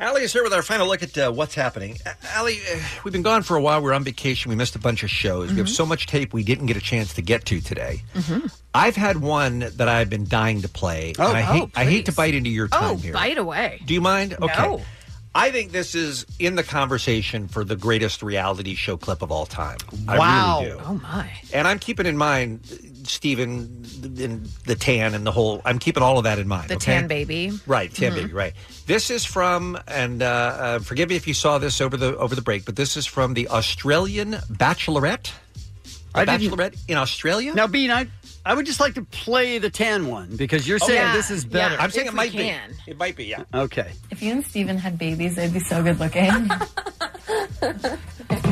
S9: Allie is here with our final look at uh, what's happening. A- Allie, uh, we've been gone for a while. We're on vacation. We missed a bunch of shows. We have so much tape we didn't get a chance to get to today. I've had one that I've been dying to play.
S11: Oh,
S9: and I hate,
S11: oh,
S9: I hate to bite into your time
S11: Oh,
S9: here.
S11: bite away.
S9: Do you mind?
S11: No.
S9: I think this is in the conversation for the greatest reality show clip of all time. I really do.
S11: Oh my.
S9: And I'm keeping in mind, Stephen, and the tan and the whole. I'm keeping all of that in mind.
S11: The
S9: okay?
S11: tan baby.
S9: Right, Tan
S11: Mhm.
S9: Baby. Right. This is from, and uh, uh, forgive me if you saw this over the over the break, but this is from the Australian Bachelorette. The
S10: I didn't-
S9: Bachelorette in Australia.
S10: Now, Bean, I I would just like to play the tan one because you're saying
S9: Oh, Yeah,
S10: this is better.
S9: yeah, I'm saying if it we might be. can. It might be, yeah.
S10: Okay.
S7: If you and Steven had babies, they'd be so good looking.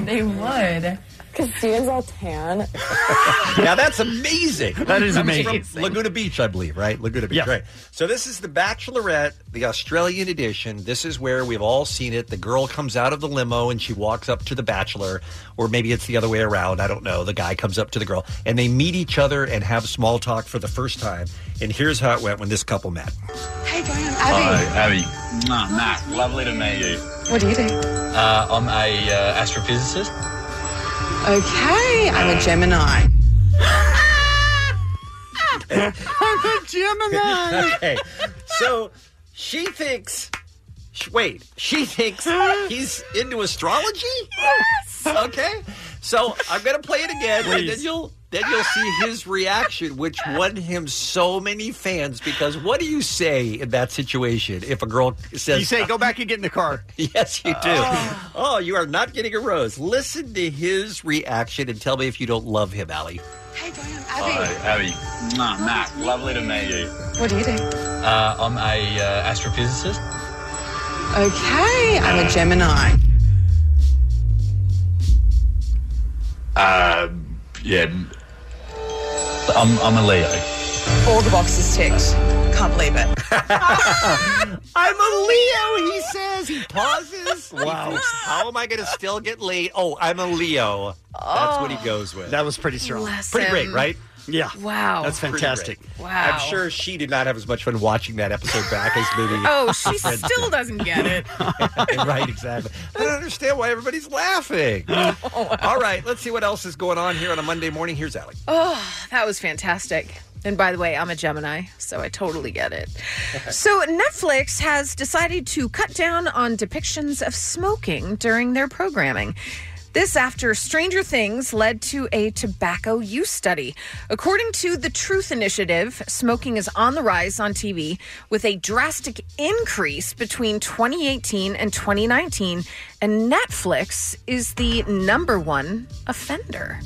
S7: they would. Because Steven's all tan.
S9: now that's amazing.
S7: That is
S9: Comes
S7: amazing.
S9: From Laguna Beach, I believe, right? Laguna Beach, right? So this is the Bachelorette, the Australian edition. This is where we've all seen it. The girl comes out of the limo and she walks up to the bachelor, or maybe it's the other way around. I don't know. The guy comes up to the girl, and they meet each other and have small talk for the first time. And here's how it went when this couple met.
S7: Hey, Brian,
S18: Abby. Matt, lovely to meet you.
S7: <laughs> What do you do?
S18: Uh, I'm a uh, astrophysicist.
S7: Okay, I'm a Gemini.
S9: I'm a
S10: <laughs>
S9: Gemini. okay, so she thinks. sh- Wait, she thinks he's into astrology. Yes. Okay, so I'm gonna play it again, and then
S17: Please.
S9: you'll then you'll see his reaction, which won him so many fans. Because what do you say in that situation if a girl says
S10: You say, go back and get in the car. Ah.
S9: Yes, you do. Oh. you are not getting a rose. Listen to his reaction and tell me if you don't love him, Allie.
S18: Abby. Matt, lovely to meet you.
S7: What do you do?
S18: Uh, I'm a uh, astrophysicist.
S7: Okay, I'm a Gemini.
S18: Uh, yeah. I'm, I'm a Leo.
S7: All the boxes ticked. Can't believe it.
S9: <laughs> I'm a Leo, he says. He
S11: <laughs>
S9: pauses. Wow. How am I going to still get late? Oh, I'm a Leo. That's
S11: Oh.
S9: what he goes with.
S10: That was pretty strong.
S9: Bless Pretty great, him. right?
S10: Yeah.
S11: Wow.
S10: That's
S9: Pretty
S10: fantastic.
S9: great.
S11: Wow.
S9: I'm sure she did not have as much fun watching that episode back as maybe.
S11: <laughs> Oh, she
S9: Fred did.
S11: still doesn't get it.
S9: <laughs> right, exactly. I don't understand why
S11: <laughs>
S9: everybody's laughing. All right, let's see what else is going on here on a Monday morning. Here's Alec.
S11: Oh, that was fantastic. And by the way, I'm a Gemini, so I totally get it. So, Netflix has decided to cut down on depictions of smoking during their programming. This after Stranger Things led to a tobacco use study. According to the Truth Initiative, smoking is on the rise on TV with a drastic increase between 2018 and 2019, and Netflix is the number one offender.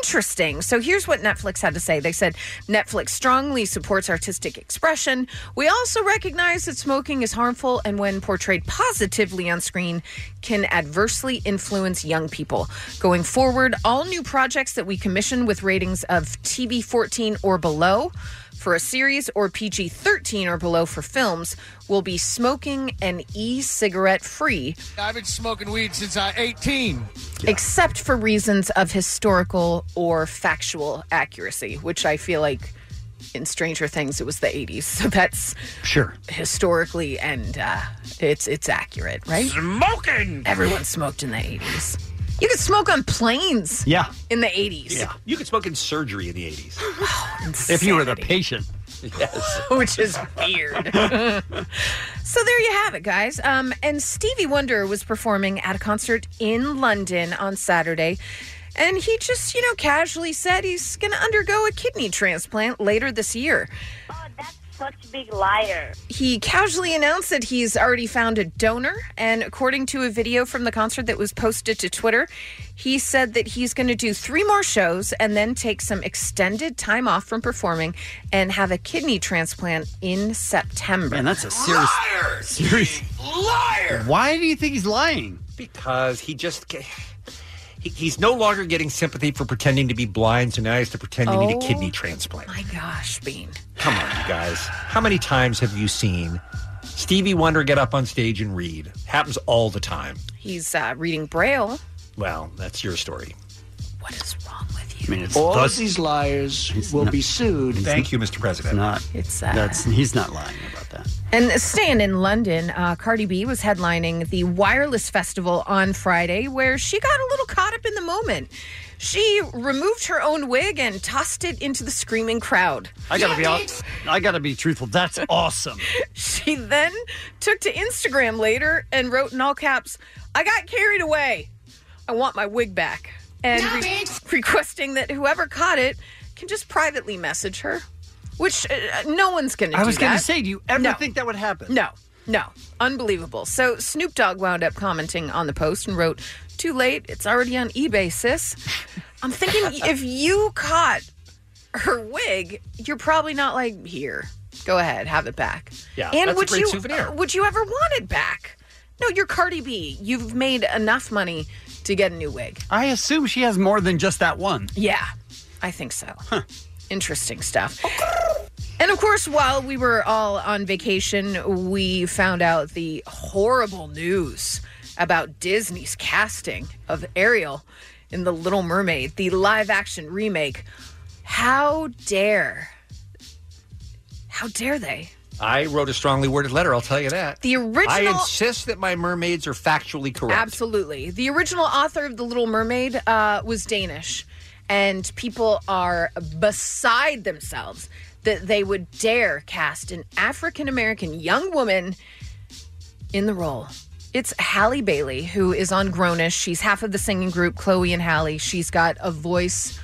S11: Interesting. So here's what Netflix had to say. They said Netflix strongly supports artistic expression. We also recognize that smoking is harmful and, when portrayed positively on screen, can adversely influence young people. Going forward, all new projects that we commission with ratings of TB 14 or below for a series or PG 13 or below for films will be smoking and e cigarette free
S19: <laughs> I've been smoking weed since I 18.
S11: except for reasons of historical or factual accuracy, which I feel like in Stranger Things it was the 80s. <laughs> So that's
S10: Sure.
S11: historically and uh, it's it's accurate, right? Smoking. Everyone smoked in the 80s. You could smoke on planes.
S10: Yeah. <laughs>
S11: In the 80s.
S9: You could smoke in surgery in
S11: <laughs>
S9: the 80s.
S10: If you were the patient.
S9: Yes.
S11: Oh, Which is weird. <laughs> So there you have it, guys. Um, and Stevie Wonder was performing at a concert in London on Saturday. And he just, you know, casually said he's going to undergo a kidney transplant later this year.
S24: Such a big liar.
S11: He casually announced that he's already found a donor. And according to a video from the concert that was posted to Twitter, he said that he's going to do three more shows and then take some extended time off from performing and have a kidney transplant in September.
S10: Man, that's
S11: <gasps>
S10: a serious. Serious.
S9: Liar!
S10: Why do you think he's lying?
S9: Because he just. ca- He, he's no longer getting sympathy for pretending to be blind, so now he has to pretend to need a
S11: Oh.
S9: kidney transplant.
S11: My gosh, Bean.
S9: Come on, you guys. How many times have you seen Stevie Wonder get up on stage and read? Happens all the time.
S11: He's uh, reading Braille.
S9: Well, that's your story.
S11: What is wrong with you?
S10: I mean, it's
S21: All
S10: the-
S21: of these liars will be sued.
S9: Thank you, Mr. President.
S10: It's not.
S11: It's sad.
S10: that's he's not lying about that.
S11: And staying in London, uh, Cardi B was headlining the Wireless Festival on Friday, where she got a little caught up in the moment. She removed her own wig and tossed it into the screaming crowd.
S10: I gotta be honest. I gotta be
S11: <laughs>
S10: truthful. That's awesome.
S11: She then took to Instagram later and wrote in all caps, I got carried away. I want my wig back. And re- <laughs> requesting that whoever caught it can just privately message her, which uh, no one's going to do
S10: I was gonna
S11: that.
S10: say, do you ever
S11: No.
S10: think that would happen?
S11: No, no. Unbelievable. So Snoop Dogg wound up commenting on the post and wrote, Too late. It's already on eBay, sis. I'm thinking
S10: <laughs>
S11: if you caught her wig, you're probably not like, Here, go ahead, have it back.
S1: Yeah,
S11: and
S1: that's a
S11: would
S1: great
S11: you,
S1: souvenir.
S11: uh, Would you ever want it back? No, you're Cardi B. You've made enough money to get a new wig.
S10: I assume she has more than just that one.
S11: Yeah, I think so. Interesting stuff. And of course, while we were all on vacation, we found out the horrible news about Disney's casting of Ariel in The Little Mermaid, the live action remake. How dare? How dare they?
S9: I wrote a strongly worded letter, I'll tell you that.
S11: The original-
S9: I insist that my mermaids are factually correct.
S11: Absolutely. The original author of The Little Mermaid uh, was Danish, and people are beside themselves that they would dare cast an African American young woman in the role. It's Halle Bailey, who is on Grownish. She's half of the singing group, Chloe and Halle. She's got a voice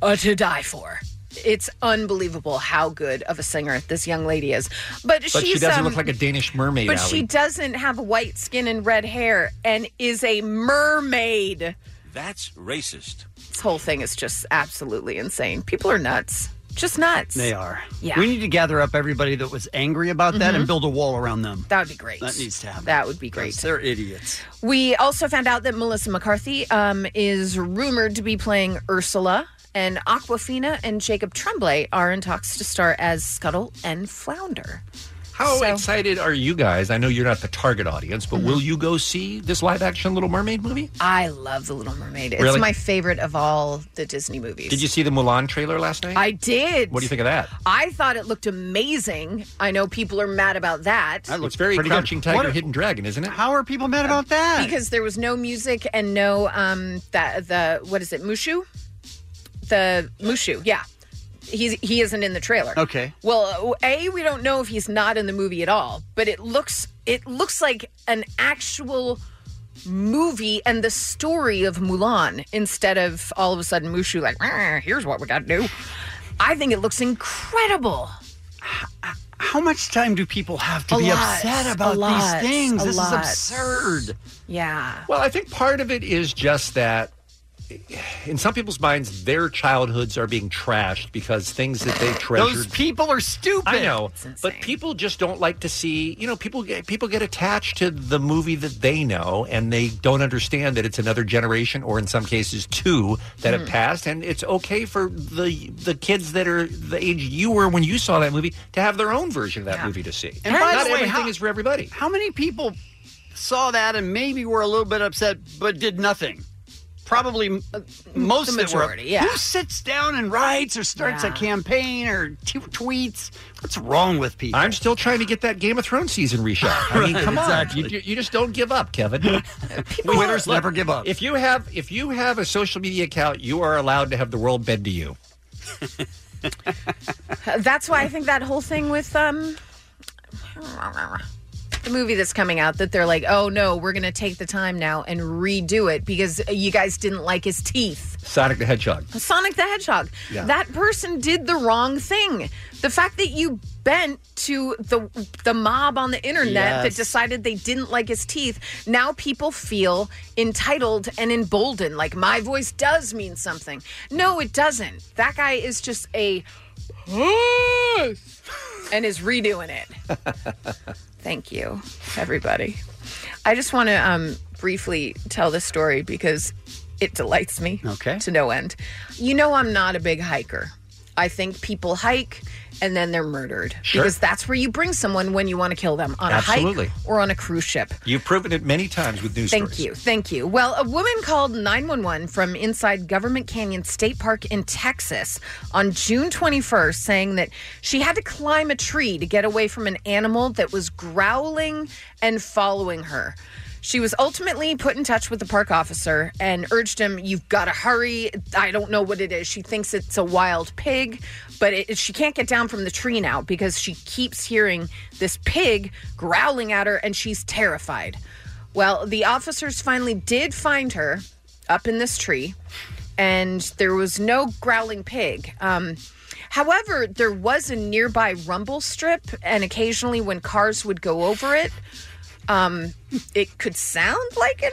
S11: uh, to die for. It's unbelievable how good of a singer this young lady is. But,
S9: But
S11: she's,
S9: she doesn't
S11: um,
S9: look like a Danish mermaid.
S11: but
S9: Allie.
S11: she doesn't have white skin and red hair and is a mermaid.
S20: That's racist.
S11: This whole thing is just absolutely insane. People are nuts. Just nuts.
S10: They are.
S11: Yeah.
S10: We need to gather up everybody that was angry about that
S11: Mhm.
S10: and build a wall around them.
S11: That would be great.
S10: That needs to happen.
S11: That would be great.
S10: Because They're idiots.
S11: We also found out that Melissa McCarthy um, is rumored to be playing Ursula, and Aquafina and Jacob Tremblay are in talks to star as Scuttle and Flounder.
S9: How excited are you guys? I know you're not the target audience,
S11: Mm-hmm.
S9: but will you go see this live action Little Mermaid movie?
S11: I love The Little Mermaid. It's
S9: Really?
S11: my favorite of all the Disney movies.
S9: Did you see the Mulan trailer last night?
S11: I did.
S9: What do you think of that?
S11: I thought it looked amazing. I know people are mad about that.
S9: That looks very
S10: pretty good.
S9: Crouching Tiger,
S10: What-
S9: Hidden Dragon, isn't it?
S10: How are people mad about that?
S11: Because there was no music and no um that the what is it Mushu, the Mushu, yeah. He's he isn't in the trailer.
S10: Okay.
S11: Well, a we don't know if he's not in the movie at all, but it looks it looks like an actual movie and the story of Mulan instead of all of a sudden Mushu like "Ah, here's what we got to do. I think it looks incredible.
S10: How much time do people have to
S11: A
S10: be
S11: lot.
S10: upset
S11: A
S10: about
S11: lot.
S10: these things?
S11: A
S10: this
S11: lot.
S10: is absurd.
S11: Yeah.
S9: Well, I think part of it is just that in some people's minds, their childhoods are being trashed because things that they treasured.
S10: Those people are stupid.
S9: I know, but people just don't like to see. You know, people get people get attached to the movie that they know, and they don't understand that it's another generation, or in some cases, two that have
S17: Mm.
S9: passed. And it's okay for the the kids that are the age you were when you saw that movie to have their own version of that movie to see.
S10: And by
S9: Not
S10: the way,
S9: everything
S10: how,
S9: is for everybody.
S10: How many people saw that and maybe were a little bit upset but did nothing? Probably uh, most
S11: the
S10: that were-
S11: majority, yeah.
S10: Who sits down and writes or starts a
S11: Yeah.
S10: campaign or t- tweets? What's wrong with people?
S9: I'm still trying to get that Game of Thrones season reshot. I
S10: <laughs>
S9: mean,
S10: Right,
S9: come
S10: exactly.
S9: on, you, you just don't give up,
S10: <laughs>
S9: Kevin.
S10: Winners never give up.
S9: If you have if you have a social media account, you are allowed to have the world bend to you.
S11: That's why I think that whole thing with um the movie that's coming out that they're like, "Oh no, we're going to take the time now and redo it because you guys didn't like his teeth."
S9: Sonic the Hedgehog.
S11: Sonic the Hedgehog.
S9: Yeah.
S11: That person did the wrong thing. The fact that you bent to the the mob on the internet that
S22: Yes.
S11: decided they didn't like his teeth, now people feel entitled and emboldened like my voice does mean something. No, it doesn't. That guy is just a <laughs> puss and is redoing it. Thank you, everybody. I just want to um, briefly tell this story because it delights me okay. to no end. You know, I'm not a big hiker. I think people hike and then they're murdered
S9: Sure.
S11: because that's where you bring someone when you want to kill them on a
S9: Absolutely.
S11: hike or on a cruise ship.
S9: You've proven it many times with news
S11: Thank
S9: stories.
S11: you. Thank you. Well, a woman called 911 from inside Government Canyon State Park in Texas on June 21st saying that she had to climb a tree to get away from an animal that was growling and following her. She was ultimately put in touch with the park officer and urged him, You've got to hurry. I don't know what it is. She thinks it's a wild pig, but it, she can't get down from the tree now because she keeps hearing this pig growling at her and she's terrified. Well, the officers finally did find her up in this tree, and there was no growling pig. Um, however, there was a nearby rumble strip, and occasionally when cars would go over it, um, it could sound like an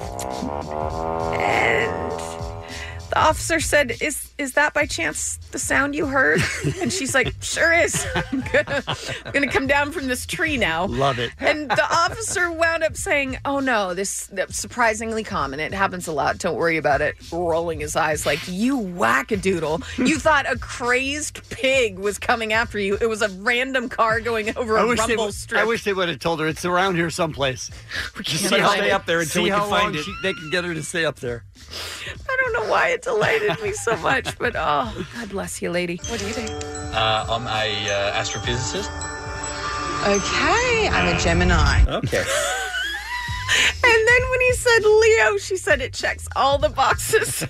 S11: animal. and the officer said, "Is is that by chance the sound you heard?" And she's like, "Sure is. <laughs> I'm gonna, I'm gonna come down from this tree now."
S10: Love it.
S11: and the officer wound up saying, "Oh no, this that's surprisingly common. It happens a lot. Don't worry about it." Rolling his eyes like, "You wackadoodle!
S10: <laughs>
S11: You thought a crazed pig was coming after you. It was a random car going over
S10: I
S11: a
S10: wish, they,
S11: rumble
S10: would-
S11: strip."
S10: I wish they would have told her it's around here someplace. We
S11: can't find it.
S26: See how long
S10: She, they can get her to stay up there.
S11: I don't know why it delighted me so much, but oh, God bless you, lady. What do you think?
S27: Uh, I'm a uh, astrophysicist.
S7: Okay, I'm
S11: Ah.
S7: a Gemini.
S27: Okay.
S11: And then when he said Leo, she said it checks all the boxes.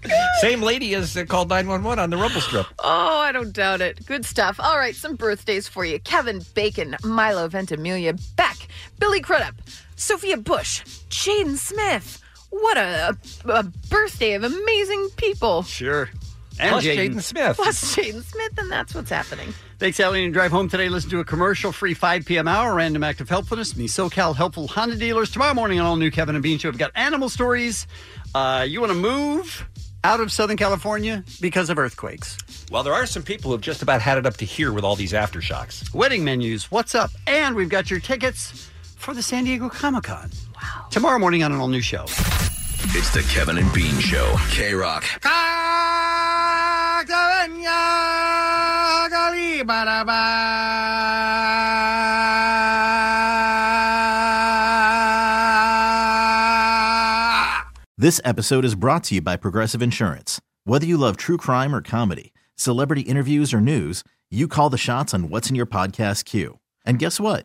S11: <laughs>
S9: Same lady as uh, called 911 on the rumble strip.
S11: Oh, I don't doubt it. Good stuff. All right, some birthdays for you. Kevin Bacon, Milo Ventimiglia, Beck, Billy Crudup, Sophia Bush, Jaden Smith. What a, a birthday of amazing people.
S10: Sure. And Jaden.
S11: Plus Jaden Smith, and that's what's happening.
S10: Thanks, Allie. And drive home today. Listen to a commercial free 5 p.m. hour, random act of helpfulness, and the SoCal helpful Honda dealers. Tomorrow morning on All New Kevin and Bean Show, we've got animal stories. Uh, you want to move out of Southern California because of earthquakes.
S9: Well, there are some people who've just about had it up to here with all these aftershocks.
S10: Wedding menus, what's up? And we've got your tickets for the San Diego Comic Con. Wow. Tomorrow morning on an all new show.
S12: It's the Kevin and Bean Show. K Rock.
S21: This episode is brought to you by Progressive Insurance. Whether you love true crime or comedy, celebrity interviews or news, you call the shots on what's in your podcast queue. And guess what?